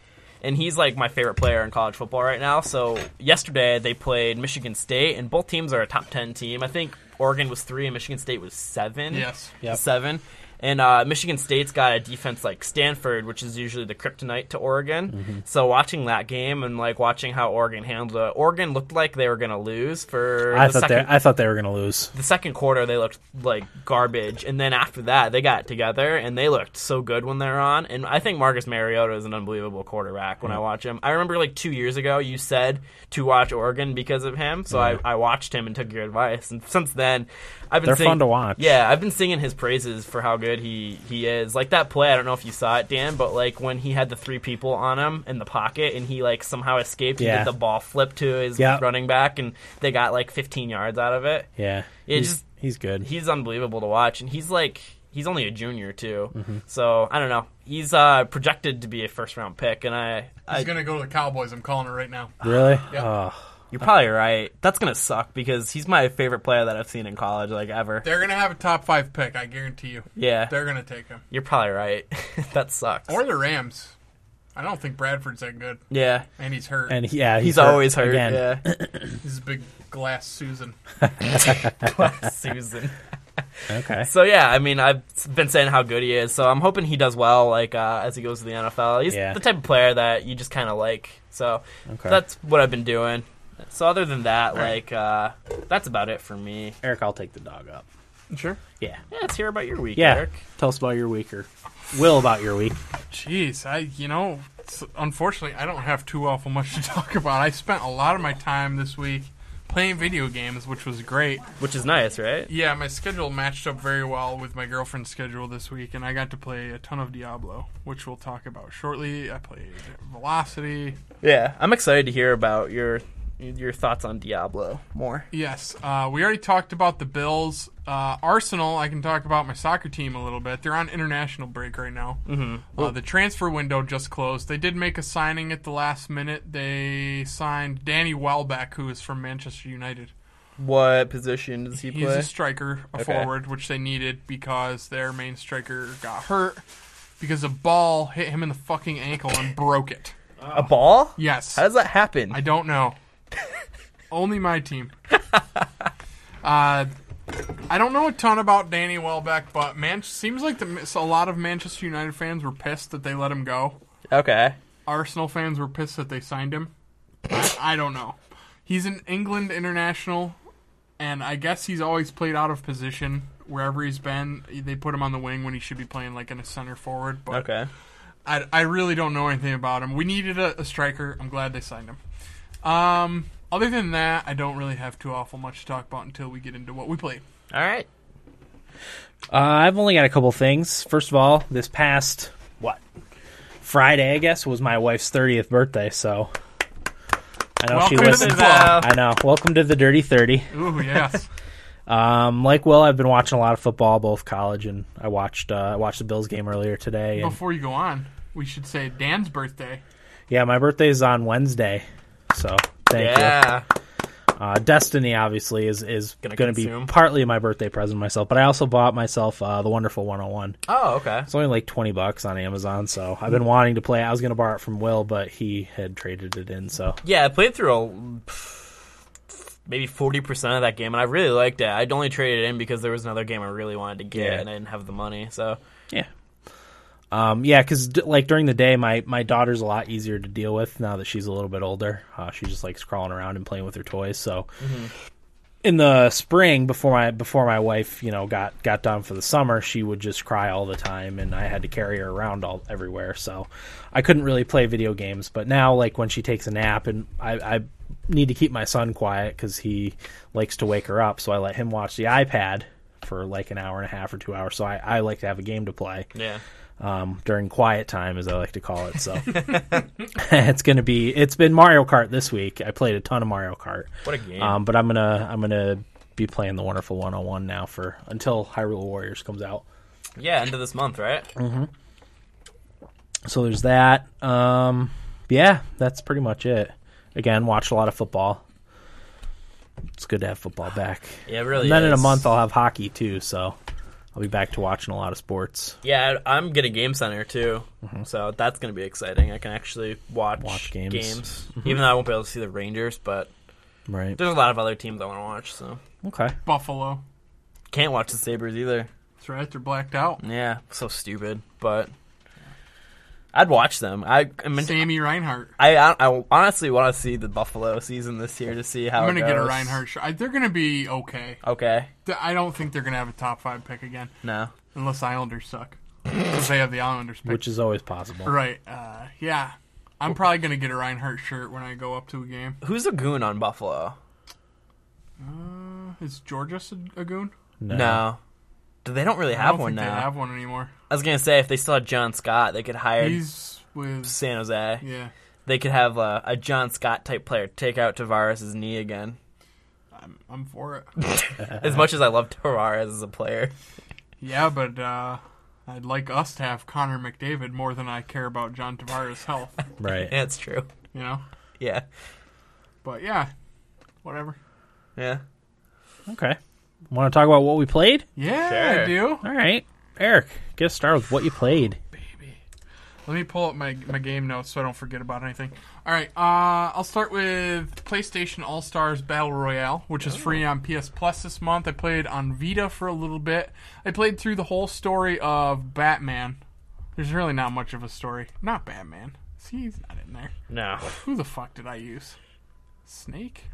[SPEAKER 3] and he's like my favorite player in college football right now. So yesterday they played Michigan State, and both teams are a top ten team. I think Oregon was three and Michigan State was seven
[SPEAKER 2] Yes.
[SPEAKER 1] Yep.
[SPEAKER 3] seven. And uh, Michigan State's got a defense like Stanford, which is usually the kryptonite to Oregon.
[SPEAKER 1] Mm-hmm.
[SPEAKER 3] So watching that game and like watching how Oregon handled it, Oregon looked like they were going to lose for
[SPEAKER 1] I
[SPEAKER 3] the
[SPEAKER 1] thought
[SPEAKER 3] second
[SPEAKER 1] they I thought they were gonna lose.
[SPEAKER 3] the second quarter they looked like garbage and then after that they got together and they looked so good when they're on and i think marcus mariota is an unbelievable quarterback when i watch him i remember like two years ago you said to watch oregon because of him so I, I watched him and took your advice and since then i've been
[SPEAKER 1] They're
[SPEAKER 3] sing-
[SPEAKER 1] fun to watch.
[SPEAKER 3] yeah i've been singing his praises for how good he he is like that play i don't know if you saw it dan but like when he had the three people on him in the pocket and he like somehow escaped and
[SPEAKER 1] Yeah.
[SPEAKER 3] did the ball flip to his
[SPEAKER 1] Yep.
[SPEAKER 3] running back and they got like 15 yards out of it
[SPEAKER 1] Yeah,
[SPEAKER 3] Yeah,
[SPEAKER 1] he's,
[SPEAKER 3] just-
[SPEAKER 1] he's good.
[SPEAKER 3] he's unbelievable to watch, and he's like he's only a junior too.
[SPEAKER 1] Mm-hmm.
[SPEAKER 3] So I don't know. He's uh, projected to be a first round pick, and I, I
[SPEAKER 2] He's gonna go to the Cowboys. I'm calling it right now.
[SPEAKER 1] really?
[SPEAKER 2] Yeah.
[SPEAKER 1] Oh,
[SPEAKER 3] you're probably right. That's gonna suck because he's my favorite player that I've seen in college, like ever.
[SPEAKER 2] They're gonna have a top five pick. I guarantee you.
[SPEAKER 3] yeah,
[SPEAKER 2] They're gonna take him.
[SPEAKER 3] you're probably right. that sucks.
[SPEAKER 2] Or the Rams. I don't think Bradford's that good,
[SPEAKER 3] yeah,
[SPEAKER 2] and he's hurt.
[SPEAKER 1] and he- yeah, he's,
[SPEAKER 3] he's,
[SPEAKER 1] hurt
[SPEAKER 3] always hurt.
[SPEAKER 1] again.
[SPEAKER 3] Yeah,
[SPEAKER 2] He's a big glass Susan.
[SPEAKER 3] Susan.
[SPEAKER 1] Okay.
[SPEAKER 3] So yeah, I mean, I've been saying how good he is, so I'm hoping he does well, like uh, as he goes to the NFL. He's
[SPEAKER 1] Yeah.
[SPEAKER 3] the type of player that you just kind of like. So
[SPEAKER 1] Okay.
[SPEAKER 3] that's what I've been doing. So other than that, like uh, that's about it for me.
[SPEAKER 1] Eric, I'll take the dog up.
[SPEAKER 2] Sure.
[SPEAKER 1] Yeah.
[SPEAKER 3] Yeah, let's hear about your week,
[SPEAKER 1] Yeah.
[SPEAKER 3] Eric.
[SPEAKER 1] Tell us about your week or Will about your week.
[SPEAKER 2] Jeez, I you know, it's- unfortunately, I don't have too awful much to talk about. I spent a lot of my time this week playing video games, which was great.
[SPEAKER 3] which is nice, right?
[SPEAKER 2] Yeah, my schedule matched up very well with my girlfriend's schedule this week, and I got to play a ton of Diablo, which we'll talk about shortly. I played Velocity.
[SPEAKER 3] Yeah, I'm excited to hear about your your thoughts on Diablo more.
[SPEAKER 2] Yes, uh, we already talked about the Bills. Uh, Arsenal, I can talk about my soccer team a little bit. They're on international break right now. Mm-hmm. Uh, the transfer window just closed. They did make a signing at the last minute. They signed Danny Welbeck, who is from Manchester United.
[SPEAKER 3] What position does he
[SPEAKER 2] He's
[SPEAKER 3] play?
[SPEAKER 2] a striker, a
[SPEAKER 3] Okay.
[SPEAKER 2] forward, which they needed because their main striker got hurt because a ball hit him in the fucking ankle and broke it.
[SPEAKER 3] A ball?
[SPEAKER 2] Yes.
[SPEAKER 3] How does that happen?
[SPEAKER 2] I don't know. Only my team. Uh, I don't know a ton about Danny Welbeck, but man, seems like the, a lot of Manchester United fans were pissed that they let him go.
[SPEAKER 3] okay.
[SPEAKER 2] Arsenal fans were pissed that they signed him. I, I don't know. He's an England international, and I guess he's always played out of position wherever he's been. They put him on the wing when he should be playing like in a center forward. But
[SPEAKER 3] Okay.
[SPEAKER 2] I, I really don't know anything about him. We needed a, a striker. I'm glad they signed him. Um, other than that, I don't really have too awful much to talk about until we get into what we played.
[SPEAKER 3] All right.
[SPEAKER 1] Uh, I've only got a couple things. First of all, this past what Friday, I guess, was my wife's thirtieth birthday. So I know
[SPEAKER 2] Welcome
[SPEAKER 1] Oh, she
[SPEAKER 2] to
[SPEAKER 1] listens.
[SPEAKER 2] the club.
[SPEAKER 1] I know. Welcome to the Dirty Thirty.
[SPEAKER 2] Ooh, yes.
[SPEAKER 1] Um, like Will, I've been watching a lot of football, both college and I watched uh, I watched the Bills game earlier today. And,
[SPEAKER 2] Before you go on, we should say Dan's birthday.
[SPEAKER 1] yeah, my birthday is on Wednesday, so thank you.
[SPEAKER 3] Yeah.
[SPEAKER 1] Uh, Destiny obviously is is
[SPEAKER 3] Gonna
[SPEAKER 1] going to be
[SPEAKER 3] consume.
[SPEAKER 1] partly my birthday present to myself, but I also bought myself uh, the Wonderful 101.
[SPEAKER 3] Oh, okay.
[SPEAKER 1] It's only like 20 bucks on Amazon, so I've been wanting to play. it. I was going to borrow it from Will, but he had traded it in, so
[SPEAKER 3] Yeah, I played through a, maybe 40% of that game, and I really liked it. I'd only traded it in because there was another game I really wanted to get,
[SPEAKER 1] Yeah.
[SPEAKER 3] and I didn't have the money. So,
[SPEAKER 1] yeah. Um, yeah, because d- like during the day, my, my daughter's a lot easier to deal with now that she's a little bit older. Uh, she just likes crawling around and playing with her toys. So in the spring, before my before my wife, you know, got got done for the summer, she would just cry all the time, and I had to carry her around all everywhere. So I couldn't really play video games. But now, like when she takes a nap, and I, I need to keep my son quiet because he likes to wake her up, so I let him watch the iPad for like an hour and a half or two hours. So I, I like to have a game to play
[SPEAKER 3] yeah.
[SPEAKER 1] um, during quiet time, as I like to call it. So it's gonna be. It's been Mario Kart this week. I played a ton of Mario Kart.
[SPEAKER 3] What a game.
[SPEAKER 1] Um, but I'm gonna I'm gonna be playing the Wonderful 101 now for until Hyrule Warriors comes out.
[SPEAKER 3] Yeah, end of this month, right?
[SPEAKER 1] Mm. So there's that. Um, yeah, that's pretty much it. Again, watch a lot of football. It's good to have football back.
[SPEAKER 3] Yeah, it really
[SPEAKER 1] And then in a
[SPEAKER 3] is.
[SPEAKER 1] month I'll have hockey too, so I'll be back to watching a lot of sports.
[SPEAKER 3] Yeah, I- I'm getting Game Center too, so that's gonna be exciting. I can actually watch,
[SPEAKER 1] Mm-hmm. Watch games. Mm-hmm.
[SPEAKER 3] even though I won't be able to see the Rangers. But
[SPEAKER 1] Right.
[SPEAKER 3] there's a lot of other teams I want to watch, so
[SPEAKER 1] Okay.
[SPEAKER 2] Buffalo.
[SPEAKER 3] can't watch the Sabers either.
[SPEAKER 2] That's right. They're blacked out.
[SPEAKER 3] Yeah, so stupid. But I'd watch them. I I, mean,
[SPEAKER 2] Sammy Reinhart.
[SPEAKER 3] I, I honestly want to see the Buffalo season this year to see how
[SPEAKER 2] I'm gonna
[SPEAKER 3] it
[SPEAKER 2] get a
[SPEAKER 3] goes.
[SPEAKER 2] Reinhardt shot. They're gonna be okay.
[SPEAKER 3] Okay,
[SPEAKER 2] Th- I don't think they're gonna have a top five pick again,
[SPEAKER 3] no,
[SPEAKER 2] unless Islanders suck, 'Cause they have the Islanders pick.
[SPEAKER 1] Which is always possible.
[SPEAKER 2] right? Uh, yeah, I'm probably gonna get a Reinhardt shirt when I go up to a game.
[SPEAKER 3] who's a goon on Buffalo?
[SPEAKER 2] Is Georgia a, a goon?
[SPEAKER 1] No.
[SPEAKER 3] Do They don't really
[SPEAKER 2] I
[SPEAKER 3] have
[SPEAKER 2] don't
[SPEAKER 3] one
[SPEAKER 2] think
[SPEAKER 3] now.
[SPEAKER 2] They have one anymore.
[SPEAKER 3] I was gonna say if they still had John Scott, they could hire
[SPEAKER 2] He's with
[SPEAKER 3] San Jose.
[SPEAKER 2] yeah.
[SPEAKER 3] they could have uh, a John Scott type player take out Tavares' knee again.
[SPEAKER 2] I'm I'm for it.
[SPEAKER 3] As much as I love Tavares as a player,
[SPEAKER 2] Yeah, but uh, I'd like us to have Connor McDavid more than I care about John Tavares' health.
[SPEAKER 1] Right.
[SPEAKER 3] yeah, it's true.
[SPEAKER 2] You know.
[SPEAKER 3] Yeah,
[SPEAKER 2] But yeah, whatever.
[SPEAKER 3] yeah.
[SPEAKER 1] Okay. Want to talk about what we played?
[SPEAKER 2] Yeah,
[SPEAKER 3] Sure.
[SPEAKER 2] I do.
[SPEAKER 1] All right. Eric, get us started with what you played.
[SPEAKER 2] Let me pull up my, my game notes so I don't forget about anything. All right, uh, I'll start with PlayStation All Stars Battle Royale, which is free on PS Plus this month. I played on Vita for a little bit. I played through the whole story of Batman. There's really not much of a story. Not Batman. See, he's not in there.
[SPEAKER 3] No.
[SPEAKER 2] Who the fuck did I use? Snake?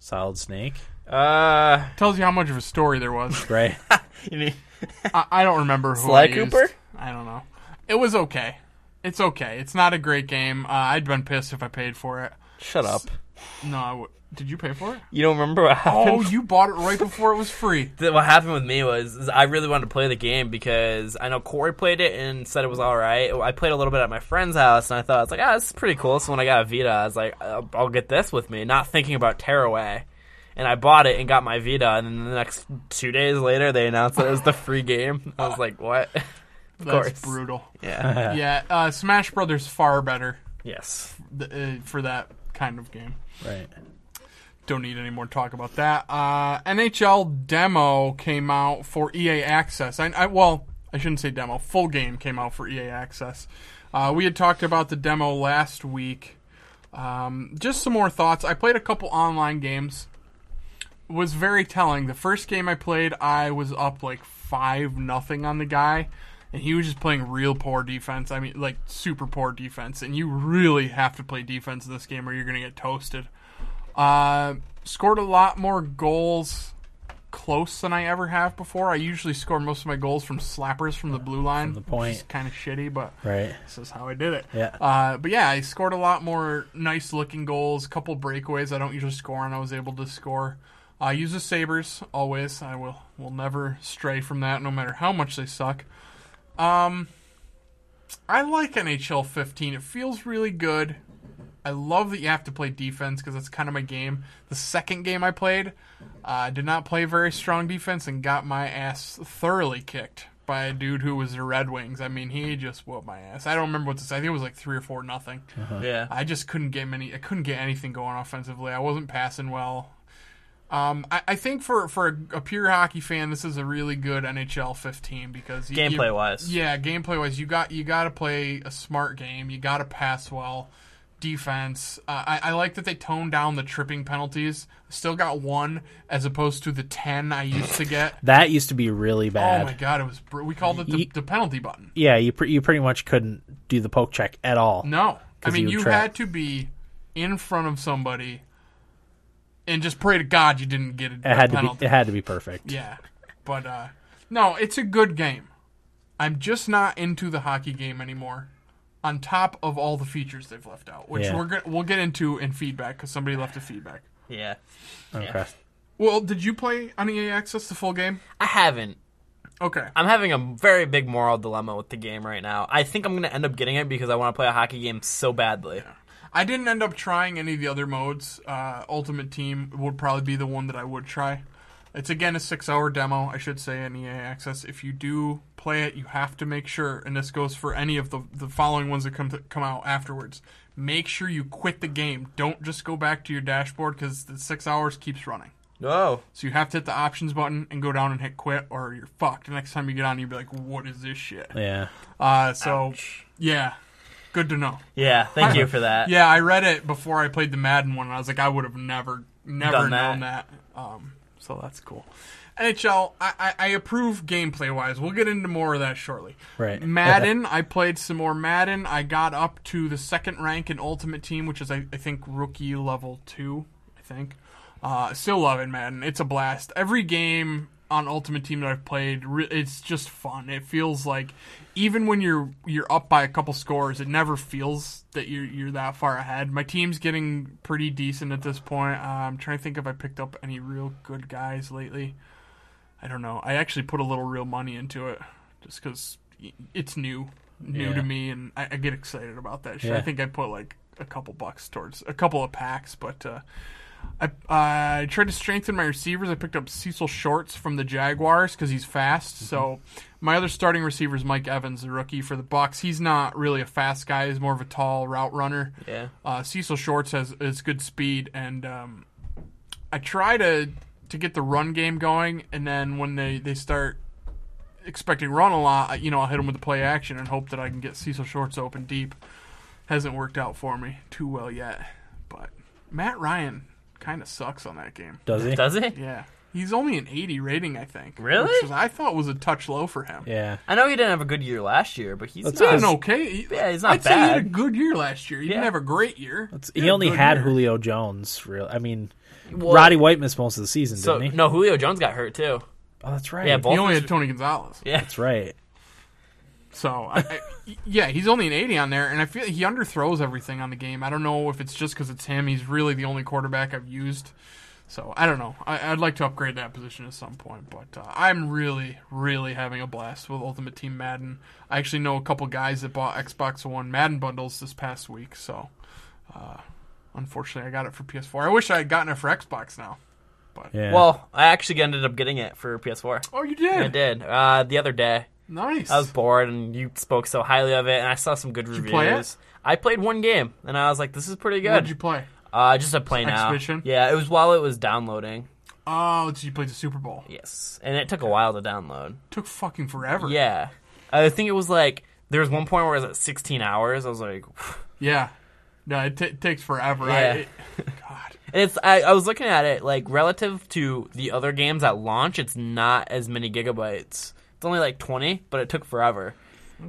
[SPEAKER 1] Solid Snake.
[SPEAKER 3] Uh,
[SPEAKER 2] Tells you how much of a story there was.
[SPEAKER 1] Right.
[SPEAKER 3] you mean-
[SPEAKER 2] I, I don't remember who
[SPEAKER 3] Sly
[SPEAKER 2] I used.
[SPEAKER 3] Cooper?
[SPEAKER 2] I don't know. It was okay. It's okay. It's not a great game. Uh, I'd been pissed if I paid for it.
[SPEAKER 3] shut up.
[SPEAKER 2] No, I would. Did you pay for it?
[SPEAKER 3] You don't remember what happened?
[SPEAKER 2] Oh, you bought it right before it was free.
[SPEAKER 3] Th- what happened with me was is I really wanted to play the game because I know Corey played it and said it was all right. I played a little bit at my friend's house and I thought I was like, ah, this is pretty cool. So when I got a Vita, I was like, I'll, I'll get this with me, not thinking about Tearaway. And I bought it and got my Vita, and then the next two days later, they announced that it was the free game. I was like, what?
[SPEAKER 2] Of
[SPEAKER 3] course.
[SPEAKER 2] That's brutal.
[SPEAKER 3] yeah.
[SPEAKER 2] Yeah, uh, Smash Brothers far better
[SPEAKER 3] Yes.
[SPEAKER 2] th- uh, for that kind of game.
[SPEAKER 1] Right.
[SPEAKER 2] Don't need any more talk about that. Uh, NHL demo came out for EA Access. I, I well, I shouldn't say demo. Full game came out for EA Access. Uh, we had talked about the demo last week. Um, just some more thoughts. I played a couple online games. Was very telling. The first game I played, I was up like five nothing on the guy, and he was just playing real poor defense. I mean, like super poor defense. And you really have to play defense in this game, or you're gonna get toasted. Uh, scored a lot more goals close than I ever have before. I usually score most of my goals from slappers from the blue line.
[SPEAKER 1] the point.
[SPEAKER 2] kind of shitty, but
[SPEAKER 1] Right.
[SPEAKER 2] this is how I did it.
[SPEAKER 1] Yeah.
[SPEAKER 2] Uh, but yeah, I scored a lot more nice looking goals, couple breakaways I don't usually score, and I was able to score. I use the Sabres always. I will will never stray from that, no matter how much they suck. Um, I like NHL 15. It feels really good. I love that you have to play defense because that's kind of my game. The second game I played, I did not play very strong defense and got my ass thoroughly kicked by a dude who was the Red Wings. I mean, he just whooped my ass. I don't remember what this. I think it was like three or four nothing.
[SPEAKER 3] Yeah.
[SPEAKER 2] I just couldn't get many. I couldn't get anything going offensively. I wasn't passing well. Um, I, I think for for a, a pure hockey fan, this is a really good NHL 15 because you- you-
[SPEAKER 3] Gameplay wise.
[SPEAKER 2] yeah, gameplay wise, you got you got to play a smart game. You got to pass well. Defense. Uh, I, I like that they toned down the tripping penalties. Still got one as opposed to the ten I used to get.
[SPEAKER 1] That used to be really
[SPEAKER 2] oh
[SPEAKER 1] bad.
[SPEAKER 2] my god, it was. Br- we called it the,
[SPEAKER 1] Ye-
[SPEAKER 2] the penalty button.
[SPEAKER 1] yeah, you pre- you pretty much couldn't do the poke check at all.
[SPEAKER 2] No, I mean
[SPEAKER 1] you
[SPEAKER 2] you
[SPEAKER 1] trap.
[SPEAKER 2] had to be in front of somebody and just pray to God you didn't get a,
[SPEAKER 1] it had to
[SPEAKER 2] penalty.
[SPEAKER 1] be it had to be perfect.
[SPEAKER 2] Yeah, but uh, no, it's a good game. I'm just not into the hockey game anymore. On top of all the features they've left out, which
[SPEAKER 1] Yeah.
[SPEAKER 2] we're go- we'll get into in feedback because somebody left a feedback.
[SPEAKER 3] Yeah.
[SPEAKER 1] Okay.
[SPEAKER 2] Well, did you play on EA Access the full game?
[SPEAKER 3] I haven't.
[SPEAKER 2] Okay,
[SPEAKER 3] I'm having a very big moral dilemma with the game right now. I think I'm going to end up getting it because I want to play a hockey game so badly.
[SPEAKER 2] I didn't end up trying any of the other modes. Uh, Ultimate Team would probably be the one that I would try. It's again a six hour demo, I should say, in EA Access. If you do play it, you have to make sure, and this goes for any of the, the following ones that come, come out afterwards, make sure you quit the game. Don't just go back to your dashboard because the six hours keeps running.
[SPEAKER 3] No.
[SPEAKER 2] So you have to hit the options button and go down and hit quit, or you're fucked. The next time you get on, you'll be like, what is this shit?
[SPEAKER 1] Yeah.
[SPEAKER 2] Uh, so, yeah, good to know.
[SPEAKER 3] Yeah, thank you for that.
[SPEAKER 2] Yeah, I read it before I played the Madden one, and I was like, I would have never, never
[SPEAKER 3] Done that.
[SPEAKER 2] known that. Um, so that's cool. NHL, I, I, I approve gameplay wise. We'll get into more of that shortly.
[SPEAKER 1] Right.
[SPEAKER 2] Madden, I played some more Madden. I got up to the second rank in Ultimate Team, which is, I, I think, rookie level two, I think. Uh, still loving Madden. It's a blast. Every game on Ultimate Team that I've played, re- it's just fun. It feels like even when you're you're up by a couple scores, it never feels that you're you're that far ahead. My team's getting pretty decent at this point. Uh, I'm trying to think if I picked up any real good guys lately. I don't know. I actually put a little real money into it just because it's new, new
[SPEAKER 1] Yeah.
[SPEAKER 2] to me, and I, I get excited about that shit. I
[SPEAKER 1] Yeah.
[SPEAKER 2] think I put like a couple bucks towards a couple of packs, but uh, I I tried to strengthen my receivers. I picked up Cecil Shorts from the Jaguars because he's fast.
[SPEAKER 1] Mm-hmm.
[SPEAKER 2] So my other starting receiver is Mike Evans, the rookie for the Bucks. He's not really a fast guy. He's more of a tall route runner.
[SPEAKER 3] Yeah.
[SPEAKER 2] Uh, Cecil Shorts has is good speed, and um, I try to to get the run game going, and then when they they start expecting run a lot, I- you know, I'll hit them with the play action and hope that I can get Cecil Shorts open deep. Hasn't worked out for me too well yet, but Matt Ryan kind of sucks on that game.
[SPEAKER 1] Does he?
[SPEAKER 3] Does it?
[SPEAKER 2] Yeah, he's only an 80 rating, I think.
[SPEAKER 3] Really?
[SPEAKER 2] Which is- I thought was a touch low for him.
[SPEAKER 1] Yeah.
[SPEAKER 3] I know he didn't have a good year last year, but he's
[SPEAKER 1] That's
[SPEAKER 2] He had
[SPEAKER 3] not.
[SPEAKER 2] an okay. he-
[SPEAKER 3] Yeah, he's not
[SPEAKER 2] I'd say he had a
[SPEAKER 3] bad.
[SPEAKER 2] good year last year. He didn't
[SPEAKER 3] Yeah.
[SPEAKER 2] have a great year.
[SPEAKER 1] It's-
[SPEAKER 2] had
[SPEAKER 1] He
[SPEAKER 2] a
[SPEAKER 1] only
[SPEAKER 2] good
[SPEAKER 1] had
[SPEAKER 2] year.
[SPEAKER 1] Julio Jones. Real. I mean,
[SPEAKER 3] Well-
[SPEAKER 1] Roddy White missed most of the season,
[SPEAKER 3] So
[SPEAKER 1] didn't he?
[SPEAKER 3] no, Julio Jones got hurt too.
[SPEAKER 1] Oh, that's right.
[SPEAKER 3] Yeah,
[SPEAKER 2] He
[SPEAKER 3] both.
[SPEAKER 2] only had Tony Gonzalez.
[SPEAKER 3] Yeah,
[SPEAKER 1] That's right.
[SPEAKER 2] So, I, I, yeah, he's only an 80 on there, and I feel he underthrows everything on the game. I don't know if it's just because it's him. He's really the only quarterback I've used. So, I don't know. I, I'd like to upgrade that position at some point, but uh, I'm really, really having a blast with Ultimate Team Madden. I actually know a couple guys that bought Xbox One Madden bundles this past week, so uh, unfortunately, I got it for PS4. I wish I had gotten it for Xbox now. But
[SPEAKER 1] Yeah.
[SPEAKER 3] Well, I actually ended up getting it for PS4.
[SPEAKER 2] Oh, you did?
[SPEAKER 3] I did uh, the other day.
[SPEAKER 2] Nice.
[SPEAKER 3] I was bored, and you spoke so highly of it, and I saw some good
[SPEAKER 2] you
[SPEAKER 3] reviews.
[SPEAKER 2] play it?
[SPEAKER 3] I played one game, and I was like, "This is pretty
[SPEAKER 2] What did
[SPEAKER 3] good."
[SPEAKER 2] you play?
[SPEAKER 3] Uh, just a play now.
[SPEAKER 2] Exhibition?
[SPEAKER 3] Yeah, it was while it was downloading.
[SPEAKER 2] Oh, so you played the Super Bowl.
[SPEAKER 3] Yes, and it took a while to download.
[SPEAKER 2] took fucking forever.
[SPEAKER 3] Yeah, I think it was like there was one point where it was at 16 hours. I was like,
[SPEAKER 2] Yeah. No, it ta takes forever. I,
[SPEAKER 3] Yeah.
[SPEAKER 2] it, God.
[SPEAKER 3] and it's I, I was looking at it like relative to the other games at launch, it's not as many gigabytes. It's only like 20, but it took forever.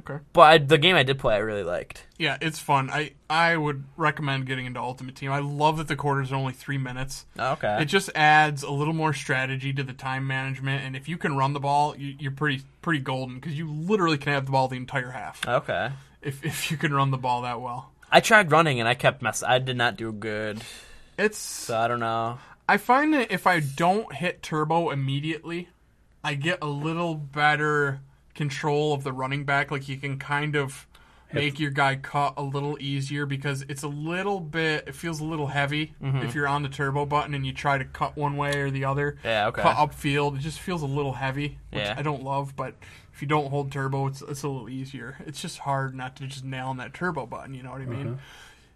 [SPEAKER 2] Okay.
[SPEAKER 3] But I, the game I did play, I really liked.
[SPEAKER 2] Yeah, it's fun. I I would recommend getting into Ultimate Team. I love that the quarters are only three minutes.
[SPEAKER 3] Okay.
[SPEAKER 2] It just adds a little more strategy to the time management, and if you can run the ball, you, you're pretty pretty golden because you literally can have the ball the entire half
[SPEAKER 3] okay.
[SPEAKER 2] if if you can run the ball that well.
[SPEAKER 3] I tried running and I kept mess. I did not do good,
[SPEAKER 2] It's
[SPEAKER 3] so I don't know.
[SPEAKER 2] I find that if I don't hit turbo immediately, I get a little better control of the running back. Like you can kind of make your guy cut a little easier because it's a little bit. It feels a little heavy
[SPEAKER 3] Mm-hmm.
[SPEAKER 2] if you're on the turbo button and you try to cut one way or the other.
[SPEAKER 3] Yeah, okay.
[SPEAKER 2] Cut upfield, it just feels a little heavy, which
[SPEAKER 3] Yeah.
[SPEAKER 2] I don't love. But if you don't hold turbo, it's it's a little easier. It's just hard not to just nail on that turbo button. You know what I
[SPEAKER 3] Mm-hmm.
[SPEAKER 2] mean?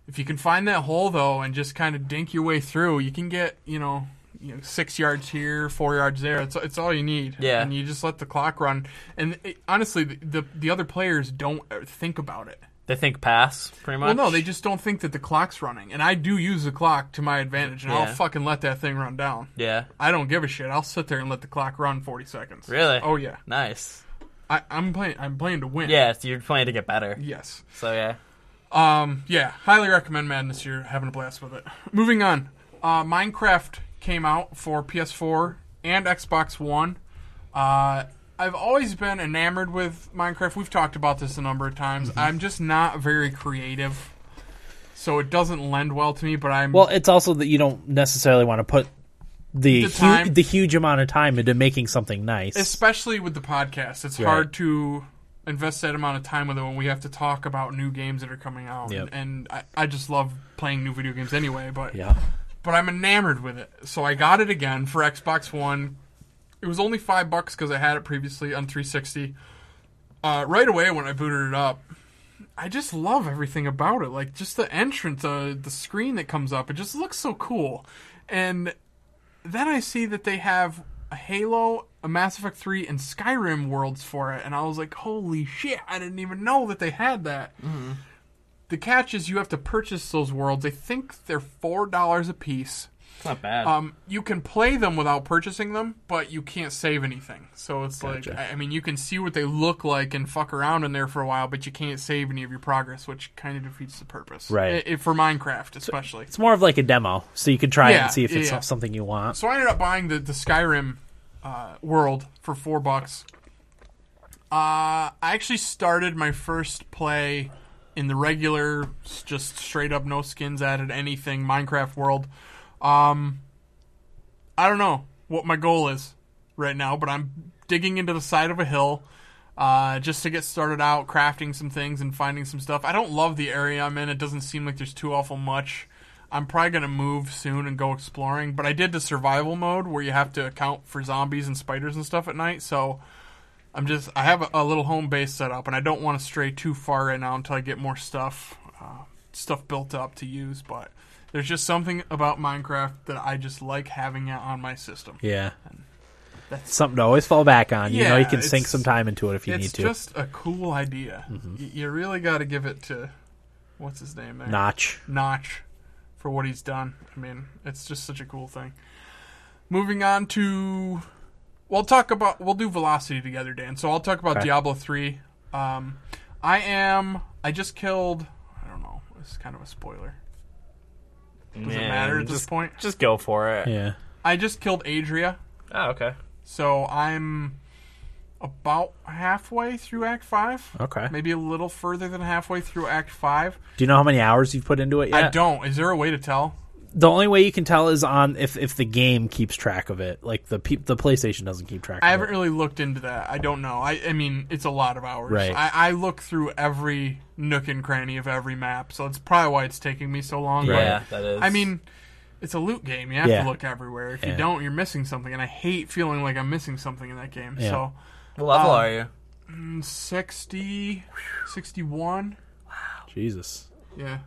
[SPEAKER 2] If you can find that hole though, and just kind of dink your way through, you can get you know, you know six yards here, four yards there. It's it's all you need.
[SPEAKER 3] Yeah.
[SPEAKER 2] and you just let the clock run. And it, honestly, the, the the other players don't eh, think about it.
[SPEAKER 3] They think pass pretty
[SPEAKER 2] Well,
[SPEAKER 3] much.
[SPEAKER 2] no, they just don't think that the clock's running. And I do use the clock to my advantage, and
[SPEAKER 3] Yeah.
[SPEAKER 2] I'll fucking let that thing run down.
[SPEAKER 3] yeah.
[SPEAKER 2] I don't give a shit. I'll sit there and let the clock run forty seconds.
[SPEAKER 3] Really?
[SPEAKER 2] Oh yeah.
[SPEAKER 3] Nice.
[SPEAKER 2] I, I'm playing. I'm playing to win.
[SPEAKER 3] Yeah, so you're playing to get better.
[SPEAKER 2] Yes.
[SPEAKER 3] So yeah.
[SPEAKER 2] Um, yeah, highly recommend Madness. You're having a blast with it. Moving on, uh, Minecraft came out for PS4 and Xbox One. Uh, I've always been enamored with Minecraft. We've talked about this a number of times.
[SPEAKER 1] Mm-hmm.
[SPEAKER 2] I'm just not very creative, so it doesn't lend well to me. But I'm
[SPEAKER 1] Well, it's also that you don't necessarily want to put the hu-
[SPEAKER 2] The time.
[SPEAKER 1] the huge amount of time into making something nice.
[SPEAKER 2] especially with the podcast, it's
[SPEAKER 1] Right.
[SPEAKER 2] hard to invest that amount of time with it when we have to talk about new games that are coming out.
[SPEAKER 1] Yep.
[SPEAKER 2] And I, I just love playing new video games anyway. But
[SPEAKER 1] yeah.
[SPEAKER 2] but I'm enamored with it. So I got it again for Xbox One. It was only five bucks because I had it previously on 360. Uh, right away when I booted it up, I just love everything about it. Like just the entrance, uh, the screen that comes up, it just looks so cool. And then I see that they have a Halo, a Mass Effect 3, and Skyrim worlds for it, and I was like, holy shit! I didn't even know that they had that. The catch is you have to purchase those worlds. I think they're four dollars a piece.
[SPEAKER 3] It's not bad.
[SPEAKER 2] Um, you can play them without purchasing them, but you can't save anything. So it's like, I I mean, you can see what they look like and fuck around in there for a while, but you can't save any of your progress, which kind of defeats the purpose,
[SPEAKER 1] Right.
[SPEAKER 2] I- I- for Minecraft, especially.
[SPEAKER 1] It's more of like a demo, so you can try it
[SPEAKER 2] Yeah,
[SPEAKER 1] and see if it's
[SPEAKER 2] yeah.
[SPEAKER 1] something you want.
[SPEAKER 2] So I ended up buying the the Skyrim uh, world for four bucks. Uh, I actually started my first play in the regular, s- just straight up no skins added anything Minecraft world. Um, I don't know what my goal is right now, but I'm digging into the side of a hill. Uh, just to get started out crafting some things and finding some stuff. I don't love the area I'm in. It doesn't seem like there's too awful much. I'm probably going to move soon and go exploring, but I did the survival mode where you have to account for zombies and spiders and stuff at night, so I'm just I have a, a little home base set up and I don't want to stray too far right now until I get more stuff uh, stuff built up to use, but there's just something about Minecraft that I just like having it on my system.
[SPEAKER 1] Yeah. something to always fall back on. you know,
[SPEAKER 2] Yeah,
[SPEAKER 1] you can sink
[SPEAKER 2] it's-
[SPEAKER 1] some time into it if you need
[SPEAKER 2] it's
[SPEAKER 1] to. Mm-hmm.
[SPEAKER 2] just a cool idea. Y- you really got to give it to what's his name there?
[SPEAKER 1] Notch.
[SPEAKER 2] Notch for what he's done. I mean, it's just such a cool thing. Moving on to, we'll talk about we'll do Velocity together, Dan. So I'll talk about
[SPEAKER 1] Okay.
[SPEAKER 2] Diablo three. Um, I am. I just killed. I don't know. This is kind of a spoiler. Does it
[SPEAKER 3] Yeah,
[SPEAKER 2] matter at
[SPEAKER 3] just,
[SPEAKER 2] this point?
[SPEAKER 3] Just go for it.
[SPEAKER 1] Yeah.
[SPEAKER 2] I just killed Adria.
[SPEAKER 3] Oh, okay.
[SPEAKER 2] So I'm about halfway through Act Five.
[SPEAKER 1] Okay.
[SPEAKER 2] Maybe a little further than halfway through Act Five.
[SPEAKER 1] Do you know how many hours you've put into it yet?
[SPEAKER 2] I don't. Is there a way to tell?
[SPEAKER 1] The only way you can tell is on if, if the game keeps track of it. Like the pe- the PlayStation doesn't keep track.
[SPEAKER 2] I
[SPEAKER 1] of
[SPEAKER 2] haven't
[SPEAKER 1] it.
[SPEAKER 2] really looked into that. I don't know. I, I mean, it's a lot of hours.
[SPEAKER 1] Right.
[SPEAKER 2] I, I look through every nook and cranny of every map, so it's probably why it's taking me so long. but-
[SPEAKER 3] Yeah, that is.
[SPEAKER 2] I mean, it's a loot game. You have
[SPEAKER 1] Yeah.
[SPEAKER 2] to look everywhere. If
[SPEAKER 1] Yeah.
[SPEAKER 2] you don't, you're missing something, and I hate feeling like I'm missing something in that game.
[SPEAKER 1] Yeah.
[SPEAKER 2] So
[SPEAKER 3] what level
[SPEAKER 2] um,
[SPEAKER 3] are you?
[SPEAKER 2] 60, 61.
[SPEAKER 1] Jesus.
[SPEAKER 2] Yeah.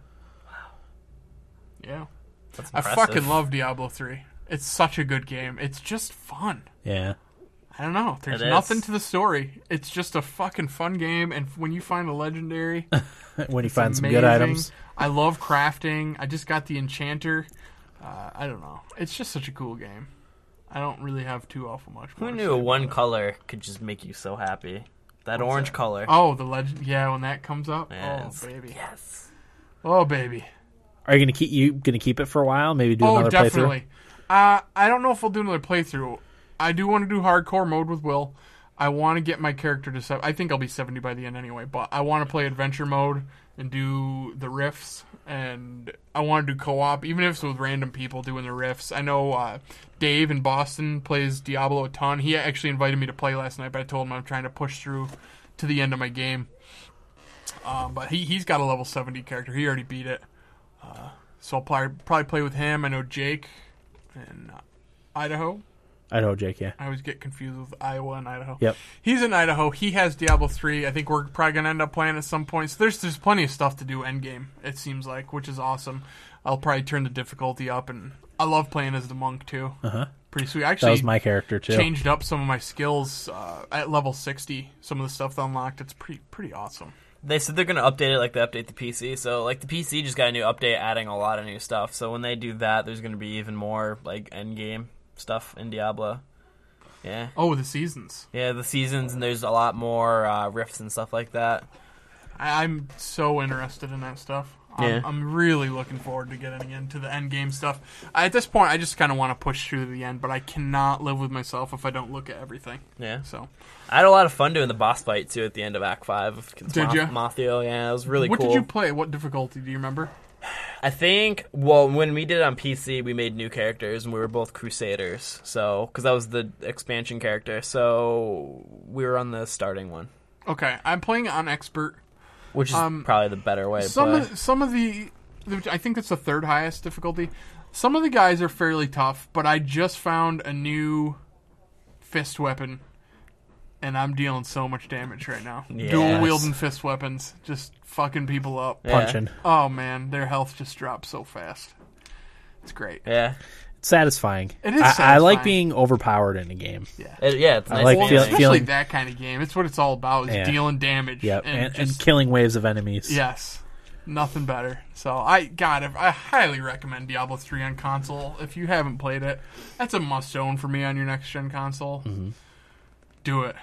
[SPEAKER 2] Yeah.
[SPEAKER 3] That's
[SPEAKER 2] I
[SPEAKER 3] impressive.
[SPEAKER 2] fucking love Diablo 3. It's such a good game. It's just fun.
[SPEAKER 1] Yeah.
[SPEAKER 2] I don't know. There's
[SPEAKER 3] It is.
[SPEAKER 2] nothing to the story. It's just a fucking fun game. And when you find a legendary,
[SPEAKER 1] when you
[SPEAKER 2] it's
[SPEAKER 1] find some good
[SPEAKER 2] amazing.
[SPEAKER 1] items.
[SPEAKER 2] I love crafting. I just got the enchanter. Uh, I don't know. It's just such a cool game. I don't really have too awful much. more
[SPEAKER 3] Who
[SPEAKER 2] to
[SPEAKER 3] knew
[SPEAKER 2] say.
[SPEAKER 3] one color could just make you so happy? That orange color.
[SPEAKER 2] Oh, the legend. Yeah, when that comes up.
[SPEAKER 3] Yes.
[SPEAKER 2] Oh baby.
[SPEAKER 3] Yes.
[SPEAKER 2] Oh baby.
[SPEAKER 1] Are you gonna keep you gonna keep it for a while? Maybe do
[SPEAKER 2] Oh,
[SPEAKER 1] another
[SPEAKER 2] definitely. Uh, I don't know if we'll do another playthrough. I do want to do hardcore mode with Will. I want to get my character to. Se- I think I'll be seventy by the end anyway. But I want to play adventure mode and do the rifts, and I want to do co-op, even if it's with random people doing the rifts. I know uh, Dave in Boston plays Diablo a ton. He actually invited me to play last night, but I told him I'm trying to push through to the end of my game. Um, but he he's got a level seventy character. He already beat it. So I'll probably, probably play with him. I know Jake in uh, Idaho.
[SPEAKER 1] playthrough. I know, Jake. Yeah.
[SPEAKER 2] I always get confused with Iowa and Idaho.
[SPEAKER 1] Yep.
[SPEAKER 2] He's in Idaho. He has Diablo 3. I think we're probably going to end up playing at some point. So there's, there's plenty of stuff to do endgame, it seems like, which is awesome. I'll probably turn the difficulty up. And I love playing as the monk, too. Uh-huh. Pretty sweet. I
[SPEAKER 1] That
[SPEAKER 2] Actually,
[SPEAKER 1] was my character too.
[SPEAKER 2] changed up some of my skills uh, at level 60. Some of the stuff that unlocked. It's pretty pretty awesome.
[SPEAKER 3] They said they're gonna update it like they update the PC. So like the PC just got a new update, adding a lot of new stuff. So when they do that, there's gonna be even more like end game stuff in Diablo. Yeah.
[SPEAKER 2] Oh, the seasons.
[SPEAKER 3] Yeah, the seasons and there's a lot more uh, rifts and stuff like that.
[SPEAKER 2] I, I'm so interested in that stuff. I'm,
[SPEAKER 3] Yeah.
[SPEAKER 2] I'm really looking forward to getting into the end game stuff. I, at this point, I just kind of want to push through to the end, but I cannot live with myself if I don't look at everything.
[SPEAKER 3] Yeah,
[SPEAKER 2] So,
[SPEAKER 3] I had a lot of fun doing the boss fight too at the end of Act Five. It's
[SPEAKER 2] Did
[SPEAKER 3] Moth-
[SPEAKER 2] ya?
[SPEAKER 3] Mothio, yeah, it was really
[SPEAKER 2] what
[SPEAKER 3] cool.
[SPEAKER 2] did you play? What difficulty do you remember?
[SPEAKER 3] I think well, when we did it on PC, we made new characters and we were both Crusaders. So because that was the expansion character, so we were on the starting one,
[SPEAKER 2] Okay, I'm playing on expert.
[SPEAKER 3] which is
[SPEAKER 2] Um,
[SPEAKER 3] probably the better way. to
[SPEAKER 2] Some
[SPEAKER 3] play.
[SPEAKER 2] of, some of the, I think that's the third highest difficulty. Some of the guys are fairly tough, but I just found a new fist weapon, and I'm dealing so much damage right now. Dual
[SPEAKER 3] Yes.
[SPEAKER 2] wielding fist weapons, just fucking people up.
[SPEAKER 3] Yeah.
[SPEAKER 1] Punching.
[SPEAKER 2] Oh man, their health just drops so fast. It's great.
[SPEAKER 3] yeah,
[SPEAKER 1] Satisfying.
[SPEAKER 2] It is
[SPEAKER 1] I, I like
[SPEAKER 2] satisfying.
[SPEAKER 1] being overpowered in a game.
[SPEAKER 3] It- yeah, it's a nice.
[SPEAKER 1] like
[SPEAKER 2] Well,
[SPEAKER 3] feeling.
[SPEAKER 1] feel-
[SPEAKER 2] especially
[SPEAKER 1] feeling-
[SPEAKER 2] that kind of game. It's what it's all about. Is
[SPEAKER 1] Yeah.
[SPEAKER 2] dealing damage.
[SPEAKER 1] Yep. And, and,
[SPEAKER 2] just-
[SPEAKER 1] killing waves of enemies.
[SPEAKER 2] yes, nothing better. So I God, if, I highly recommend Diablo three on console. If you haven't played it, that's a must own for me on your next gen console.
[SPEAKER 1] Mm-hmm.
[SPEAKER 2] Do it.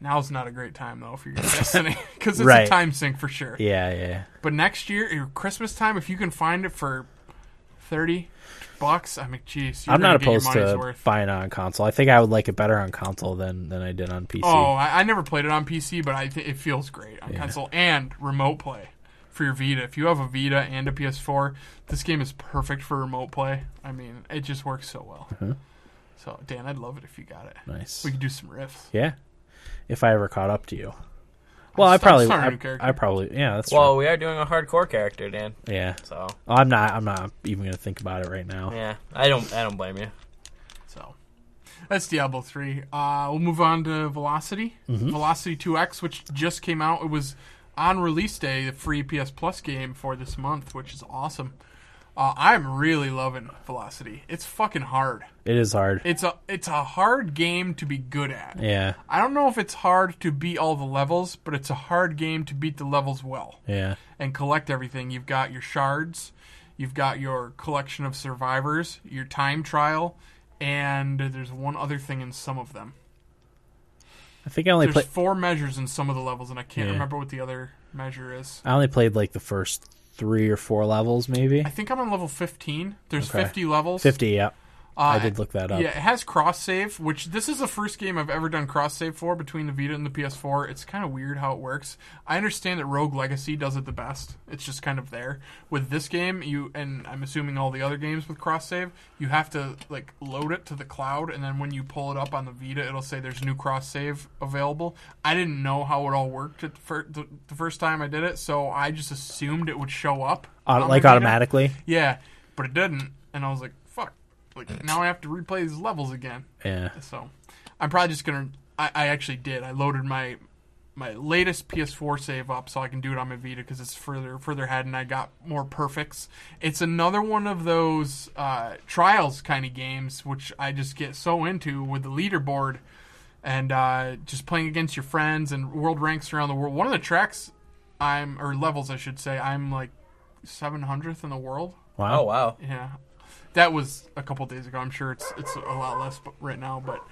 [SPEAKER 2] Now's not a great time though if you're Destiny because it's
[SPEAKER 1] Right.
[SPEAKER 2] a time sink for sure.
[SPEAKER 1] Yeah. Yeah.
[SPEAKER 2] But next year, or Christmas time, if you can find it for thirty bucks, I mean, jeez, you're
[SPEAKER 1] I'm
[SPEAKER 2] gonna
[SPEAKER 1] not
[SPEAKER 2] get your
[SPEAKER 1] opposed
[SPEAKER 2] money's
[SPEAKER 1] to
[SPEAKER 2] worth.
[SPEAKER 1] buying it on console. I think I would like it better on console than than I did on PC.
[SPEAKER 2] Oh, I, I never played it on PC, but I th- it feels great on console and remote play for your Vita. If you have a Vita and a PS4, this game is perfect for remote play. I mean, it just works so well. So, Dan, I'd love it if you got it.
[SPEAKER 1] nice.
[SPEAKER 2] We could do some riffs.
[SPEAKER 1] Yeah. If I ever caught up to you. Well, I
[SPEAKER 2] I'm
[SPEAKER 1] probably.
[SPEAKER 2] starting a
[SPEAKER 1] I,
[SPEAKER 2] new character.
[SPEAKER 1] I probably. Yeah. That's
[SPEAKER 3] well, we are doing a hardcore character, Dan.
[SPEAKER 1] true. Yeah.
[SPEAKER 3] So
[SPEAKER 1] Oh, I'm not. I'm not even gonna think about it right now.
[SPEAKER 3] yeah, I don't. I don't blame you.
[SPEAKER 2] So that's Diablo three. Uh, we'll move on to Velocity, Velocity Two X, which just came out. It was on release day, the free PS Plus game for this month, which is awesome. Uh, I'm really loving Velocity. It's fucking hard.
[SPEAKER 1] It is hard.
[SPEAKER 2] It's a it's a hard game to be good at.
[SPEAKER 1] yeah.
[SPEAKER 2] I don't know if it's hard to beat all the levels, but it's a hard game to beat the levels well
[SPEAKER 1] Yeah.
[SPEAKER 2] and collect everything. You've got your shards, you've got your collection of survivors, your time trial, and there's one other thing in some of them.
[SPEAKER 1] I think I only
[SPEAKER 2] There's
[SPEAKER 1] played.
[SPEAKER 2] four measures in some of the levels, and I can't
[SPEAKER 1] Yeah.
[SPEAKER 2] remember what the other measure is.
[SPEAKER 1] I only played like the first three or four levels, maybe
[SPEAKER 2] I think I'm on level 15. There's
[SPEAKER 1] Okay.
[SPEAKER 2] 50 levels. Uh,
[SPEAKER 1] fifty. Yeah. I did look that up.
[SPEAKER 2] Yeah, it has cross save, which this is the first game I've ever done cross save for between the Vita and the PS4. It's kind of weird how it works. I understand that Rogue Legacy does it the best. It's just kind of there. With this game, you and I'm assuming all the other games with cross save, you have to like load it to the cloud and then when you pull it up on the Vita, it'll say there's new cross save available. I didn't know how it all worked at the, fir- the, the first time I did it, so I just assumed it would show up
[SPEAKER 1] Auto-
[SPEAKER 2] on
[SPEAKER 1] like
[SPEAKER 2] my Vita.
[SPEAKER 1] automatically.
[SPEAKER 2] Yeah, but it didn't, and I was like, "Fuck!" Like now I have to replay these levels again.
[SPEAKER 1] Yeah.
[SPEAKER 2] So I'm probably just gonna. I, I actually did. I loaded my my latest PS4 save up so I can do it on my Vita because it's further further ahead, and I got more perfects. It's another one of those uh, trials kind of games which I just get so into with the leaderboard and uh, just playing against your friends and world ranks around the world. One of the tracks I'm or levels I should say I'm like 700th in the world.
[SPEAKER 1] Wow.
[SPEAKER 3] Oh wow.
[SPEAKER 2] Yeah, that was a couple days ago. I'm sure it's it's a lot less b- right now, but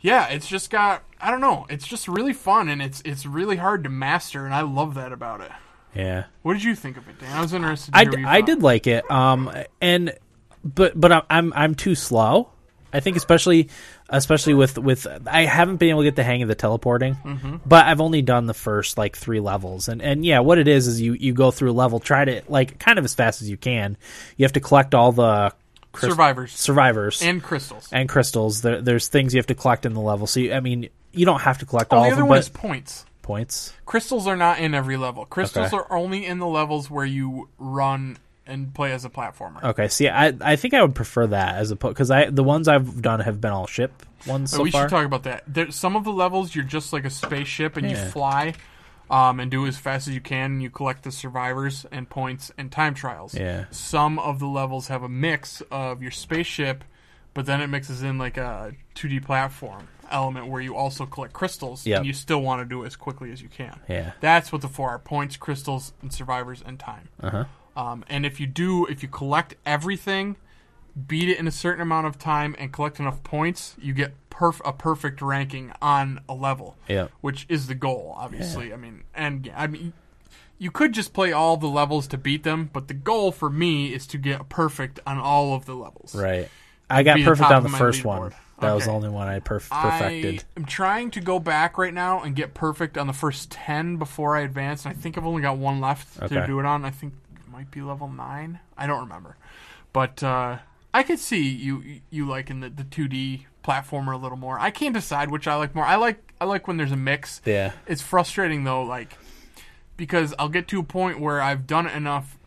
[SPEAKER 2] yeah, it's just got I don't know. It's just really fun and it's it's really hard to master, and I love that about it.
[SPEAKER 1] Yeah.
[SPEAKER 2] What did you think of it, Dan? I was interested. To
[SPEAKER 1] I,
[SPEAKER 2] hear what you
[SPEAKER 1] I
[SPEAKER 2] thought.
[SPEAKER 1] did like it. Um, and but but I'm- I'm I'm too slow. I think especially especially with with I haven't been able to get the hang of the teleporting.
[SPEAKER 2] Mm-hmm.
[SPEAKER 1] But I've only done the first like three levels, and and yeah, what it is is you you go through a level, try to like kind of as fast as you can. You have to collect all the crys-
[SPEAKER 2] survivors
[SPEAKER 1] survivors
[SPEAKER 2] and crystals.
[SPEAKER 1] and crystals. There, there's things you have to collect in the level. So you, I mean, you don't have to collect
[SPEAKER 2] oh,
[SPEAKER 1] all
[SPEAKER 2] the
[SPEAKER 1] of
[SPEAKER 2] other
[SPEAKER 1] them,
[SPEAKER 2] one
[SPEAKER 1] but
[SPEAKER 2] is points.
[SPEAKER 1] points.
[SPEAKER 2] Crystals are not in every level. Crystals
[SPEAKER 1] Okay.
[SPEAKER 2] are only in the levels where you run and play as a platformer.
[SPEAKER 1] Okay, see, I I think I would prefer that as opposed because I the ones I've done have been all ship ones so
[SPEAKER 2] Oh, we
[SPEAKER 1] far.
[SPEAKER 2] should talk about that. There, some of the levels, you're just like a spaceship and
[SPEAKER 1] Yeah.
[SPEAKER 2] you fly um, and do as fast as you can. And you collect the survivors and points and time trials.
[SPEAKER 1] Yeah.
[SPEAKER 2] Some of the levels have a mix of your spaceship, but then it mixes in like a 2D platform element where you also collect crystals
[SPEAKER 1] Yep.
[SPEAKER 2] and you still want to do it as quickly as you can.
[SPEAKER 1] Yeah.
[SPEAKER 2] That's what the four are points, crystals, and survivors and time. Uh-huh. Um, and if you do, if you collect everything, beat it in a certain amount of time, and collect enough points, you get perf- a perfect ranking on a level.
[SPEAKER 1] Yeah.
[SPEAKER 2] Which is the goal, obviously. I mean, and I mean, you could just play all the levels to beat them, but the goal for me is to get a perfect on all of the levels.
[SPEAKER 1] Right. I got
[SPEAKER 2] be the
[SPEAKER 1] perfect
[SPEAKER 2] top
[SPEAKER 1] on
[SPEAKER 2] of
[SPEAKER 1] the
[SPEAKER 2] my
[SPEAKER 1] first
[SPEAKER 2] leaderboard.
[SPEAKER 1] one. That was the
[SPEAKER 2] Okay.
[SPEAKER 1] only one I perf-
[SPEAKER 2] I
[SPEAKER 1] perfected.
[SPEAKER 2] am trying to go back right now and get perfect on the first 10 before I advance. And I think I've only got one left
[SPEAKER 1] Okay.
[SPEAKER 2] to do it on. I think it might be level 9. I don't remember. But uh, I could see you you liking the, the 2D platformer a little more. I can't decide which I like more. I like I like when there's a mix.
[SPEAKER 1] yeah.
[SPEAKER 2] It's frustrating though, like because I'll get to a point where I've done it enough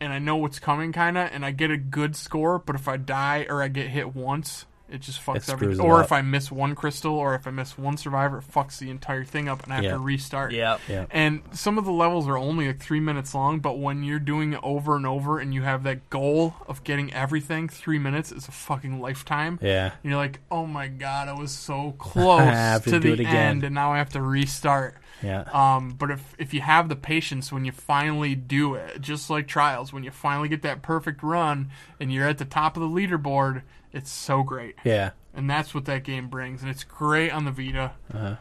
[SPEAKER 2] and I know what's coming kinda and I get a good score, but if I die or I get hit once, it just fucks
[SPEAKER 1] It screws
[SPEAKER 2] everything.
[SPEAKER 1] it
[SPEAKER 2] Or
[SPEAKER 1] up.
[SPEAKER 2] if I miss one crystal or if I miss one survivor, it fucks the entire thing up and I have
[SPEAKER 1] Yeah.
[SPEAKER 2] to restart.
[SPEAKER 3] Yeah.
[SPEAKER 1] Yeah.
[SPEAKER 2] And some of the levels are only like three minutes long, but when you're doing it over and over and you have that goal of getting everything, three minutes is a fucking lifetime.
[SPEAKER 1] Yeah.
[SPEAKER 2] And you're like, oh my god, I was so close
[SPEAKER 1] have
[SPEAKER 2] to,
[SPEAKER 1] to do
[SPEAKER 2] the
[SPEAKER 1] it again.
[SPEAKER 2] end, and now I have to restart.
[SPEAKER 1] Yeah.
[SPEAKER 2] Um, but if if you have the patience when you finally do it, just like trials, when you finally get that perfect run and you're at the top of the leaderboard, it's so great.
[SPEAKER 1] yeah.
[SPEAKER 2] And that's what that game brings, and it's great on the Vita.
[SPEAKER 1] Uh-huh.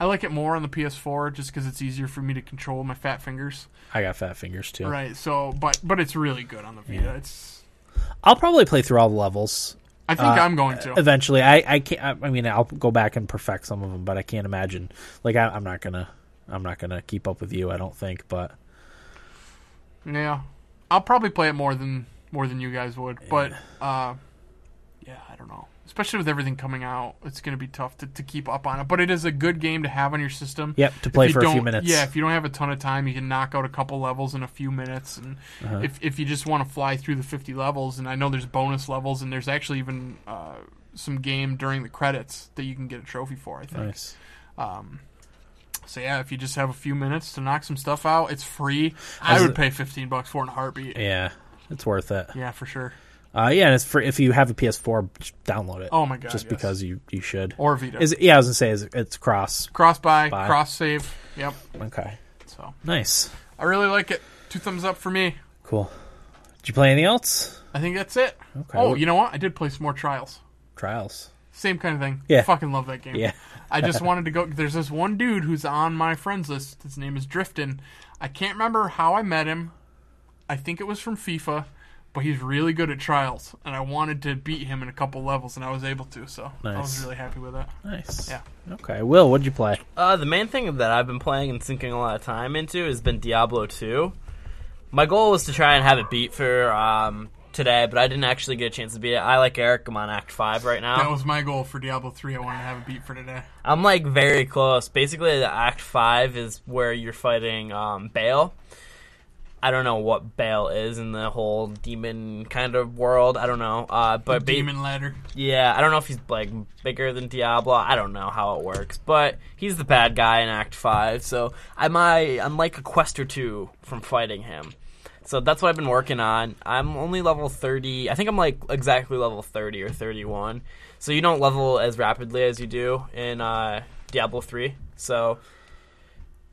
[SPEAKER 2] I like it more on the PS4 just because it's easier for me to control my fat fingers.
[SPEAKER 1] I got fat fingers too.
[SPEAKER 2] Right. So, but but it's really good on the Vita. It's.
[SPEAKER 1] I'll probably play through all the levels
[SPEAKER 2] I think I'm going to.
[SPEAKER 1] eventually. I I can't. I- I mean, I'll go back and perfect some of them, but I can't imagine. Like I, I'm not gonna. I'm not gonna keep up with you. I don't think. But
[SPEAKER 2] Yeah, I'll probably play it more than more than you guys would, but uh, yeah, I don't know. Especially with everything coming out, it's going to be tough to, to keep up on it. But it is a good game to have on your system.
[SPEAKER 1] yep, to play
[SPEAKER 2] If you
[SPEAKER 1] for a few
[SPEAKER 2] don't-
[SPEAKER 1] minutes.
[SPEAKER 2] Yeah, if you don't have a ton of time, you can knock out a couple levels in a few minutes. And
[SPEAKER 1] Uh-huh.
[SPEAKER 2] if, if you just want to fly through the 50 levels, and I know there's bonus levels, and there's actually even uh, some game during the credits that you can get a trophy for, I think.
[SPEAKER 1] Nice.
[SPEAKER 2] Um, So yeah, if you just have a few minutes to knock some stuff out, it's free. I
[SPEAKER 1] As
[SPEAKER 2] would
[SPEAKER 1] a-
[SPEAKER 2] pay 15 bucks for it in a heartbeat.
[SPEAKER 1] Yeah. It's worth it.
[SPEAKER 2] Yeah, for sure.
[SPEAKER 1] Uh, yeah, and it's for if you have a PS4, just download it.
[SPEAKER 2] Oh my God,
[SPEAKER 1] Just
[SPEAKER 2] yes.
[SPEAKER 1] because you you should.
[SPEAKER 2] Or Vita.
[SPEAKER 1] Is it, yeah, I was gonna say is it, it's cross.
[SPEAKER 2] cross buy,
[SPEAKER 1] Buy.
[SPEAKER 2] cross save. Yep.
[SPEAKER 1] Okay.
[SPEAKER 2] So
[SPEAKER 1] Nice.
[SPEAKER 2] I really like it. Two thumbs up for me.
[SPEAKER 1] Cool. Did you play anything else?
[SPEAKER 2] I think that's it.
[SPEAKER 1] Okay.
[SPEAKER 2] Oh, you know what? I did play some more trials.
[SPEAKER 1] Trials.
[SPEAKER 2] Same kind of thing.
[SPEAKER 1] Yeah.
[SPEAKER 2] Fucking love that game.
[SPEAKER 1] Yeah.
[SPEAKER 2] I just wanted to go. There's this one dude who's on my friends list. His name is Driftin. I can't remember how I met him. I think it was from FIFA, but he's really good at trials, and I wanted to beat him in a couple levels, and I was able to. So I was
[SPEAKER 1] Nice.
[SPEAKER 2] really happy with that.
[SPEAKER 1] Nice.
[SPEAKER 2] Yeah.
[SPEAKER 1] Okay. Will, what'd you play?
[SPEAKER 3] Uh, the main thing that I've been playing and sinking a lot of time into has been Diablo 2. My goal was to try and have it beat for um, today, but I didn't actually get a chance to beat it. I, like Eric, I'm on Act 5 right now.
[SPEAKER 2] That was my goal for Diablo three. I wanted to have a beat for today.
[SPEAKER 3] I'm like very close. Basically, the Act Five is where you're fighting um, Bale. I don't know what Bale is in the whole demon kind of world. I don't know, uh, but ba-
[SPEAKER 2] Demon ladder.
[SPEAKER 3] yeah, I don't know if he's like bigger than Diablo. I don't know how it works, but he's the bad guy in Act Five. So I'm I, I'm like a quest or two from fighting him. So that's what I've been working on. I'm only level 30. I think I'm like exactly level 30 or 31. So you don't level as rapidly as you do in uh, Diablo 3. So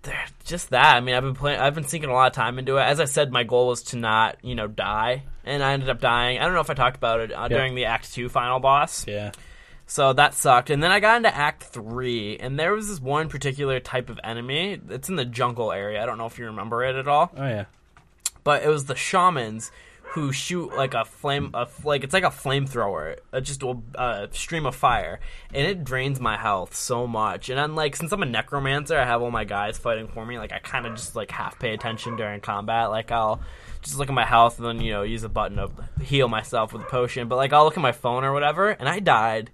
[SPEAKER 3] there- just that. I mean, I've been playing. I've been sinking a lot of time into it. As I said, my goal was to not, you know, die, and I ended up dying. I don't know if I talked about it uh,
[SPEAKER 1] Yeah.
[SPEAKER 3] during the Act Two final boss.
[SPEAKER 1] Yeah.
[SPEAKER 3] So that sucked. And then I got into Act 3, and there was this one particular type of enemy. It's in the jungle area. I don't know if you remember it at all.
[SPEAKER 1] Oh yeah.
[SPEAKER 3] But it was the shamans who shoot like a flame, a, f- like it's like a flamethrower, uh, just a uh, stream of fire. And it drains my health so much. And I'm like, since I'm a necromancer, I have all my guys fighting for me. Like, I kind of just like half pay attention during combat. Like, I'll. Just look at my health and then, you know, use a button to heal myself with a potion. But, like, I'll look at my phone or whatever, and I died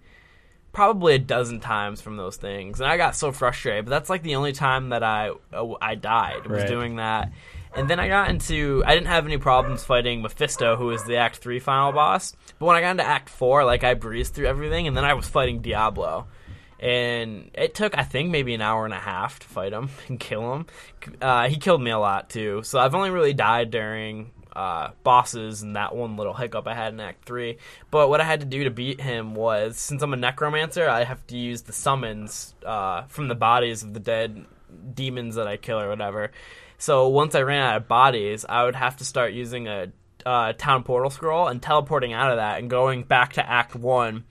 [SPEAKER 3] probably a dozen times from those things, and I got so frustrated. But that's like the only time that I uh, I died was
[SPEAKER 1] Right.
[SPEAKER 3] doing that. And then I got into I didn't have any problems fighting Mephisto, who is the Act Three final boss. But when I got into Act Four, like I breezed through everything, and then I was fighting Diablo. And it took, I think, maybe an hour and a half to fight him and kill him. Uh, he killed me a lot too, so I've only really died during uh, bosses and that one little hiccup I had in Act 3. But what I had to do to beat him was, since I'm a necromancer, I have to use the summons uh, from the bodies of the dead demons that I kill or whatever. So once I ran out of bodies, I would have to start using a uh, town portal scroll and teleporting out of that and going back to Act 1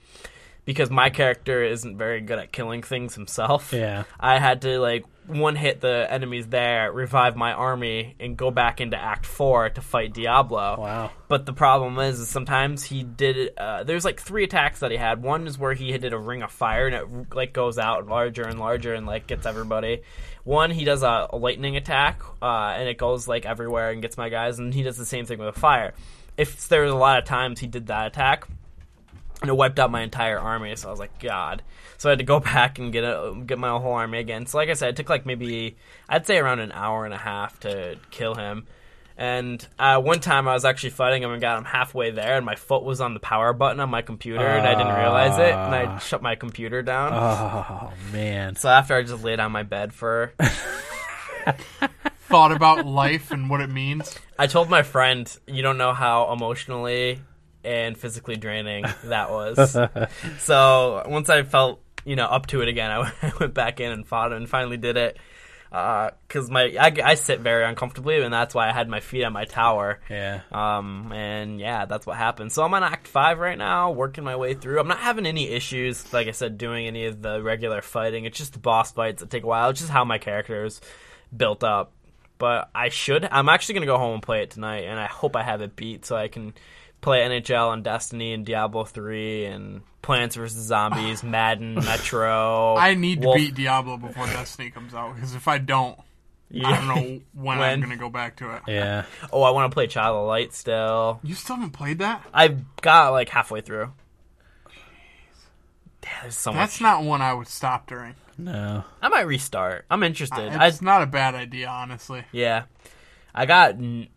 [SPEAKER 3] because my character isn't very good at killing things himself.
[SPEAKER 1] Yeah.
[SPEAKER 3] I had to like one hit the enemies there, revive my army, and go back into Act Four to fight Diablo.
[SPEAKER 1] Wow.
[SPEAKER 3] But the problem is, is sometimes he did. Uh, there's like three attacks that he had. One is where he did a ring of fire and it like goes out larger and larger and like gets everybody. One he does a, a lightning attack uh, and it goes like everywhere and gets my guys. And he does the same thing with a fire. If there was a lot of times he did that attack, and it wiped out my entire army. So I was like, God. So I had to go back and get a, get my whole army again. So like I said, it took like maybe I'd say around an hour and a half to kill him. And uh, one time I was actually fighting him and got him halfway there, and my foot was on the power button on my computer, and I didn't realize it, and I shut my computer down.
[SPEAKER 1] Oh man.
[SPEAKER 3] so after I just laid on my bed for,
[SPEAKER 2] Thought about life and what it means.
[SPEAKER 3] I told my friend, "You don't know how emotionally and physically draining that was." So once I felt you know up to it again, I went back in and fought him and finally did it. Because my I, I sit very uncomfortably, and that's why I had my feet on my tower.
[SPEAKER 1] Yeah.
[SPEAKER 3] Um, and yeah, that's what happened. So I'm on Act Five right now, working my way through. I'm not having any issues, like I said, doing any of the regular fighting. It's just the boss fights that take a while. It's just how my character is built up. But I should. I'm actually gonna go home and play it tonight, and I hope I have it beat so I can play NHL and Destiny and Diablo Three and Plants vs Zombies, Madden, Metro.
[SPEAKER 2] I need to
[SPEAKER 3] Wolf-
[SPEAKER 2] beat Diablo before Destiny comes out because if I don't, I don't know when,
[SPEAKER 3] When?
[SPEAKER 2] I'm gonna go back to it.
[SPEAKER 1] Yeah.
[SPEAKER 3] Oh, I want to play Child of Light still.
[SPEAKER 2] You still haven't played that?
[SPEAKER 3] I got like halfway through. Damn, there's so much.
[SPEAKER 2] That's not one I would stop during.
[SPEAKER 1] No.
[SPEAKER 3] I might restart. I'm interested. I,
[SPEAKER 2] It's not a bad idea, honestly.
[SPEAKER 3] yeah, I got N-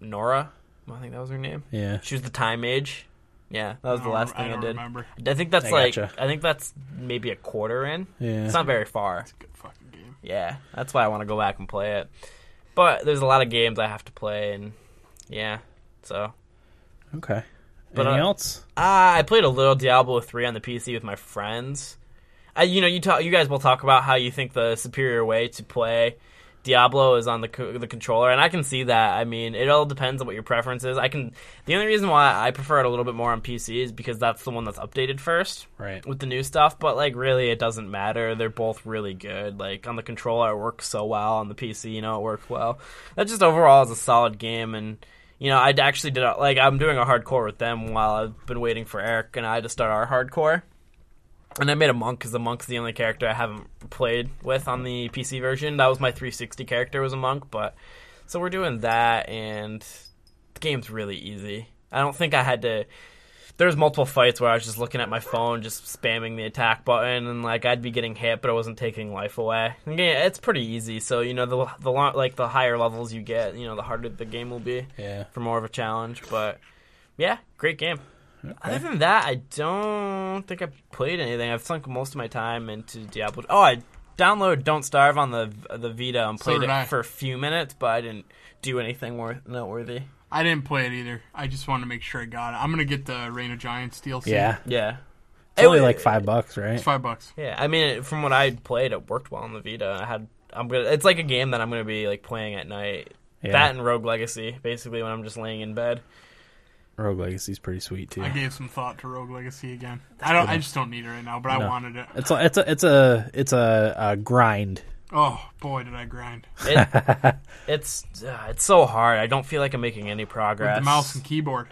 [SPEAKER 3] Nora. I think that was her name.
[SPEAKER 1] Yeah.
[SPEAKER 3] She was the time age. Yeah, that was the
[SPEAKER 2] don't rem-
[SPEAKER 3] last
[SPEAKER 2] Oh, I
[SPEAKER 3] thing I,
[SPEAKER 2] don't
[SPEAKER 3] did.
[SPEAKER 2] remember.
[SPEAKER 3] I think that's
[SPEAKER 1] I
[SPEAKER 3] like
[SPEAKER 1] gotcha.
[SPEAKER 3] I think that's maybe a quarter in.
[SPEAKER 1] Yeah.
[SPEAKER 3] It's not very far.
[SPEAKER 2] Good fucking game.
[SPEAKER 3] Yeah, that's why I want to go back and play it. But there's a lot of games I have to play, and yeah, so
[SPEAKER 1] Okay.
[SPEAKER 3] But,
[SPEAKER 1] Anything
[SPEAKER 3] uh,
[SPEAKER 1] else?
[SPEAKER 3] Uh, I played a little Diablo three on the PC with my friends. Uh, you know, you talk, you guys will talk about how you think the superior way to play Diablo is on the co- the controller, and I can see that. I mean, it all depends on what your preference is. I can. The only reason why I prefer it a little bit more on PC is because that's the one that's updated first
[SPEAKER 1] Right.
[SPEAKER 3] with the new stuff, but like really it doesn't matter. They're both really good. Like on the controller it works so well, on the PC, you know, it worked well. That just overall is a solid game and you know, I actually did a, like I'm doing a hardcore with them while I've been waiting for Eric and I to start our hardcore. And I made a monk because the monk's the only character I haven't played with on the PC version. That was my 360 character was a monk, but so we're doing that, and the game's really easy. I don't think I had to. There was multiple fights where I was just looking at my phone, just spamming the attack button, and like I'd be getting hit, but I wasn't taking life away. And yeah, it's pretty easy. So you know, the the long, like the higher levels you get, you know, the harder the game will be
[SPEAKER 1] Yeah.
[SPEAKER 3] for more of a challenge. But yeah, great game. Other than that, I don't think I played anything. I've sunk most of my time into Diablo. Oh, I downloaded Don't Starve on the the Vita and
[SPEAKER 2] So
[SPEAKER 3] played
[SPEAKER 2] did
[SPEAKER 3] it
[SPEAKER 2] I.
[SPEAKER 3] for a few minutes, but I didn't do anything worth noteworthy.
[SPEAKER 2] I didn't play it either. I just wanted to make sure I got it. I'm gonna get the Reign of Giants DLC.
[SPEAKER 1] Yeah.
[SPEAKER 3] Yeah,
[SPEAKER 1] It's only like five bucks, right?
[SPEAKER 2] it's five bucks.
[SPEAKER 3] Yeah, I mean, from what I played, it worked well on the Vita. I had I'm gonna. It's like a game that I'm gonna be like playing at night.
[SPEAKER 1] Yeah.
[SPEAKER 3] That and Rogue Legacy, basically, when I'm just laying in bed.
[SPEAKER 1] Rogue Legacy's pretty sweet too.
[SPEAKER 2] I gave some thought to Rogue Legacy again. I don't. I just don't need it right now, but I
[SPEAKER 1] No.
[SPEAKER 2] wanted it.
[SPEAKER 1] It's a, it's a it's a it's a, a grind.
[SPEAKER 2] Oh boy, did I grind!
[SPEAKER 3] It, it's uh, it's so hard. I don't feel like I'm making any
[SPEAKER 2] With
[SPEAKER 3] progress.
[SPEAKER 2] the mouse and keyboard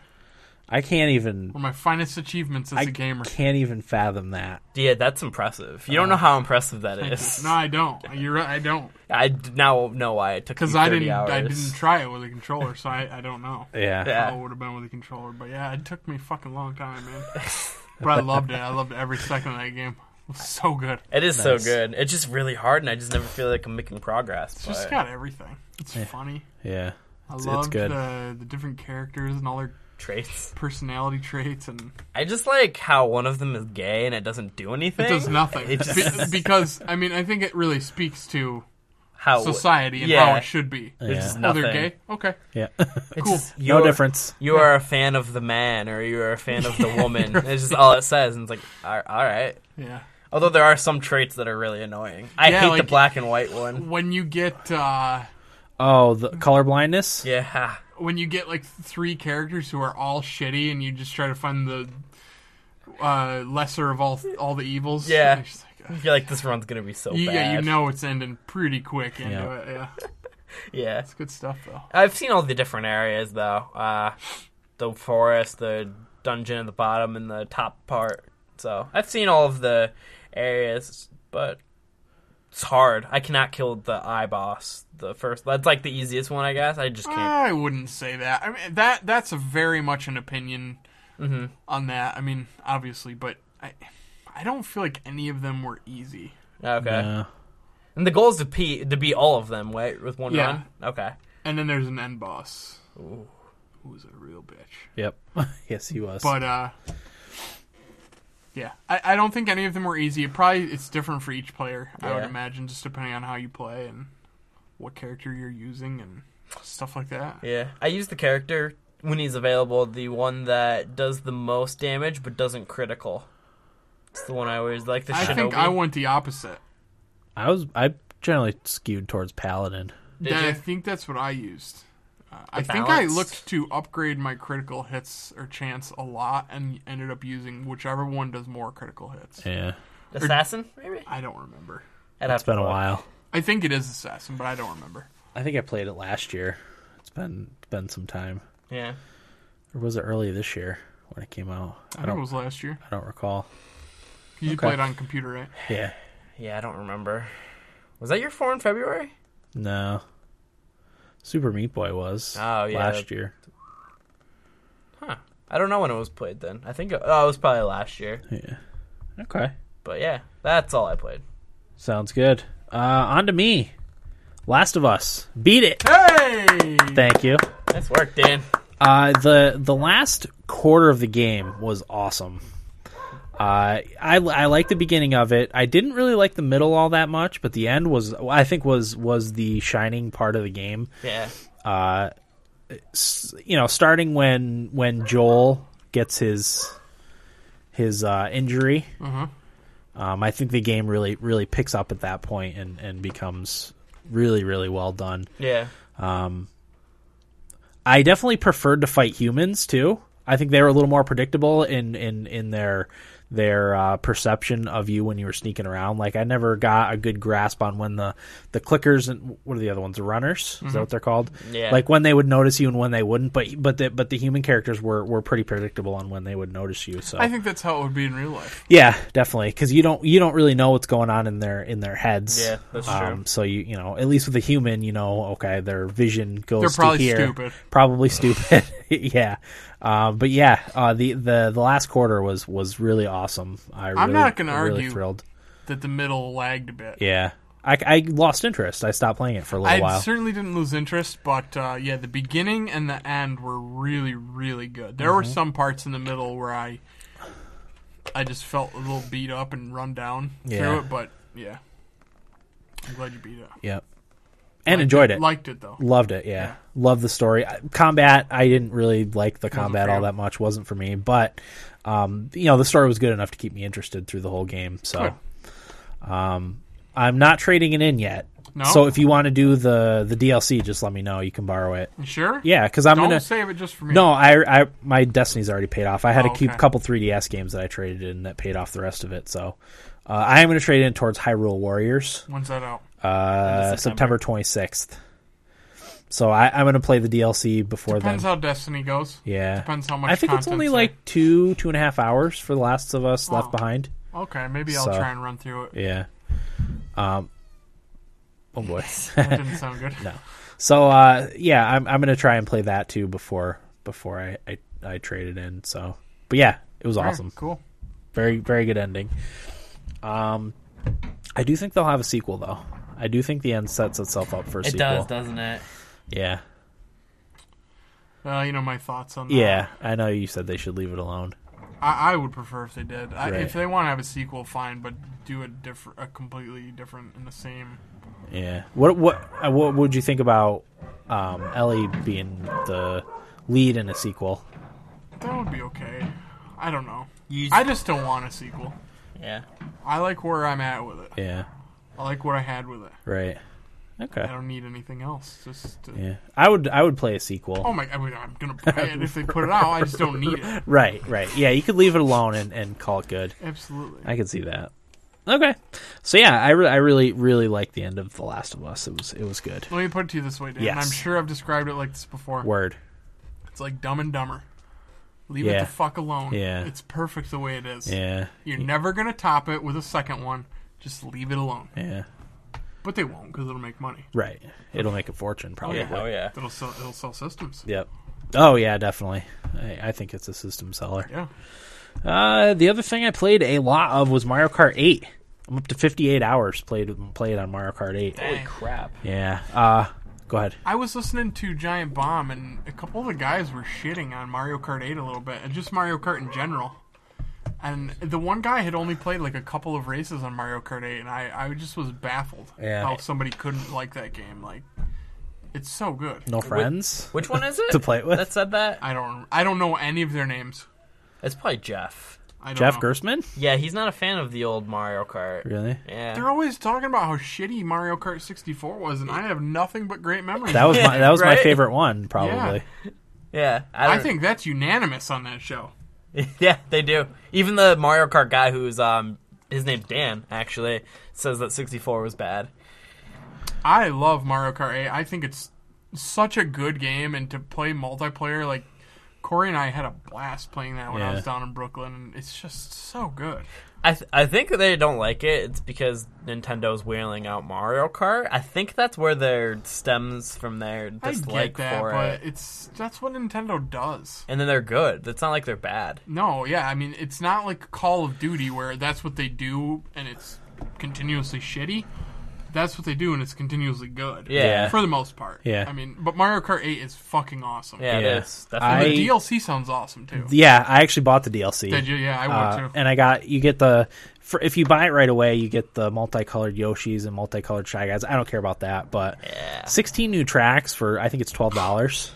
[SPEAKER 1] I can't even
[SPEAKER 2] were my finest achievements as
[SPEAKER 1] I
[SPEAKER 2] a gamer.
[SPEAKER 1] can't even fathom that.
[SPEAKER 3] Yeah, that's impressive. You don't know how impressive that is.
[SPEAKER 2] No, I don't. You're right. I don't
[SPEAKER 3] I d- now know why it took me
[SPEAKER 2] because
[SPEAKER 3] 30
[SPEAKER 2] I didn't.
[SPEAKER 3] hours.
[SPEAKER 2] I didn't try it with a controller, so I, I don't know.
[SPEAKER 1] Yeah.
[SPEAKER 2] How
[SPEAKER 3] Yeah.
[SPEAKER 2] Oh, it would have been with a controller, but yeah, it took me a fucking long time, man. but I loved it. I loved every second of that game. It was so good.
[SPEAKER 3] It is so
[SPEAKER 1] Nice.
[SPEAKER 3] good. It's just really hard, and I just never feel like I'm making progress.
[SPEAKER 2] It's just
[SPEAKER 3] but-
[SPEAKER 2] got everything. It's funny.
[SPEAKER 1] Yeah. It's-
[SPEAKER 2] I
[SPEAKER 1] it's
[SPEAKER 2] loved
[SPEAKER 1] good.
[SPEAKER 2] the the different characters and all their
[SPEAKER 3] traits.
[SPEAKER 2] personality traits and
[SPEAKER 3] I just like how one of them is gay and it doesn't do anything.
[SPEAKER 2] It does nothing.
[SPEAKER 3] It just-
[SPEAKER 2] Be- because I mean, I think it really speaks to
[SPEAKER 3] How
[SPEAKER 2] society and
[SPEAKER 3] Oh, yeah.
[SPEAKER 2] how it should be.
[SPEAKER 3] There's just
[SPEAKER 1] Yeah.
[SPEAKER 2] Oh,
[SPEAKER 3] nothing.
[SPEAKER 2] they're gay. Okay,
[SPEAKER 1] Yeah.
[SPEAKER 3] It's
[SPEAKER 2] Cool.
[SPEAKER 3] just-
[SPEAKER 1] no
[SPEAKER 3] you're-
[SPEAKER 1] difference.
[SPEAKER 3] You are a fan of the man, or you are a fan of the woman. It's just all it says, and it's like, all all right.
[SPEAKER 2] yeah.
[SPEAKER 3] Although there are some traits that are really annoying. I
[SPEAKER 2] Yeah,
[SPEAKER 3] hate the
[SPEAKER 2] like-
[SPEAKER 3] black and white one.
[SPEAKER 2] When you get uh,
[SPEAKER 1] Oh, the color blindness?
[SPEAKER 3] Yeah,
[SPEAKER 2] when you get like three characters who are all shitty, and you just try to find the uh, lesser of all all the evils.
[SPEAKER 3] Yeah.
[SPEAKER 2] it's just like,
[SPEAKER 3] I
[SPEAKER 2] ugh.
[SPEAKER 3] feel like this run's gonna be so
[SPEAKER 2] You-
[SPEAKER 3] bad.
[SPEAKER 2] yeah, you know it's ending pretty quick into
[SPEAKER 1] Yeah.
[SPEAKER 2] it. Yeah,
[SPEAKER 3] Yeah,
[SPEAKER 2] it's good stuff though.
[SPEAKER 3] I've seen all the different areas though. Uh, the forest, the dungeon at the bottom, and the top part. So I've seen all of the areas, but it's hard. I cannot kill the eye boss. The first that's like the easiest one, I guess. I just can't.
[SPEAKER 2] I wouldn't say that. I mean, that that's a very much an opinion
[SPEAKER 3] Mm-hmm.
[SPEAKER 2] on that. I mean, obviously, but I I don't feel like any of them were easy.
[SPEAKER 3] Okay.
[SPEAKER 1] Yeah.
[SPEAKER 3] And the goal is to pe- to beat all of them, right? With one
[SPEAKER 2] Yeah.
[SPEAKER 3] run. Okay.
[SPEAKER 2] And then there's an end boss who's a real bitch.
[SPEAKER 1] Yep. yes, he was.
[SPEAKER 2] But uh, yeah, I, I don't think any of them were easy. It probably it's different for each player. I would
[SPEAKER 3] Yeah.
[SPEAKER 2] imagine just depending on how you play and what character you're using and stuff like that.
[SPEAKER 3] Yeah. I use the character when he's available, the one that does the most damage but doesn't critical. It's the one I always like. The
[SPEAKER 2] I
[SPEAKER 3] Shinobi.
[SPEAKER 2] think I went the opposite.
[SPEAKER 1] I was I generally skewed towards paladin.
[SPEAKER 3] Did
[SPEAKER 2] That-
[SPEAKER 3] you?
[SPEAKER 2] I think that's what I used. Uh, I
[SPEAKER 3] The
[SPEAKER 2] think
[SPEAKER 3] balanced?
[SPEAKER 2] I looked to upgrade my critical hits or chance a lot and ended up using whichever one does more critical hits.
[SPEAKER 1] Yeah.
[SPEAKER 3] Assassin, maybe?
[SPEAKER 2] I don't remember.
[SPEAKER 3] I'd have
[SPEAKER 1] It's been
[SPEAKER 3] to
[SPEAKER 1] a
[SPEAKER 3] look.
[SPEAKER 1] while.
[SPEAKER 2] I think it is Assassin, but I don't remember.
[SPEAKER 1] I think I played it last year. It's been been some time.
[SPEAKER 3] Yeah.
[SPEAKER 1] Or was it early this year when it came out?
[SPEAKER 2] I,
[SPEAKER 1] I
[SPEAKER 2] think it
[SPEAKER 1] don't
[SPEAKER 2] was last year.
[SPEAKER 1] I don't recall.
[SPEAKER 2] You
[SPEAKER 1] Okay.
[SPEAKER 2] played on computer, right?
[SPEAKER 1] Yeah.
[SPEAKER 3] Yeah, I don't remember. Was that your four in February?
[SPEAKER 1] No. Super Meat Boy was
[SPEAKER 3] Oh, yeah.
[SPEAKER 1] last year.
[SPEAKER 3] I don't know when it was played then. I think it, oh, it was probably last year.
[SPEAKER 1] Yeah. Okay.
[SPEAKER 3] But yeah, that's all I played.
[SPEAKER 1] Sounds good. Uh, on to me. Last of Us. Beat it.
[SPEAKER 2] Hey!
[SPEAKER 1] Thank you.
[SPEAKER 3] Nice work, Dan.
[SPEAKER 1] Uh, the the last quarter of the game was awesome. Uh, I I like the beginning of it. I didn't really like the middle all that much, but the end was I think was was the shining part of the game.
[SPEAKER 3] Yeah.
[SPEAKER 1] Uh, s- you know, starting when when Joel gets his his uh, injury. Um, I think the game really really picks up at that point and and becomes really really well done.
[SPEAKER 3] Yeah.
[SPEAKER 1] I definitely preferred to fight humans too. I think they were a little more predictable in in in their their uh, perception of you when you were sneaking around. Like I never got a good grasp on when the the clickers and what are the other ones? The runners is that what they're called?
[SPEAKER 3] Yeah.
[SPEAKER 1] Like when they would notice you and when they wouldn't. But but the but the human characters were were pretty predictable on when they would notice you. So
[SPEAKER 3] Oh.
[SPEAKER 2] I think that's how it would be in real life.
[SPEAKER 1] yeah, definitely because you don't you don't really know what's going on in their in their heads. Um,
[SPEAKER 3] Yeah, that's true.
[SPEAKER 1] So you you know at least with a human you know okay their vision goes.
[SPEAKER 2] They're
[SPEAKER 1] to
[SPEAKER 2] probably
[SPEAKER 1] here.
[SPEAKER 2] stupid.
[SPEAKER 1] Probably stupid. yeah. Uh, but yeah, uh, the, the the last quarter was was really awesome. I I'm really,
[SPEAKER 2] not gonna
[SPEAKER 1] really
[SPEAKER 2] argue.
[SPEAKER 1] Thrilled.
[SPEAKER 2] That the middle lagged a bit.
[SPEAKER 1] Yeah. I, I lost interest. I stopped playing it for a little
[SPEAKER 2] I
[SPEAKER 1] while.
[SPEAKER 2] certainly didn't lose interest, but uh, yeah, the beginning and the end were really, really good. There
[SPEAKER 1] Mm-hmm.
[SPEAKER 2] were some parts in the middle where I, I just felt a little beat up and run down
[SPEAKER 1] Yeah.
[SPEAKER 2] through it, but yeah, I'm glad you beat it.
[SPEAKER 1] yep. And enjoyed it.
[SPEAKER 2] Liked it though.
[SPEAKER 1] Loved it. Yeah. Loved the story. I- Combat, I didn't really like the combat
[SPEAKER 2] for
[SPEAKER 1] all
[SPEAKER 2] you.
[SPEAKER 1] that much. Wasn't for me, but um, you know, the story was good enough to keep me interested through the whole game. So um, I'm not trading it in yet.
[SPEAKER 2] No?
[SPEAKER 1] So if you want to do the the DLC, just let me know. You can borrow it.
[SPEAKER 2] You sure?
[SPEAKER 1] Yeah, because I'm
[SPEAKER 2] Don't
[SPEAKER 1] gonna.
[SPEAKER 2] save it just for me.
[SPEAKER 1] No, I, I my Destiny's already paid off. I had
[SPEAKER 2] Oh,
[SPEAKER 1] to keep a
[SPEAKER 2] okay.
[SPEAKER 1] couple 3DS games that I traded in that paid off the rest of it. So uh, I am going to trade in towards Hyrule Warriors
[SPEAKER 2] When's that out?
[SPEAKER 1] uh, September
[SPEAKER 3] September.
[SPEAKER 1] 26th. So I, I'm going to play the DLC before
[SPEAKER 2] Depends
[SPEAKER 1] then.
[SPEAKER 2] how Destiny goes.
[SPEAKER 1] yeah,
[SPEAKER 2] Depends how much.
[SPEAKER 1] I think it's only
[SPEAKER 2] content's
[SPEAKER 1] like two two and a half hours for The Last of Us Left
[SPEAKER 2] Oh.
[SPEAKER 1] Behind.
[SPEAKER 2] there. Okay, maybe I'll
[SPEAKER 1] so-
[SPEAKER 2] try and run through it.
[SPEAKER 1] Yeah. Um. Oh boy.
[SPEAKER 2] That didn't sound good.
[SPEAKER 1] No. So uh, yeah, I'm I'm gonna try and play that too before before I I, I trade it in. So, but yeah, it was
[SPEAKER 2] All right,
[SPEAKER 1] awesome.
[SPEAKER 2] cool.
[SPEAKER 1] Very very good ending. Um, I do think they'll have a sequel though. I do think the end sets itself up for a
[SPEAKER 3] It
[SPEAKER 1] sequel.
[SPEAKER 3] does, doesn't it?
[SPEAKER 1] Yeah,
[SPEAKER 2] Uh, you know my thoughts on that.
[SPEAKER 1] yeah. I know you said they should leave it alone.
[SPEAKER 2] I, I would prefer if they did. I,
[SPEAKER 1] Right.
[SPEAKER 2] If they want to have a sequel, fine, but do a different, a completely different in the same.
[SPEAKER 1] Yeah. What what uh, what would you think about um, Ellie being the lead in a sequel?
[SPEAKER 2] That would be okay. I don't know.
[SPEAKER 3] You-
[SPEAKER 2] I just don't want a sequel.
[SPEAKER 3] yeah.
[SPEAKER 2] I like where I'm at with it.
[SPEAKER 1] Yeah.
[SPEAKER 2] I like what I had with it.
[SPEAKER 1] Right.
[SPEAKER 2] I
[SPEAKER 1] Okay.
[SPEAKER 2] don't need anything else. Just to,
[SPEAKER 1] Yeah. I would I would play a sequel.
[SPEAKER 2] oh my, I mean, I'm gonna buy it if they put it out. I just don't need it.
[SPEAKER 1] Right, right. Yeah, you could leave it alone and, and call it good.
[SPEAKER 2] Absolutely.
[SPEAKER 1] I could see that. Okay. So yeah, I, re- I really really like the end of The Last of Us. It was it was good.
[SPEAKER 2] Let me put it to you this way, Dan.
[SPEAKER 1] Yes.
[SPEAKER 2] I'm sure I've described it like this before.
[SPEAKER 1] Word.
[SPEAKER 2] It's like Dumb and Dumber. Leave it
[SPEAKER 1] Yeah.
[SPEAKER 2] the fuck alone.
[SPEAKER 1] Yeah.
[SPEAKER 2] It's perfect the way it is.
[SPEAKER 1] Yeah.
[SPEAKER 2] You're never gonna top it with a second one. Just leave it alone.
[SPEAKER 1] Yeah.
[SPEAKER 2] But they won't because it'll make money.
[SPEAKER 1] Right. It'll make a fortune probably.
[SPEAKER 3] Yeah. Oh yeah.
[SPEAKER 2] It'll sell. It'll sell systems.
[SPEAKER 1] Yep. Oh yeah, definitely. I, I think it's a system seller.
[SPEAKER 2] Yeah.
[SPEAKER 1] Uh, the other thing I played a lot of was Mario Kart 8. I'm up to 58 hours played played on Mario Kart 8.
[SPEAKER 3] Holy crap.
[SPEAKER 1] Yeah. Uh, go ahead.
[SPEAKER 2] I was listening to Giant Bomb, and a couple of the guys were shitting on Mario Kart 8 a little bit, and just Mario Kart in general. And the one guy had only played like a couple of races on Mario Kart 8, and I, I just was baffled
[SPEAKER 1] Yeah.
[SPEAKER 2] how somebody couldn't like that game. Like, it's so good.
[SPEAKER 1] No friends.
[SPEAKER 3] Which one is it?
[SPEAKER 1] To play it with?
[SPEAKER 3] That said that?
[SPEAKER 2] I don't. I don't know any of their names.
[SPEAKER 3] It's probably Jeff.
[SPEAKER 2] I don't
[SPEAKER 1] Jeff
[SPEAKER 2] know.
[SPEAKER 1] Gerstmann?
[SPEAKER 3] Yeah, he's not a fan of the old Mario Kart.
[SPEAKER 1] Really?
[SPEAKER 2] They're
[SPEAKER 3] Yeah.
[SPEAKER 2] always talking about how shitty Mario Kart 64 was, and I have nothing but great memories.
[SPEAKER 1] That was my, that was
[SPEAKER 3] Right?
[SPEAKER 1] my favorite one probably.
[SPEAKER 3] Yeah.
[SPEAKER 2] I
[SPEAKER 3] don't-
[SPEAKER 2] think that's unanimous on that show.
[SPEAKER 3] Yeah, they do. Even the Mario Kart guy who's um his name's Dan actually says that 64 was bad.
[SPEAKER 2] I love Mario Kart 8. I think it's such a good game, and to play multiplayer, like Corey and I had a blast playing that when I
[SPEAKER 1] Yeah.
[SPEAKER 2] was down in Brooklyn, and it's just so good.
[SPEAKER 3] I th- I think they don't like it. It's because Nintendo's wheeling out Mario Kart. I think that's where their stems from their
[SPEAKER 2] I
[SPEAKER 3] dislike
[SPEAKER 2] get that,
[SPEAKER 3] for
[SPEAKER 2] but
[SPEAKER 3] it.
[SPEAKER 2] it's that's what Nintendo does.
[SPEAKER 3] And then they're good. It's not like they're bad.
[SPEAKER 2] No, yeah, I mean it's not like Call of Duty where that's what they do and it's continuously shitty. That's what they do and it's continuously good.
[SPEAKER 3] Yeah.
[SPEAKER 2] For the most part.
[SPEAKER 1] Yeah.
[SPEAKER 2] I mean, but Mario Kart 8 is fucking awesome.
[SPEAKER 3] Yeah,
[SPEAKER 1] Yeah.
[SPEAKER 3] that's definitely.
[SPEAKER 2] The
[SPEAKER 1] I-
[SPEAKER 2] DLC sounds awesome too.
[SPEAKER 1] Yeah, I actually bought the DLC.
[SPEAKER 2] Did you? Yeah, I
[SPEAKER 1] Uh,
[SPEAKER 2] want to.
[SPEAKER 1] and I got you get the for, if you buy it right away, you get the multicolored Yoshi's and multicolored Shy Guys. I don't care about that, but 16 new tracks for I think it's twelve dollars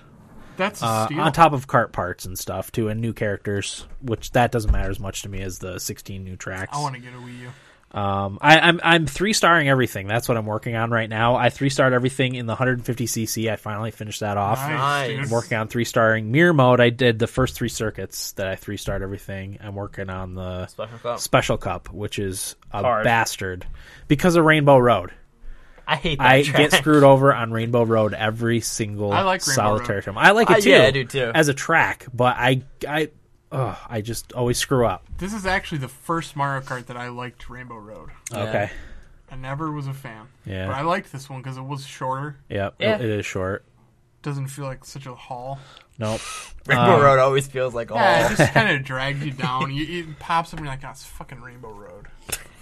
[SPEAKER 2] That's a
[SPEAKER 1] uh,
[SPEAKER 2] steal.
[SPEAKER 1] on top of cart parts and stuff too, and new characters, which that doesn't matter as much to me as the 16 new tracks.
[SPEAKER 2] I want to get a Wii U.
[SPEAKER 1] Um, I, I'm I'm three starring everything. That's what I'm working on right now. I three starred everything in the 150cc. I finally finished that off.
[SPEAKER 3] Nice.
[SPEAKER 2] dude.
[SPEAKER 1] I'm working on three starring mirror mode. I did the first three circuits that I three starred everything. I'm working on the
[SPEAKER 3] Special Cup.
[SPEAKER 1] special cup, which is a
[SPEAKER 3] Hard.
[SPEAKER 1] bastard because of Rainbow Road.
[SPEAKER 3] I hate that
[SPEAKER 1] I
[SPEAKER 3] track.
[SPEAKER 1] get screwed over on Rainbow Road every single
[SPEAKER 2] I like Rainbow
[SPEAKER 1] solitary
[SPEAKER 2] Road.
[SPEAKER 1] time. I like
[SPEAKER 3] Uh,
[SPEAKER 1] it too.
[SPEAKER 3] yeah, I do too.
[SPEAKER 1] As a track, but I I ugh, I just always screw up.
[SPEAKER 2] This is actually the first Mario Kart that I liked Rainbow Road.
[SPEAKER 1] Okay.
[SPEAKER 2] I never was a fan.
[SPEAKER 1] Yeah.
[SPEAKER 2] But I liked this one because it was shorter.
[SPEAKER 1] Yep.
[SPEAKER 3] Yeah.
[SPEAKER 1] It, it is short.
[SPEAKER 2] Doesn't feel like such a haul.
[SPEAKER 1] Nope. Um,
[SPEAKER 3] Rainbow Road always feels like all.
[SPEAKER 2] Yeah, it just kind of dragged you down. You, it pops up and you're like, oh, it's fucking Rainbow Road.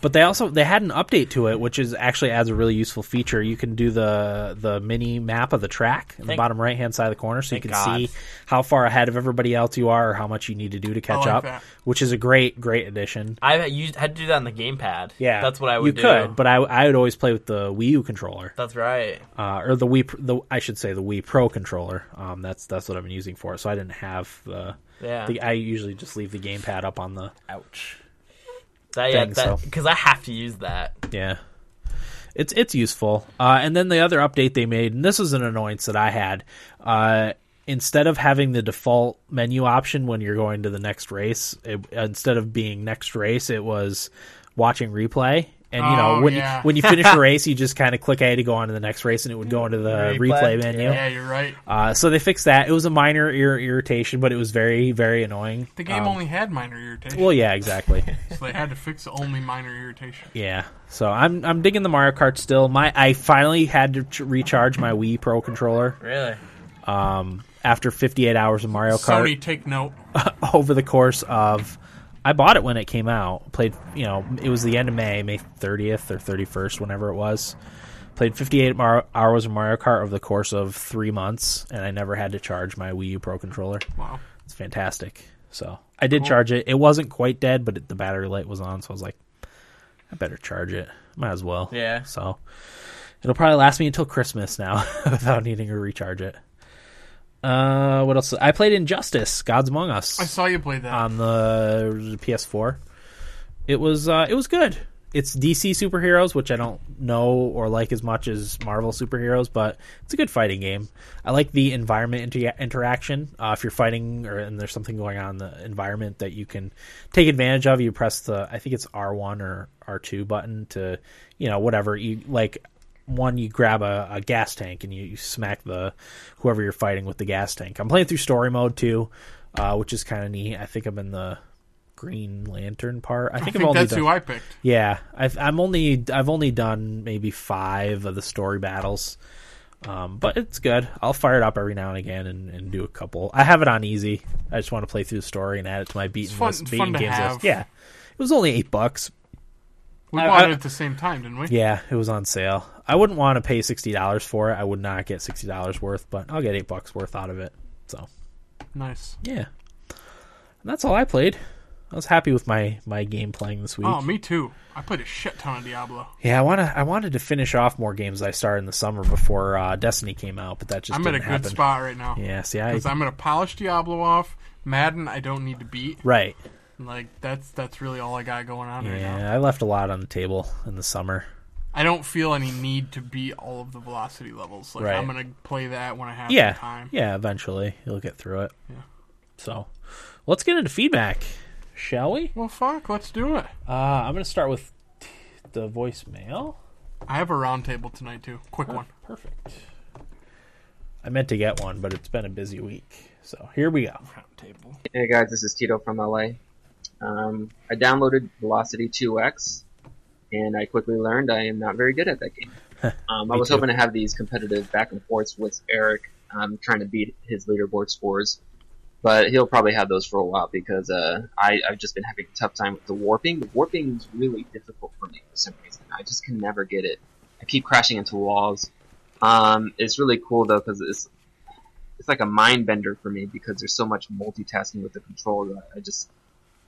[SPEAKER 1] But they also they had an update to it, which is actually adds a really useful feature. You can do the the mini map of the track in the
[SPEAKER 3] Thank-
[SPEAKER 1] bottom right hand side of the corner, so you can
[SPEAKER 3] Thank God.
[SPEAKER 1] see how far ahead of everybody else you are, or how much you need to do to catch
[SPEAKER 2] like
[SPEAKER 1] up.
[SPEAKER 2] that.
[SPEAKER 1] Which is a great great addition.
[SPEAKER 3] I used, had to do that on the gamepad.
[SPEAKER 1] Yeah,
[SPEAKER 3] that's what I would
[SPEAKER 1] You
[SPEAKER 3] do.
[SPEAKER 1] could, but I I would always play with the Wii U controller,
[SPEAKER 3] that's right.
[SPEAKER 1] uh, or the Wii Pr- the I should say the Wii Pro controller. Um, that's that's what I've been using for it. So I didn't have the.
[SPEAKER 3] Yeah.
[SPEAKER 1] The, I usually just leave the gamepad up on the
[SPEAKER 3] Ouch. That, yeah,
[SPEAKER 1] Dang,
[SPEAKER 3] that
[SPEAKER 1] so.
[SPEAKER 3] because I have to use that.
[SPEAKER 1] Yeah. It's it's useful. Uh, and then the other update they made, and this is an annoyance that I had. Uh, instead of having the default menu option when you're going to the next race, it, instead of being next race, it was watching replay. And you know
[SPEAKER 2] Oh,
[SPEAKER 1] when
[SPEAKER 2] yeah.
[SPEAKER 1] you, when you finish a race, you just kind of click A to go on to the next race, and it would go into the
[SPEAKER 3] Replay.
[SPEAKER 1] replay, menu.
[SPEAKER 2] Yeah, you're right.
[SPEAKER 1] Uh, so they fixed that. It was a minor ir- irritation, but it was very very annoying.
[SPEAKER 2] The game
[SPEAKER 1] Um,
[SPEAKER 2] only had minor irritation,
[SPEAKER 1] well, yeah, exactly.
[SPEAKER 2] so they had to fix only minor irritation.
[SPEAKER 1] Yeah, so I'm I'm digging the Mario Kart still. My I finally had to ch- recharge my Wii Pro controller
[SPEAKER 3] Really?
[SPEAKER 1] after 58 hours of Mario Kart
[SPEAKER 2] Sony, take note.
[SPEAKER 1] over the course of. I bought it when it came out. Played, you know, it was the end of May, May 30th or 31st, whenever it was. Played 58 mar- hours of Mario Kart over the course of three months, and I never had to charge my Wii U Pro controller.
[SPEAKER 2] Wow.
[SPEAKER 1] It's fantastic. So I did charge it. It wasn't quite dead, but it, the battery light was on, so I was like, I better charge it. Might as well.
[SPEAKER 3] Yeah.
[SPEAKER 1] So it'll probably last me until Christmas now without needing to recharge it. Uh, what else? I played Injustice: Gods Among
[SPEAKER 2] I
[SPEAKER 1] Us
[SPEAKER 2] saw you play that.
[SPEAKER 1] on the PS4. It was uh, it was good. It's DC superheroes, which I don't know or like as much as Marvel superheroes, but it's a good fighting game. I like the environment inter- interaction. Uh, if you're fighting or and there's something going on in the environment that you can take advantage of, you press the I think it's R1 or R2 button to you know whatever you like. One, you grab a, a gas tank and you, you smack the whoever you're fighting with the gas tank. I'm playing through story mode too, uh, which is kind of neat. I think I'm in the Green Lantern part. I
[SPEAKER 2] I
[SPEAKER 1] think,
[SPEAKER 2] think
[SPEAKER 1] I'm uh, only
[SPEAKER 2] that's
[SPEAKER 1] done-
[SPEAKER 2] who I picked.
[SPEAKER 1] yeah, I've, I'm only I've only done maybe five of the story battles, um, but it's good. I'll fire it up every now and again and, and do a couple. I have it on easy. I just want to play through the story and add it to my beaten
[SPEAKER 2] fun-
[SPEAKER 1] list,
[SPEAKER 2] it's
[SPEAKER 1] beaten
[SPEAKER 2] fun to
[SPEAKER 1] games
[SPEAKER 2] have.
[SPEAKER 1] list. Yeah, it was only eight bucks.
[SPEAKER 2] We
[SPEAKER 1] I-
[SPEAKER 2] bought
[SPEAKER 1] I-
[SPEAKER 2] it at the same time, didn't we?
[SPEAKER 1] Yeah, it was on sale. I wouldn't want to pay sixty dollars for it. I would not get sixty dollars worth, but I'll get eight bucks worth out of it. So
[SPEAKER 2] Nice.
[SPEAKER 1] yeah, and that's all I played. I was happy with my my game playing this week.
[SPEAKER 2] Oh, me too. I played a shit ton of Diablo.
[SPEAKER 1] Yeah, I want to. I wanted to finish off more games I started in the summer before uh, Destiny came out, but that just
[SPEAKER 2] I'm at
[SPEAKER 1] didn't
[SPEAKER 2] a good
[SPEAKER 1] happen.
[SPEAKER 2] spot right now.
[SPEAKER 1] Yeah, see, I
[SPEAKER 2] Because I'm gonna polish Diablo off. Madden, I don't need to beat.
[SPEAKER 1] right.
[SPEAKER 2] Like that's that's really all I got going on right now.
[SPEAKER 1] Yeah, I left a lot on the table in the summer.
[SPEAKER 2] I don't feel any need to beat all of the velocity levels. Like
[SPEAKER 1] Right.
[SPEAKER 2] I'm gonna play that when I have
[SPEAKER 1] Yeah,
[SPEAKER 2] the time.
[SPEAKER 1] yeah. Eventually, you'll get through it.
[SPEAKER 2] Yeah.
[SPEAKER 1] So, let's get into feedback, shall we?
[SPEAKER 2] Well, fuck, let's do it.
[SPEAKER 1] Uh, I'm going to start with t- the voicemail.
[SPEAKER 2] I have a roundtable tonight too. Quick
[SPEAKER 1] Uh,
[SPEAKER 2] one.
[SPEAKER 1] Perfect. I meant to get one, but it's been a busy week. So here we go.
[SPEAKER 2] Roundtable.
[SPEAKER 4] Hey guys, this is Tito from LA. Um, I downloaded Velocity 2X, and I quickly learned I am not very good at that game. Um, I
[SPEAKER 1] Me
[SPEAKER 4] was
[SPEAKER 1] too.
[SPEAKER 4] hoping to have these competitive back and forths with Eric, um, trying to beat his leaderboard scores, but he'll probably have those for a while because uh, I, I've just been having a tough time with the warping. The warping is really difficult for me for some reason. I just can never get it. I keep crashing into walls. Um, it's really cool though because it's it's like a mind bender for me because there's so much multitasking with the controller. I just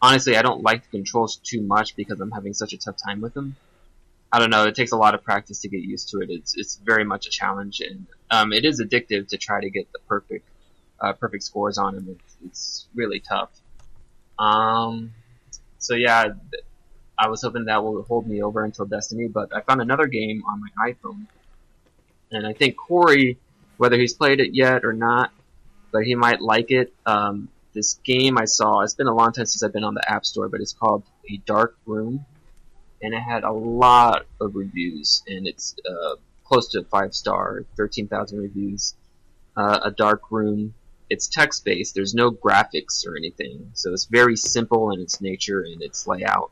[SPEAKER 4] honestly I don't like the controls too much because I'm having such a tough time with them. I don't know. It takes a lot of practice to get used to it. It's it's very much a challenge, and um, it is addictive to try to get the perfect uh, perfect scores on them. It's, it's really tough. Um, so yeah, th- I was hoping that would hold me over until Destiny, but I found another game on my iPhone, and I think Corey, whether he's played it yet or not, but he might like it. Um, this game I saw, it's been a long time since I've been on the App Store, but it's called A Dark Room, and it had a lot of reviews, and it's uh, close to five star, thirteen thousand reviews. Uh, a dark room. It's text based. There's no graphics or anything, so it's very simple in its nature and its layout.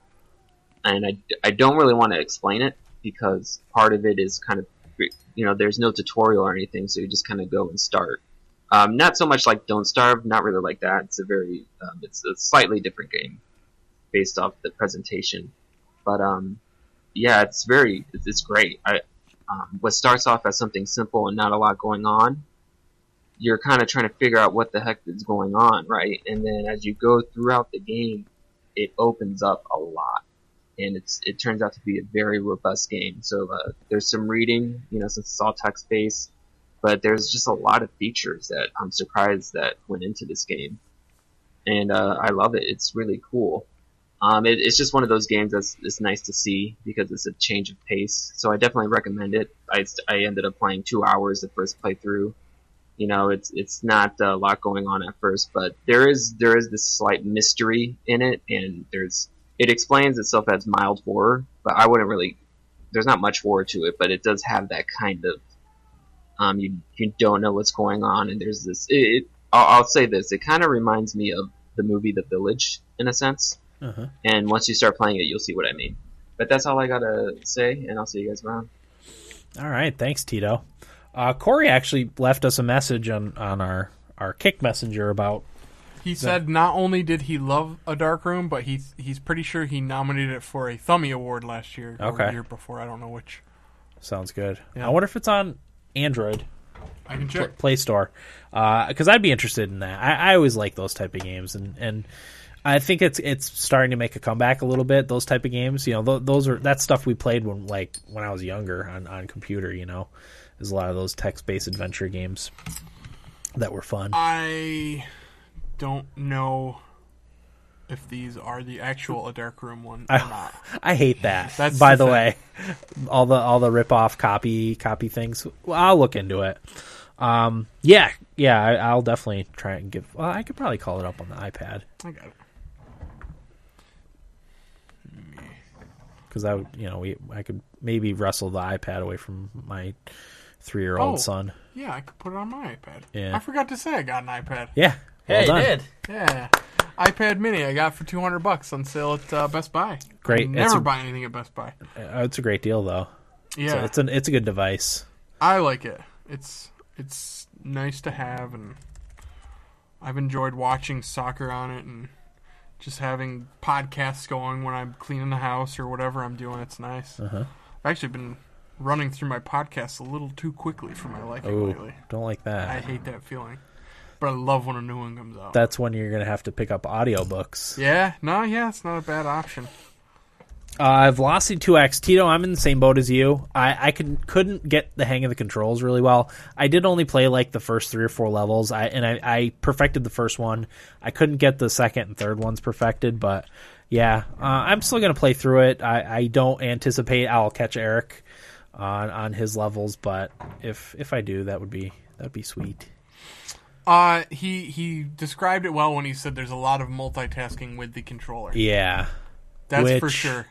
[SPEAKER 4] And I, I don't really want to explain it because part of it is kind of you know there's no tutorial or anything, so you just kind of go and start. Um, not so much like Don't Starve, not really like that. It's a very um, it's a slightly different game based off the presentation, but um, yeah, it's very it's, it's great. I, um, what starts off as something simple and not a lot going on, you're kind of trying to figure out what the heck is going on, right? And then as you go throughout the game, it opens up a lot, and it's it turns out to be a very robust game. So uh, there's some reading, you know, since it's all text based, but there's just a lot of features that I'm surprised that went into this game, and uh, I love it. It's really cool. Um, it, it's just one of those games that's it's nice to see because it's a change of pace. So I definitely recommend it. I, I ended up playing two hours the first playthrough. You know, it's it's not a lot going on at first, but there is there is this slight mystery in it, and there's it explains itself as mild horror, but I wouldn't really. There's not much horror to it, but it does have that kind of. Um, you you don't know what's going on, and there's this. It, it I'll, I'll say this. It kind of reminds me of the movie The Village in a sense.
[SPEAKER 1] Uh-huh.
[SPEAKER 4] And once you start playing it, you'll see what I mean. But that's all I gotta say, and I'll see you guys around.
[SPEAKER 1] All right, thanks, Tito. Uh, Corey actually left us a message on, on our, our Kick Messenger about.
[SPEAKER 2] He said not only did he love A Dark Room, but he's he's pretty sure he nominated it for a Thummy Award last year or
[SPEAKER 1] Okay.
[SPEAKER 2] the year before. I don't know which.
[SPEAKER 1] Sounds good.
[SPEAKER 2] Yeah.
[SPEAKER 1] I wonder if it's on Android
[SPEAKER 2] I can check.
[SPEAKER 1] Play Store, because I'd be interested in that. I, I always like those type of games, and and I think it's it's starting to make a comeback a little bit. Those type of games, you know, th- those are that's stuff we played when like when I was younger on on computer. You know, there's a lot of those text based adventure games that were fun.
[SPEAKER 2] I don't know if these are the actual A Dark Room one or not.
[SPEAKER 1] I hate that.
[SPEAKER 2] That's
[SPEAKER 1] by the,
[SPEAKER 2] the
[SPEAKER 1] way, all the all the rip off copy copy things. Well, I'll look into it. Um, yeah, yeah, I, I'll definitely try and give. Well, I could probably call it up on the iPad
[SPEAKER 2] I got it.
[SPEAKER 1] because I would, you know, we I could maybe wrestle the iPad away from my three year old
[SPEAKER 2] Oh.
[SPEAKER 1] son.
[SPEAKER 2] Yeah, I could put it on my iPad.
[SPEAKER 1] Yeah.
[SPEAKER 2] I forgot to say I got an iPad.
[SPEAKER 1] Yeah, well
[SPEAKER 3] hey,
[SPEAKER 1] done.
[SPEAKER 3] you did.
[SPEAKER 2] Yeah. iPad Mini I got for 200 bucks on sale at uh, Best Buy.
[SPEAKER 1] Great.
[SPEAKER 2] I
[SPEAKER 1] It's
[SPEAKER 2] never
[SPEAKER 1] a-
[SPEAKER 2] buy anything at Best Buy.
[SPEAKER 1] Uh, It's a great deal though. So
[SPEAKER 2] Yeah.
[SPEAKER 1] it's an it's a good device.
[SPEAKER 2] I like it. It's it's nice to have and I've enjoyed watching soccer on it and just having podcasts going when I'm cleaning the house or whatever I'm doing. It's nice.
[SPEAKER 1] Uh-huh.
[SPEAKER 2] I've actually been running through my podcasts a little too quickly for my liking
[SPEAKER 1] Ooh,
[SPEAKER 2] lately.
[SPEAKER 1] don't like that.
[SPEAKER 2] I hate that feeling. But I love when a new one comes out.
[SPEAKER 1] That's when you're gonna have to pick up audiobooks.
[SPEAKER 2] yeah, no, yeah, it's not a bad option.
[SPEAKER 1] Uh, Velocity 2X, Tito, I'm in the same boat as you. I, I could, couldn't get the hang of the controls really well. I did only play like the first three or four levels, I, and I, I perfected the first one. I couldn't get the second and third ones perfected, but yeah, uh, I'm still going to play through it. I, I don't anticipate I'll catch Eric on on his levels, but if if I do, that would be that'd be sweet.
[SPEAKER 2] Uh, he he described it well when he said there's a lot of multitasking with the controller.
[SPEAKER 1] Yeah,
[SPEAKER 2] That's for
[SPEAKER 1] which-
[SPEAKER 2] sure.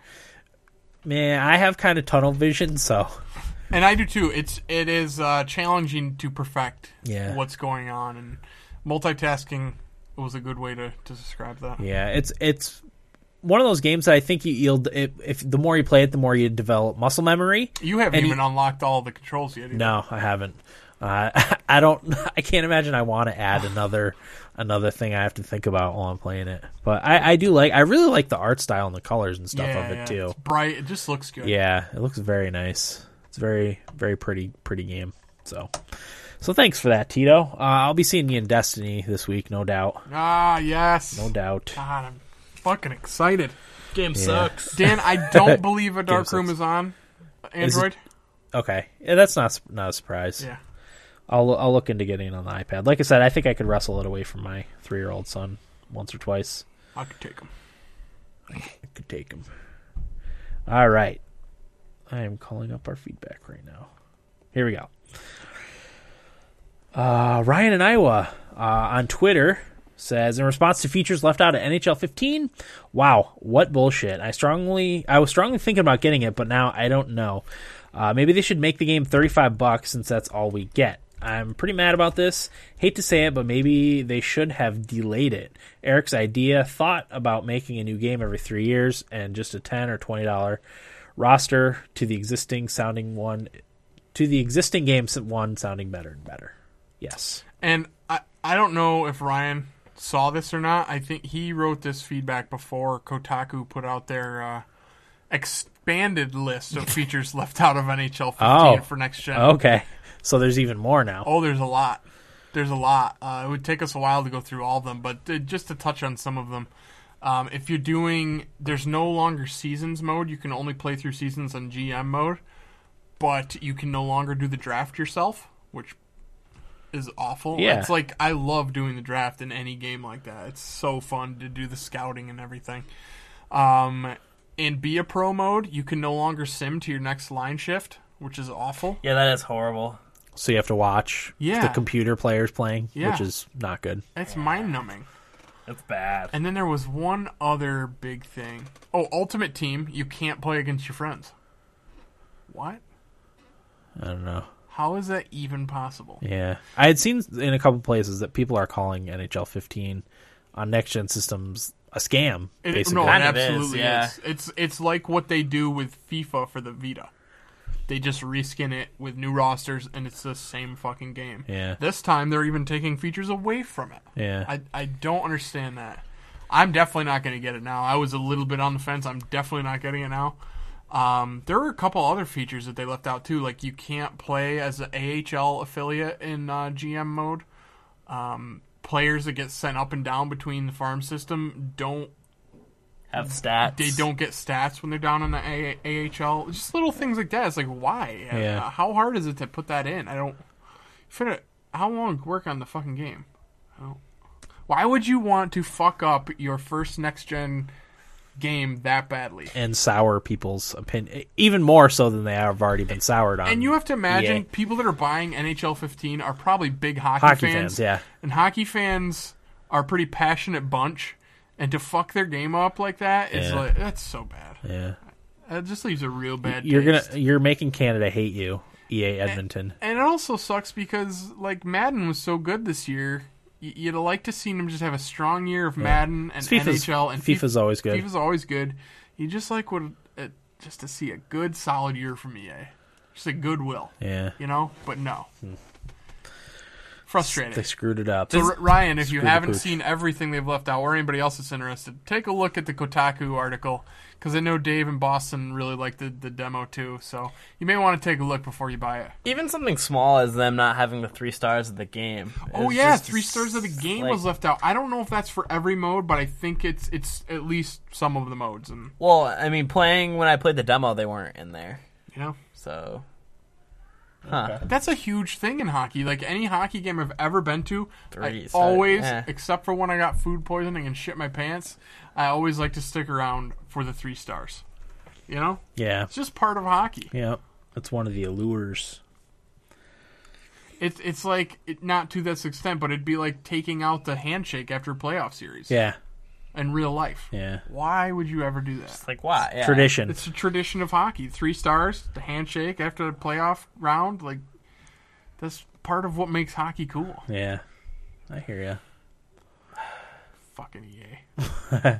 [SPEAKER 1] man, I have kind of tunnel vision, so
[SPEAKER 2] and I do too. It's it is uh, challenging to perfect
[SPEAKER 1] Yeah.
[SPEAKER 2] what's going on, and multitasking was a good way to, to describe that.
[SPEAKER 1] Yeah, it's it's one of those games that I think you yield if, if the more you play it, the more you develop muscle memory.
[SPEAKER 2] You haven't
[SPEAKER 1] And
[SPEAKER 2] even
[SPEAKER 1] you-
[SPEAKER 2] unlocked all the controls yet. Either.
[SPEAKER 1] No, I haven't. Uh, I don't. I can't imagine I want to add another another thing I have to think about while I'm playing it. But I, I do like. I really like the art style and the colors and stuff
[SPEAKER 2] yeah,
[SPEAKER 1] of it
[SPEAKER 2] yeah.
[SPEAKER 1] too.
[SPEAKER 2] It's bright. It just looks good.
[SPEAKER 1] Yeah, it looks very nice. It's very very pretty pretty game. So. So thanks for that, Tito. Uh, I'll be seeing you in Destiny this week, no doubt.
[SPEAKER 2] Ah, yes.
[SPEAKER 1] No doubt.
[SPEAKER 2] God, I'm fucking excited.
[SPEAKER 3] Game sucks.
[SPEAKER 2] Dan, I don't believe a dark
[SPEAKER 1] Gives
[SPEAKER 2] room
[SPEAKER 1] us-
[SPEAKER 2] is on
[SPEAKER 1] Is it-
[SPEAKER 2] Android.
[SPEAKER 1] Okay, yeah, that's not not a surprise.
[SPEAKER 2] Yeah.
[SPEAKER 1] I'll I'll look into getting it on the iPad. Like I said, I think I could wrestle it away from my three year old son once or twice.
[SPEAKER 2] I could take them.
[SPEAKER 1] I could take him. All right. I am calling up our feedback right now. Here we go. Uh, Ryan in Iowa uh, on Twitter says in response to features left out at NHL 15, wow, what bullshit. I strongly I was strongly thinking about getting it, but now I don't know. Uh, maybe they should make the game 35 bucks since that's all we get. I'm pretty mad about this. Hate to say it, but maybe they should have delayed it. Eric's idea thought about making a new game every 3 years and just a 10 or 20 dollar roster to the existing sounding one to the existing game one sounding better and better. Yes.
[SPEAKER 2] And I, I don't know if Ryan saw this or not. I think he wrote this feedback before Kotaku put out their uh, expanded list of features left out of NHL 15
[SPEAKER 1] Oh.
[SPEAKER 2] for next gen.
[SPEAKER 1] Okay. So there's even more now.
[SPEAKER 2] Oh, there's a lot. There's a lot. Uh, it would take us a while to go through all of them, but uh, just to touch on some of them. Um, if you're doing, there's no longer seasons mode. You can only play through seasons on GM mode, but you can no longer do the draft yourself, which is awful.
[SPEAKER 1] Yeah.
[SPEAKER 2] It's like I love doing the draft in any game like that. It's so fun to do the scouting and everything. Um, in be a pro mode, you can no longer sim to your next line shift, which is awful.
[SPEAKER 3] Yeah, that is horrible.
[SPEAKER 1] So you have to watch
[SPEAKER 2] Yeah.
[SPEAKER 1] the computer players playing,
[SPEAKER 2] Yeah.
[SPEAKER 1] which is not good.
[SPEAKER 2] It's mind numbing.
[SPEAKER 3] It's bad.
[SPEAKER 2] And then there was one other big thing. Oh, Ultimate Team, you can't play against your friends. What?
[SPEAKER 1] I don't know.
[SPEAKER 2] How is that even possible?
[SPEAKER 1] Yeah. I had seen in a couple places that people are calling NHL 15 on next gen systems a scam,
[SPEAKER 2] It-
[SPEAKER 1] basically.
[SPEAKER 2] no, it
[SPEAKER 3] Kind of is,
[SPEAKER 2] absolutely is,
[SPEAKER 3] yeah.
[SPEAKER 2] It's it's like what they do with FIFA for the Vita. They just reskin it with new rosters, and it's the same fucking game.
[SPEAKER 1] Yeah.
[SPEAKER 2] This time they're even taking features away from it.
[SPEAKER 1] Yeah.
[SPEAKER 2] I I don't understand that. I'm definitely not going to get it now. I was a little bit on the fence. I'm definitely not getting it now. Um, there were a couple other features that they left out too, like you can't play as an AHL affiliate in uh, GM mode. Um, players that get sent up and down between the farm system don't
[SPEAKER 3] Have stats.
[SPEAKER 2] they don't get stats when they're down on the A- AHL. Just little things like that. It's like why?
[SPEAKER 1] Yeah.
[SPEAKER 2] Uh, How hard is it to put that in? I don't. Fit it. How long work on the fucking game? I don't- Why would you want to fuck up your first next gen game that badly?
[SPEAKER 1] and sour people's opinion, even more so than they have already been soured on.
[SPEAKER 2] And you have to imagine
[SPEAKER 1] Um, Yeah.
[SPEAKER 2] people that are buying NHL 15 are probably big hockey,
[SPEAKER 1] Hockey fans, yeah.
[SPEAKER 2] And hockey fans are a pretty passionate bunch. And to fuck their game up like that is
[SPEAKER 1] Yeah.
[SPEAKER 2] like that's so bad.
[SPEAKER 1] yeah.
[SPEAKER 2] That just leaves a real bad.
[SPEAKER 1] You're
[SPEAKER 2] taste.
[SPEAKER 1] gonna you're making Canada hate you, EA
[SPEAKER 2] Eh.
[SPEAKER 1] Edmonton.
[SPEAKER 2] And it also sucks because like Madden was so good this year. Y- You'd have liked to seen him just have a strong year of Madden and
[SPEAKER 1] FIFA's-
[SPEAKER 2] NHL and
[SPEAKER 1] FIFA's
[SPEAKER 2] Fif-
[SPEAKER 1] always good.
[SPEAKER 2] FIFA's always good. You just like would uh, just to see a good solid year from EA, just a goodwill,
[SPEAKER 1] Yeah. Hmm.
[SPEAKER 2] you know. But no,
[SPEAKER 1] They
[SPEAKER 2] frustrating.
[SPEAKER 1] screwed it up.
[SPEAKER 2] So R- Ryan, if you
[SPEAKER 1] Screw the
[SPEAKER 2] haven't
[SPEAKER 1] pooch.
[SPEAKER 2] seen everything they've left out, or anybody else that's interested, take a look at the Kotaku article because I know Dave in Boston really liked the, the demo too. So you may want to take a look before you buy it.
[SPEAKER 3] Even something small as them not having the three stars of the game.
[SPEAKER 2] Oh
[SPEAKER 3] is
[SPEAKER 2] yeah,
[SPEAKER 3] just-
[SPEAKER 2] three stars of the game
[SPEAKER 3] like-
[SPEAKER 2] was left out. I don't know if that's for every mode, but I think it's it's at least some of the modes, and
[SPEAKER 3] Well, I mean, playing when I played the demo, they weren't in there.
[SPEAKER 2] you know
[SPEAKER 3] So, huh?
[SPEAKER 2] that's a huge thing in hockey. Like any hockey game I've ever been to,
[SPEAKER 3] Three
[SPEAKER 2] I
[SPEAKER 3] stars,
[SPEAKER 2] always,
[SPEAKER 3] yeah.
[SPEAKER 2] except for when I got food poisoning and shit my pants, I always like to stick around for the three stars. You know,
[SPEAKER 1] Yeah.
[SPEAKER 2] it's just part of hockey.
[SPEAKER 1] Yeah. That's one of the allures.
[SPEAKER 2] It's it's like it, not to this extent, but it'd be like taking out the handshake after a playoff series
[SPEAKER 1] Yeah.
[SPEAKER 2] in real life.
[SPEAKER 1] Yeah.
[SPEAKER 2] Why would you ever do that?
[SPEAKER 3] It's like why? Yeah.
[SPEAKER 1] Tradition.
[SPEAKER 2] It's a tradition of hockey. Three stars, the handshake after the playoff round. Like, that's part of what makes hockey cool.
[SPEAKER 1] Yeah. I hear you.
[SPEAKER 2] Fucking E EA.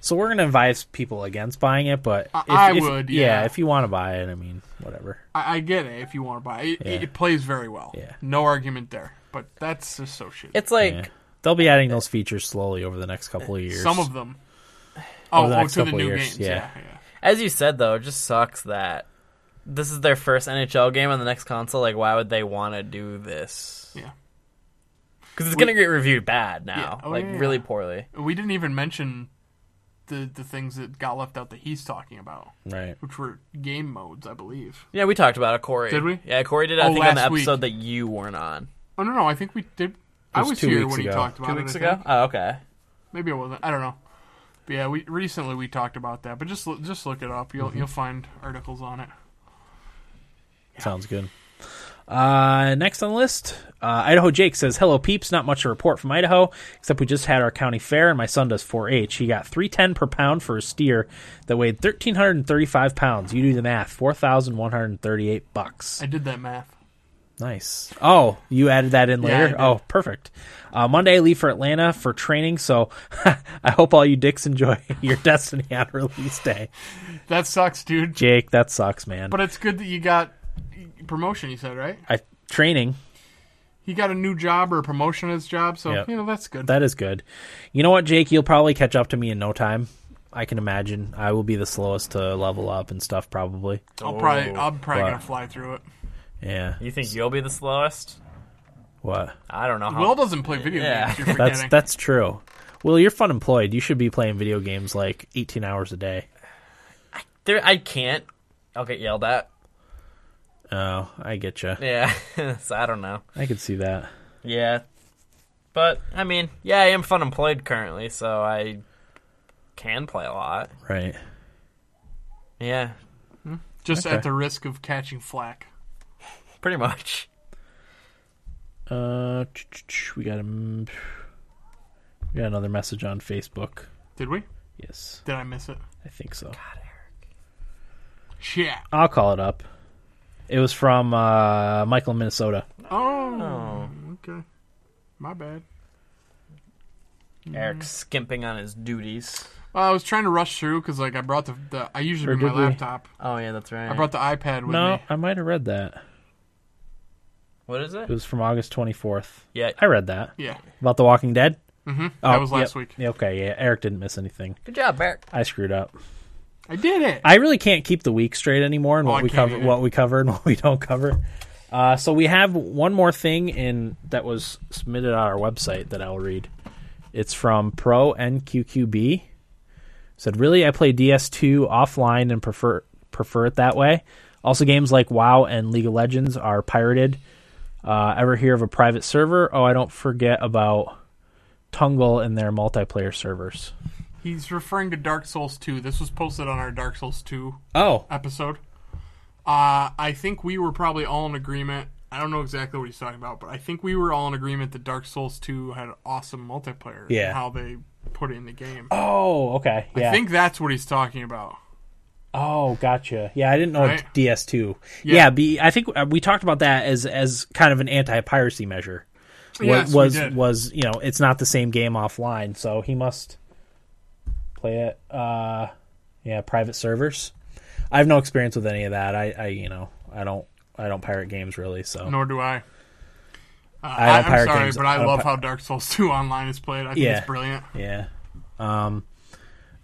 [SPEAKER 1] So we're gonna advise people against buying it, but
[SPEAKER 2] I- I would, yeah.
[SPEAKER 1] if you want to buy it, I mean, whatever.
[SPEAKER 2] I, I get it if you want to buy it. It,
[SPEAKER 1] Yeah.
[SPEAKER 2] it plays very well.
[SPEAKER 1] Yeah.
[SPEAKER 2] No argument there. But that's just so shitty.
[SPEAKER 3] It's like
[SPEAKER 1] Yeah. They'll be adding those features slowly over the next couple of years.
[SPEAKER 2] Some of them. Oh,
[SPEAKER 1] Over the
[SPEAKER 2] oh
[SPEAKER 1] next
[SPEAKER 2] to the
[SPEAKER 1] couple
[SPEAKER 2] new
[SPEAKER 1] years,
[SPEAKER 2] games.
[SPEAKER 1] yeah.
[SPEAKER 2] Yeah. yeah.
[SPEAKER 3] as you said though, it just sucks that this is their first NHL game on the next console. Like, why would they want to do this?
[SPEAKER 2] Yeah.
[SPEAKER 3] Because it's gonna get reviewed bad now,
[SPEAKER 2] Yeah. Oh,
[SPEAKER 3] like
[SPEAKER 2] yeah.
[SPEAKER 3] really poorly.
[SPEAKER 2] We didn't even mention the, the things that got left out that he's talking about,
[SPEAKER 1] right?
[SPEAKER 2] which were game modes, I believe.
[SPEAKER 3] Yeah, we talked about it, Corey.
[SPEAKER 2] Did we?
[SPEAKER 3] Yeah, Corey did.
[SPEAKER 2] Oh,
[SPEAKER 3] I think on the
[SPEAKER 2] last week.
[SPEAKER 3] episode that you weren't on
[SPEAKER 2] Oh, no, no. I think we did. I
[SPEAKER 1] was
[SPEAKER 2] was
[SPEAKER 1] two
[SPEAKER 2] here
[SPEAKER 1] weeks
[SPEAKER 2] when he
[SPEAKER 1] ago.
[SPEAKER 2] talked about
[SPEAKER 3] two
[SPEAKER 2] it.
[SPEAKER 3] weeks
[SPEAKER 2] I
[SPEAKER 3] ago.
[SPEAKER 2] think.
[SPEAKER 3] Oh, okay.
[SPEAKER 2] Maybe it wasn't. I don't know. But yeah, we recently we talked about that, but just loo- just look it up. You'll
[SPEAKER 1] Mm-hmm.
[SPEAKER 2] you'll find articles on it.
[SPEAKER 1] Sounds good. Uh, next on the list, uh, Idaho Jake says, "Hello peeps, not much to report from Idaho except we just had our county fair and my son does 4-H. He got 310 per pound for a steer that weighed 1335 pounds. You do the math, 4138 bucks.
[SPEAKER 2] I did that math.
[SPEAKER 1] Nice. Oh, you added that in
[SPEAKER 2] I
[SPEAKER 1] later.
[SPEAKER 2] did.
[SPEAKER 1] oh, perfect. Uh, Monday, I leave for Atlanta for training. So I hope all you dicks enjoy your destiny on release day.
[SPEAKER 2] That sucks, dude.
[SPEAKER 1] Jake, that sucks, man.
[SPEAKER 2] But it's good that you got promotion. You said right?
[SPEAKER 1] I, training.
[SPEAKER 2] He got a new job or a promotion at his job, so
[SPEAKER 1] Yep.
[SPEAKER 2] you know that's good.
[SPEAKER 1] That is good. You know what, Jake? You'll probably catch up to me in no time. I can imagine. I will be the slowest to level up and stuff, probably.
[SPEAKER 2] I'll probably I'm probably
[SPEAKER 1] but-
[SPEAKER 2] gonna fly through it.
[SPEAKER 1] Yeah.
[SPEAKER 3] You think you'll be the slowest?
[SPEAKER 1] What?
[SPEAKER 3] I don't know. How,
[SPEAKER 2] Will doesn't play video
[SPEAKER 3] Yeah.
[SPEAKER 2] games. You're
[SPEAKER 1] That's
[SPEAKER 2] forgetting.
[SPEAKER 1] that's true. Well, you're fun employed. You should be playing video games like 18 hours a day.
[SPEAKER 3] there, I can't. I'll get yelled at.
[SPEAKER 1] Oh, I get you.
[SPEAKER 3] Yeah, so I don't know.
[SPEAKER 1] I could see that.
[SPEAKER 3] Yeah, but I mean, yeah, I am fun employed currently, so I can play a lot.
[SPEAKER 1] Right.
[SPEAKER 3] Yeah,
[SPEAKER 2] just
[SPEAKER 1] okay.
[SPEAKER 2] at the risk of catching flack.
[SPEAKER 3] pretty much.
[SPEAKER 1] Uh, ch- ch- ch- we got a m- we got another message on Facebook.
[SPEAKER 2] Did we?
[SPEAKER 1] Yes,
[SPEAKER 2] Did I miss it?
[SPEAKER 1] I think so.
[SPEAKER 2] Yeah.
[SPEAKER 1] I'll call it up. It was from uh, Michael, in Minnesota.
[SPEAKER 2] Oh. Okay. My bad.
[SPEAKER 1] Mm-hmm.
[SPEAKER 3] Eric's skimping on his duties.
[SPEAKER 2] Well, I was trying to rush through because like I brought the, the I usually
[SPEAKER 1] Or
[SPEAKER 2] bring
[SPEAKER 1] did
[SPEAKER 2] my
[SPEAKER 1] we?
[SPEAKER 2] laptop.
[SPEAKER 3] Oh yeah, that's right.
[SPEAKER 2] I brought the iPad with
[SPEAKER 1] No,
[SPEAKER 2] me.
[SPEAKER 1] I might have read that.
[SPEAKER 3] what is
[SPEAKER 1] It
[SPEAKER 3] it?
[SPEAKER 1] was from August twenty fourth.
[SPEAKER 3] Yeah.
[SPEAKER 1] I read that
[SPEAKER 2] Yeah,
[SPEAKER 1] about The Walking Dead. Oh,
[SPEAKER 2] that was last
[SPEAKER 1] yep.
[SPEAKER 2] week.
[SPEAKER 1] Yeah, okay, yeah. Eric didn't miss anything.
[SPEAKER 3] Good job, Eric.
[SPEAKER 1] I screwed up.
[SPEAKER 2] I did it.
[SPEAKER 1] I really can't keep the week straight anymore and
[SPEAKER 2] Oh,
[SPEAKER 1] what
[SPEAKER 2] I
[SPEAKER 1] we
[SPEAKER 2] can't
[SPEAKER 1] cover
[SPEAKER 2] either.
[SPEAKER 1] what we cover and what we don't cover. Uh, so we have one more thing in that was submitted on our website that I'll read. It's from Pro NQQB. Said really I play DS2 offline and prefer prefer it that way. Also games like WoW and League of Legends are pirated. Uh, ever hear of a private server? Oh, I don't forget about Tungle and their multiplayer servers.
[SPEAKER 2] He's referring to Dark Souls 2. This was posted on our Dark Souls 2
[SPEAKER 1] Oh,
[SPEAKER 2] episode. Uh, I think we were probably all in agreement. I don't know exactly what he's talking about, but I think we were all in agreement that Dark Souls 2 had awesome multiplayer. and
[SPEAKER 1] Yeah.
[SPEAKER 2] how they put it in the game.
[SPEAKER 1] oh, okay. Yeah.
[SPEAKER 2] I think that's what he's talking about.
[SPEAKER 1] Oh, gotcha. Yeah, I didn't know
[SPEAKER 2] Right?
[SPEAKER 1] DS2. Yeah,
[SPEAKER 2] Yeah.
[SPEAKER 1] be, I think uh, we talked about that as as kind of an anti-piracy measure. Wa-
[SPEAKER 2] Yes, we
[SPEAKER 1] was
[SPEAKER 2] did.
[SPEAKER 1] was you know it's not the same game offline, so he must play it. Uh, yeah, private servers. I have no experience with any of that. I, I you know I don't I don't pirate games really. So
[SPEAKER 2] Nor do I. Uh,
[SPEAKER 1] don't
[SPEAKER 2] I am
[SPEAKER 1] pirate
[SPEAKER 2] sorry,
[SPEAKER 1] games.
[SPEAKER 2] but
[SPEAKER 1] I
[SPEAKER 2] I
[SPEAKER 1] don't
[SPEAKER 2] love
[SPEAKER 1] pi-
[SPEAKER 2] how Dark Souls 2 online is played. I think
[SPEAKER 1] Yeah.
[SPEAKER 2] it's brilliant.
[SPEAKER 1] yeah, um,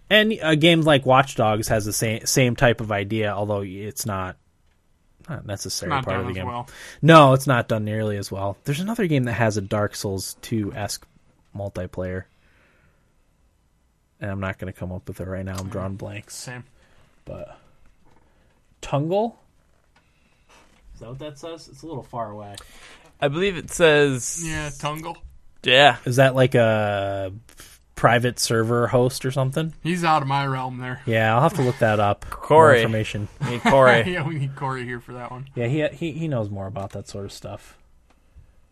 [SPEAKER 1] and a game like Watch Dogs has the same same type of idea, although it's not not necessarily
[SPEAKER 2] Not
[SPEAKER 1] part of
[SPEAKER 2] done
[SPEAKER 1] the
[SPEAKER 2] as
[SPEAKER 1] game.
[SPEAKER 2] well.
[SPEAKER 1] No, it's not done nearly as well. There's another game that has a Dark Souls 2 esque multiplayer. And I'm not going to come up with it right now. I'm drawing blanks.
[SPEAKER 2] Same.
[SPEAKER 1] But. Tungle? Is that what that says? It's a little far away.
[SPEAKER 3] I believe it says.
[SPEAKER 2] Yeah, Tungle.
[SPEAKER 3] Yeah.
[SPEAKER 1] Is that like a private server host or something?
[SPEAKER 2] He's out of my realm there.
[SPEAKER 1] Yeah, I'll have to look that up. More
[SPEAKER 3] Corey.
[SPEAKER 1] information.
[SPEAKER 3] Hey, Corey.
[SPEAKER 2] Yeah, we need Corey here for that one.
[SPEAKER 1] Yeah, he, he he knows more about that sort of stuff.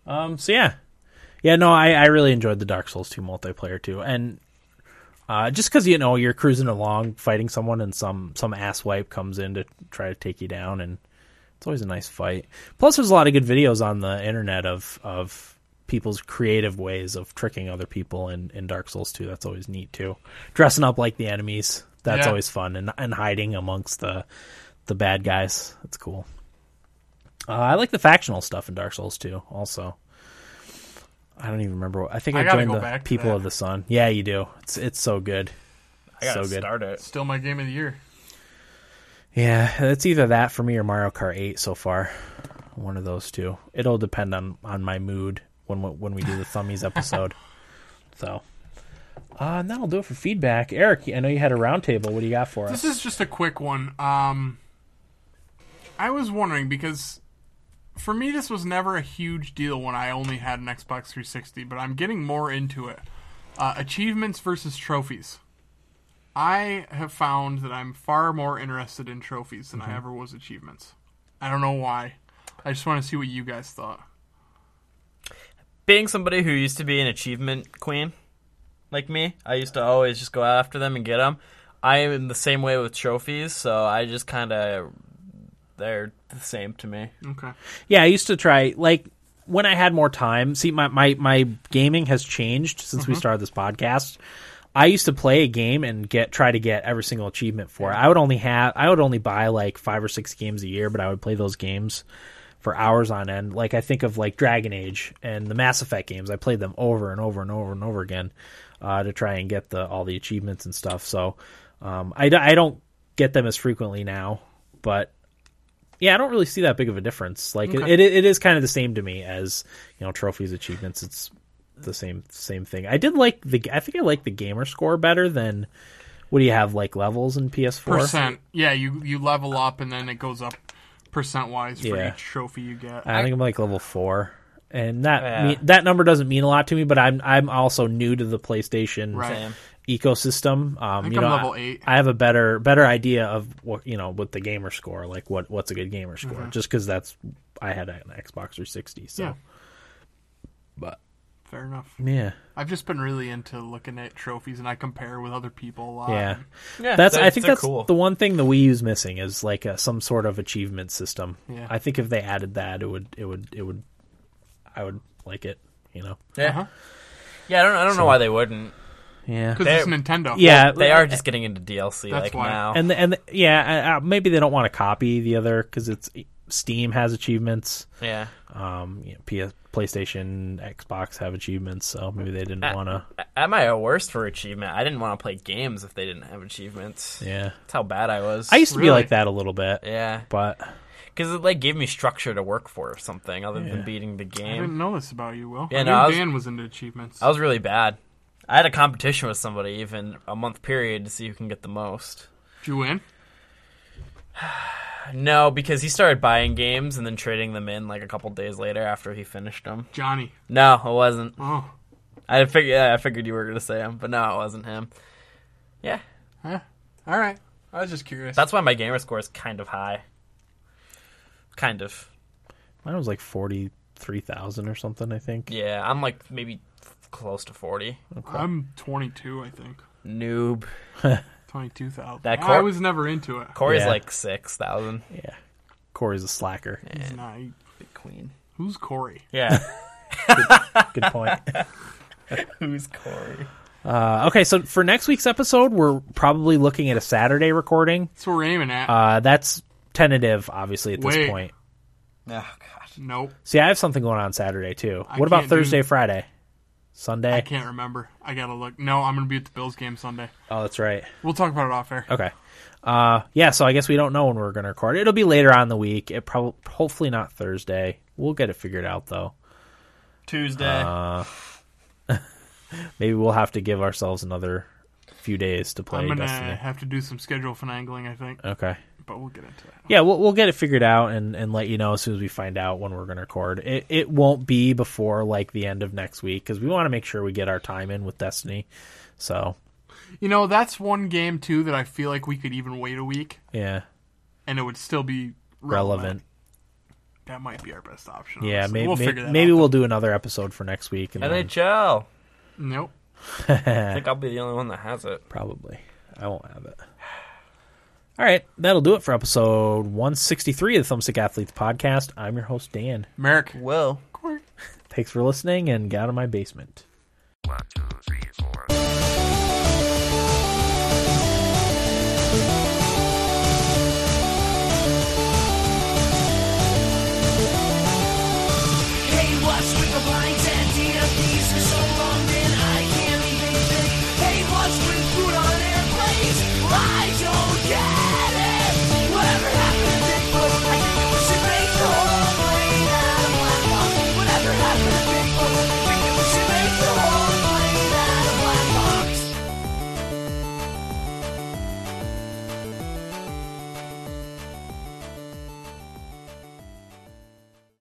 [SPEAKER 1] Um, so yeah, yeah, no, I, I really enjoyed the Dark Souls two multiplayer too, and uh, just because you know you're cruising along fighting someone and some some asswipe comes in to try to take you down, and it's always a nice fight. Plus, there's a lot of good videos on the internet of of people's creative ways of tricking other people in, in Dark Souls two. That's always neat too. Dressing up like the enemies, that's
[SPEAKER 2] Yeah.
[SPEAKER 1] always fun, and and hiding amongst the the bad guys, that's cool. Uh, I like the factional stuff in Dark Souls 2 also. I don't even remember what I think I,
[SPEAKER 2] I gotta
[SPEAKER 1] joined
[SPEAKER 2] go
[SPEAKER 1] the
[SPEAKER 2] back to
[SPEAKER 1] People
[SPEAKER 2] that.
[SPEAKER 1] of the Sun. Yeah, you do. It's it's so good.
[SPEAKER 3] I gotta
[SPEAKER 1] so good.
[SPEAKER 3] start it.
[SPEAKER 2] Still my game of the year.
[SPEAKER 1] Yeah, it's either that for me or Mario Kart 8 so far. One of those two. It'll depend on on my mood when we- when we do the Thummies episode. So uh, and that'll do it for feedback. Eric, I know you had a roundtable. What do you got for us?
[SPEAKER 2] This is just a quick one. Um, I was wondering because for me, this was never a huge deal when I only had an Xbox 360, but I'm getting more into it. Uh, achievements versus trophies. I have found that I'm far more interested in trophies than I ever was achievements. I don't know why. I just want to see what you guys thought.
[SPEAKER 3] Being somebody who used to be an achievement queen, like me, I used to always just go after them and get them. I am the same way with trophies, so I just kind of they're the same to me.
[SPEAKER 2] Okay.
[SPEAKER 1] Yeah, I used to try like when I had more time. See, my my, my gaming has changed since we started this podcast. I used to play a game and get try to get every single achievement for it. I would only have I would only buy like five or six games a year, but I would play those games for hours on end. Like I think of like Dragon Age and the Mass Effect games. I played them over and over and over and over again uh, to try and get the all the achievements and stuff. So um, I d- I don't get them as frequently now, but yeah, I don't really see that big of a difference. Like
[SPEAKER 2] Okay.
[SPEAKER 1] it, it, it is kind of the same to me as you know trophies, achievements. It's the same same thing. I did like the I think I like the gamer score better than what do you have like levels in PS4?
[SPEAKER 2] Percent. Yeah, you you level up and then it goes up percent wise for
[SPEAKER 1] Yeah.
[SPEAKER 2] each trophy you get.
[SPEAKER 1] I think I'm like level four, and that
[SPEAKER 3] Yeah.
[SPEAKER 1] mean, that number doesn't mean a lot to me. But I'm I'm also new to the PlayStation
[SPEAKER 2] Right.
[SPEAKER 3] Same.
[SPEAKER 1] ecosystem. Um,
[SPEAKER 2] think
[SPEAKER 1] you know,
[SPEAKER 2] I'm level eight.
[SPEAKER 1] I have a better better idea of what you know with the gamer score, like what what's a good gamer score, just because that's I had an Xbox 360. So,
[SPEAKER 2] Mm-hmm. Yeah.
[SPEAKER 1] but
[SPEAKER 2] Fair enough.
[SPEAKER 1] yeah,
[SPEAKER 2] I've just been really into looking at trophies and I compare with other people a lot.
[SPEAKER 1] yeah,
[SPEAKER 3] Yeah,
[SPEAKER 1] that's
[SPEAKER 3] they're-
[SPEAKER 1] I think
[SPEAKER 3] they're
[SPEAKER 1] that's the one thing the Wii U's missing is like a, some sort of achievement system.
[SPEAKER 2] Yeah.
[SPEAKER 1] I think if they added that, it would it would it would I would like it. You know,
[SPEAKER 3] yeah.
[SPEAKER 2] Uh-huh.
[SPEAKER 3] Yeah, I don't I don't know why they wouldn't.
[SPEAKER 1] yeah,
[SPEAKER 2] Because it's Nintendo.
[SPEAKER 1] yeah.
[SPEAKER 3] They are just getting into DLC
[SPEAKER 2] That's
[SPEAKER 3] like
[SPEAKER 2] why.
[SPEAKER 3] now.
[SPEAKER 1] and the, and the, yeah, uh, uh, maybe they don't want to copy the other because it's Steam has achievements.
[SPEAKER 3] yeah.
[SPEAKER 1] Um, you know, PS, PlayStation, Xbox have achievements, so maybe they didn't want to.
[SPEAKER 3] Am I at worst for achievement? I didn't want to play games if they didn't have achievements.
[SPEAKER 1] Yeah,
[SPEAKER 3] That's how bad I was.
[SPEAKER 1] I used to be
[SPEAKER 2] Really?
[SPEAKER 1] like that a little bit,
[SPEAKER 3] yeah,
[SPEAKER 1] but
[SPEAKER 3] because it like gave me structure to work for or something other
[SPEAKER 1] Yeah.
[SPEAKER 3] than beating the
[SPEAKER 2] I
[SPEAKER 3] game.
[SPEAKER 2] didn't know this about you, Will.
[SPEAKER 3] Yeah,
[SPEAKER 2] I
[SPEAKER 3] no,
[SPEAKER 2] knew
[SPEAKER 3] I was-
[SPEAKER 2] Dan was into achievements.
[SPEAKER 3] I was really bad. I had a competition with somebody even a month period to see who can get the most.
[SPEAKER 2] Did you win?
[SPEAKER 3] No, because he started buying games and then trading them in like a couple days later after he finished them.
[SPEAKER 2] Johnny.
[SPEAKER 3] No, it wasn't.
[SPEAKER 2] Oh.
[SPEAKER 3] I figured yeah, I figured you were gonna say him, but no, it wasn't him. Yeah,
[SPEAKER 2] Huh? All right. I was just curious.
[SPEAKER 3] that's why my gamer score is kind of high. Kind of.
[SPEAKER 1] mine was like forty three thousand or something. I think.
[SPEAKER 3] Yeah, I'm like maybe f- close to forty.
[SPEAKER 2] I'm 22, I think.
[SPEAKER 3] Noob.
[SPEAKER 2] 22,000.
[SPEAKER 3] That
[SPEAKER 2] I
[SPEAKER 3] cor-
[SPEAKER 2] was never into it.
[SPEAKER 3] Corey's
[SPEAKER 1] Yeah.
[SPEAKER 3] like six thousand.
[SPEAKER 1] Yeah, Corey's a slacker.
[SPEAKER 2] He's not- he-
[SPEAKER 3] Big queen.
[SPEAKER 2] Who's Corey?
[SPEAKER 3] Yeah.
[SPEAKER 1] Good point.
[SPEAKER 3] Who's Corey?
[SPEAKER 1] Uh, okay, so for next week's episode, we're probably looking at a Saturday recording.
[SPEAKER 2] That's what we're aiming at.
[SPEAKER 1] Uh, that's tentative, obviously at this
[SPEAKER 2] Wait.
[SPEAKER 1] point.
[SPEAKER 3] Oh god.
[SPEAKER 2] nope.
[SPEAKER 1] See, I have something going on Saturday too.
[SPEAKER 2] I
[SPEAKER 1] what about
[SPEAKER 2] can't do-
[SPEAKER 1] Thursday, Friday, Sunday?
[SPEAKER 2] I can't remember. I gotta look. No, I'm gonna be at the Bills game Sunday.
[SPEAKER 1] Oh, that's right.
[SPEAKER 2] We'll talk about it off air.
[SPEAKER 1] Okay. Uh, yeah. So I guess we don't know when we're going to record. It'll be later on in the week. It probably, hopefully not Thursday. We'll get it figured out though.
[SPEAKER 3] Tuesday.
[SPEAKER 1] Maybe we'll have to give ourselves another few days to play
[SPEAKER 2] I'm gonna
[SPEAKER 1] Destiny.
[SPEAKER 2] have to do some schedule finagling, I think,
[SPEAKER 1] Okay.
[SPEAKER 2] but we'll get into that.
[SPEAKER 1] Yeah, we'll we'll get it figured out and, and let you know as soon as we find out when we're going to record. It it won't be before like the end of next week because we want to make sure we get our time in with Destiny. So
[SPEAKER 2] You know, that's one game too that I feel like we could even wait a week
[SPEAKER 1] yeah,
[SPEAKER 2] and it would still be relevant.
[SPEAKER 1] relevant.
[SPEAKER 2] That might be our best option.
[SPEAKER 1] Yeah,
[SPEAKER 2] honestly.
[SPEAKER 1] maybe
[SPEAKER 2] we'll
[SPEAKER 1] maybe,
[SPEAKER 2] figure that
[SPEAKER 1] maybe
[SPEAKER 2] out.
[SPEAKER 1] we'll do another episode for next week and then
[SPEAKER 3] NHL.
[SPEAKER 2] Nope.
[SPEAKER 3] I think I'll be the only one that has it.
[SPEAKER 1] Probably. I won't have it. All right, that'll do it for episode 163 of the Thumbstick Athletes podcast. I'm your host, Dan.
[SPEAKER 2] Merrick.
[SPEAKER 3] Well.
[SPEAKER 2] Corey.
[SPEAKER 1] Thanks for listening and get out of my basement.
[SPEAKER 5] One, two, three, four.
[SPEAKER 6] Hey, what's with the blinds and DFDs for so long then I can't even think? Hey, what's with food on airplanes? I don't get